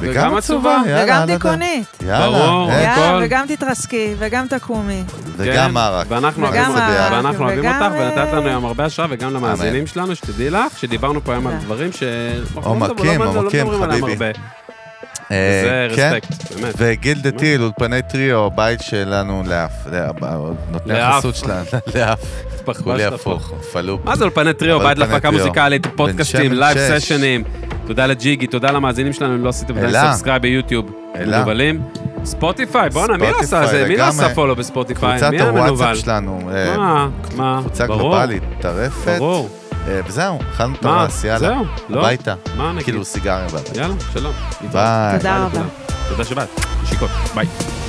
Speaker 2: וגם עצובה,
Speaker 3: יאללה,
Speaker 1: וגם
Speaker 3: על הדרך.
Speaker 1: דיכאונית.
Speaker 2: ברור.
Speaker 3: יאללה, אה,
Speaker 1: יאללה,
Speaker 2: הכל.
Speaker 1: וגם תתרסקי, וגם תקומי.
Speaker 2: כן,
Speaker 3: וגם ערק.
Speaker 2: ואנחנו
Speaker 1: וגם
Speaker 2: אוהבים אותך,
Speaker 1: ערק,
Speaker 2: ואנחנו אוהבים
Speaker 1: וגם,
Speaker 2: אותך, ונתת לנו
Speaker 1: אה,
Speaker 2: היום הרבה השראה, וגם
Speaker 3: אמן.
Speaker 2: למאזינים שלנו, שתדעי לך, שדיברנו פה היום על
Speaker 1: תודה.
Speaker 2: דברים ש... אנחנו לא מדברים-
Speaker 3: עומקים,
Speaker 2: לא מדברים
Speaker 3: עומקים,
Speaker 2: עליהם
Speaker 3: חביבי.
Speaker 2: הרבה.
Speaker 3: אה,
Speaker 2: זה
Speaker 3: כן.
Speaker 2: רספקט, באמת.
Speaker 3: וגיל דה טיל, אולפני טריו, בית שלנו לאף, לאף, נותני
Speaker 2: לאף.
Speaker 3: החסות שלנו, לאף,
Speaker 2: התפחבשת
Speaker 3: כולי
Speaker 2: פה.
Speaker 3: הפוך, פלופ.
Speaker 2: מה זה אולפני טריו,
Speaker 3: אבל
Speaker 2: בעד
Speaker 3: אולפני
Speaker 2: להפקה
Speaker 3: טריו.
Speaker 2: מוזיקלית,
Speaker 3: בן
Speaker 2: פודקאסטים,
Speaker 3: שמן
Speaker 2: לייב
Speaker 3: שש.
Speaker 2: סשנים. תודה לג'יגי, תודה למאזינים שלנו, אם לא עשיתם עדיין
Speaker 3: אלה.
Speaker 2: סאבסקרייב ביוטיוב.
Speaker 3: אלה.
Speaker 2: מנוולים. ספוטיפיי, בואנה, מי לא עשה
Speaker 3: ספוטיפיי
Speaker 2: זה? מי לא
Speaker 3: לגמרי.
Speaker 2: עשה פולו בספוטיפיי?
Speaker 3: קבוצת
Speaker 2: מי המנוול?
Speaker 3: הוואטסאפ שלנו, אה,
Speaker 2: מה? מה?
Speaker 3: קבוצה
Speaker 2: ברור,
Speaker 3: גלובלית, טרפת,
Speaker 2: ברור.
Speaker 3: אה, וזהו, אכלנו את
Speaker 2: מה?
Speaker 3: הרס, יאללה,
Speaker 2: זהו, לא?
Speaker 3: הביתה,
Speaker 2: מה נגיד?
Speaker 3: כאילו סיגריה בבית,
Speaker 2: יאללה, שלום.
Speaker 1: תודה
Speaker 3: ביי.
Speaker 2: ביי
Speaker 1: רבה.
Speaker 2: לכולם. תודה שבאת. נשיקות. ביי.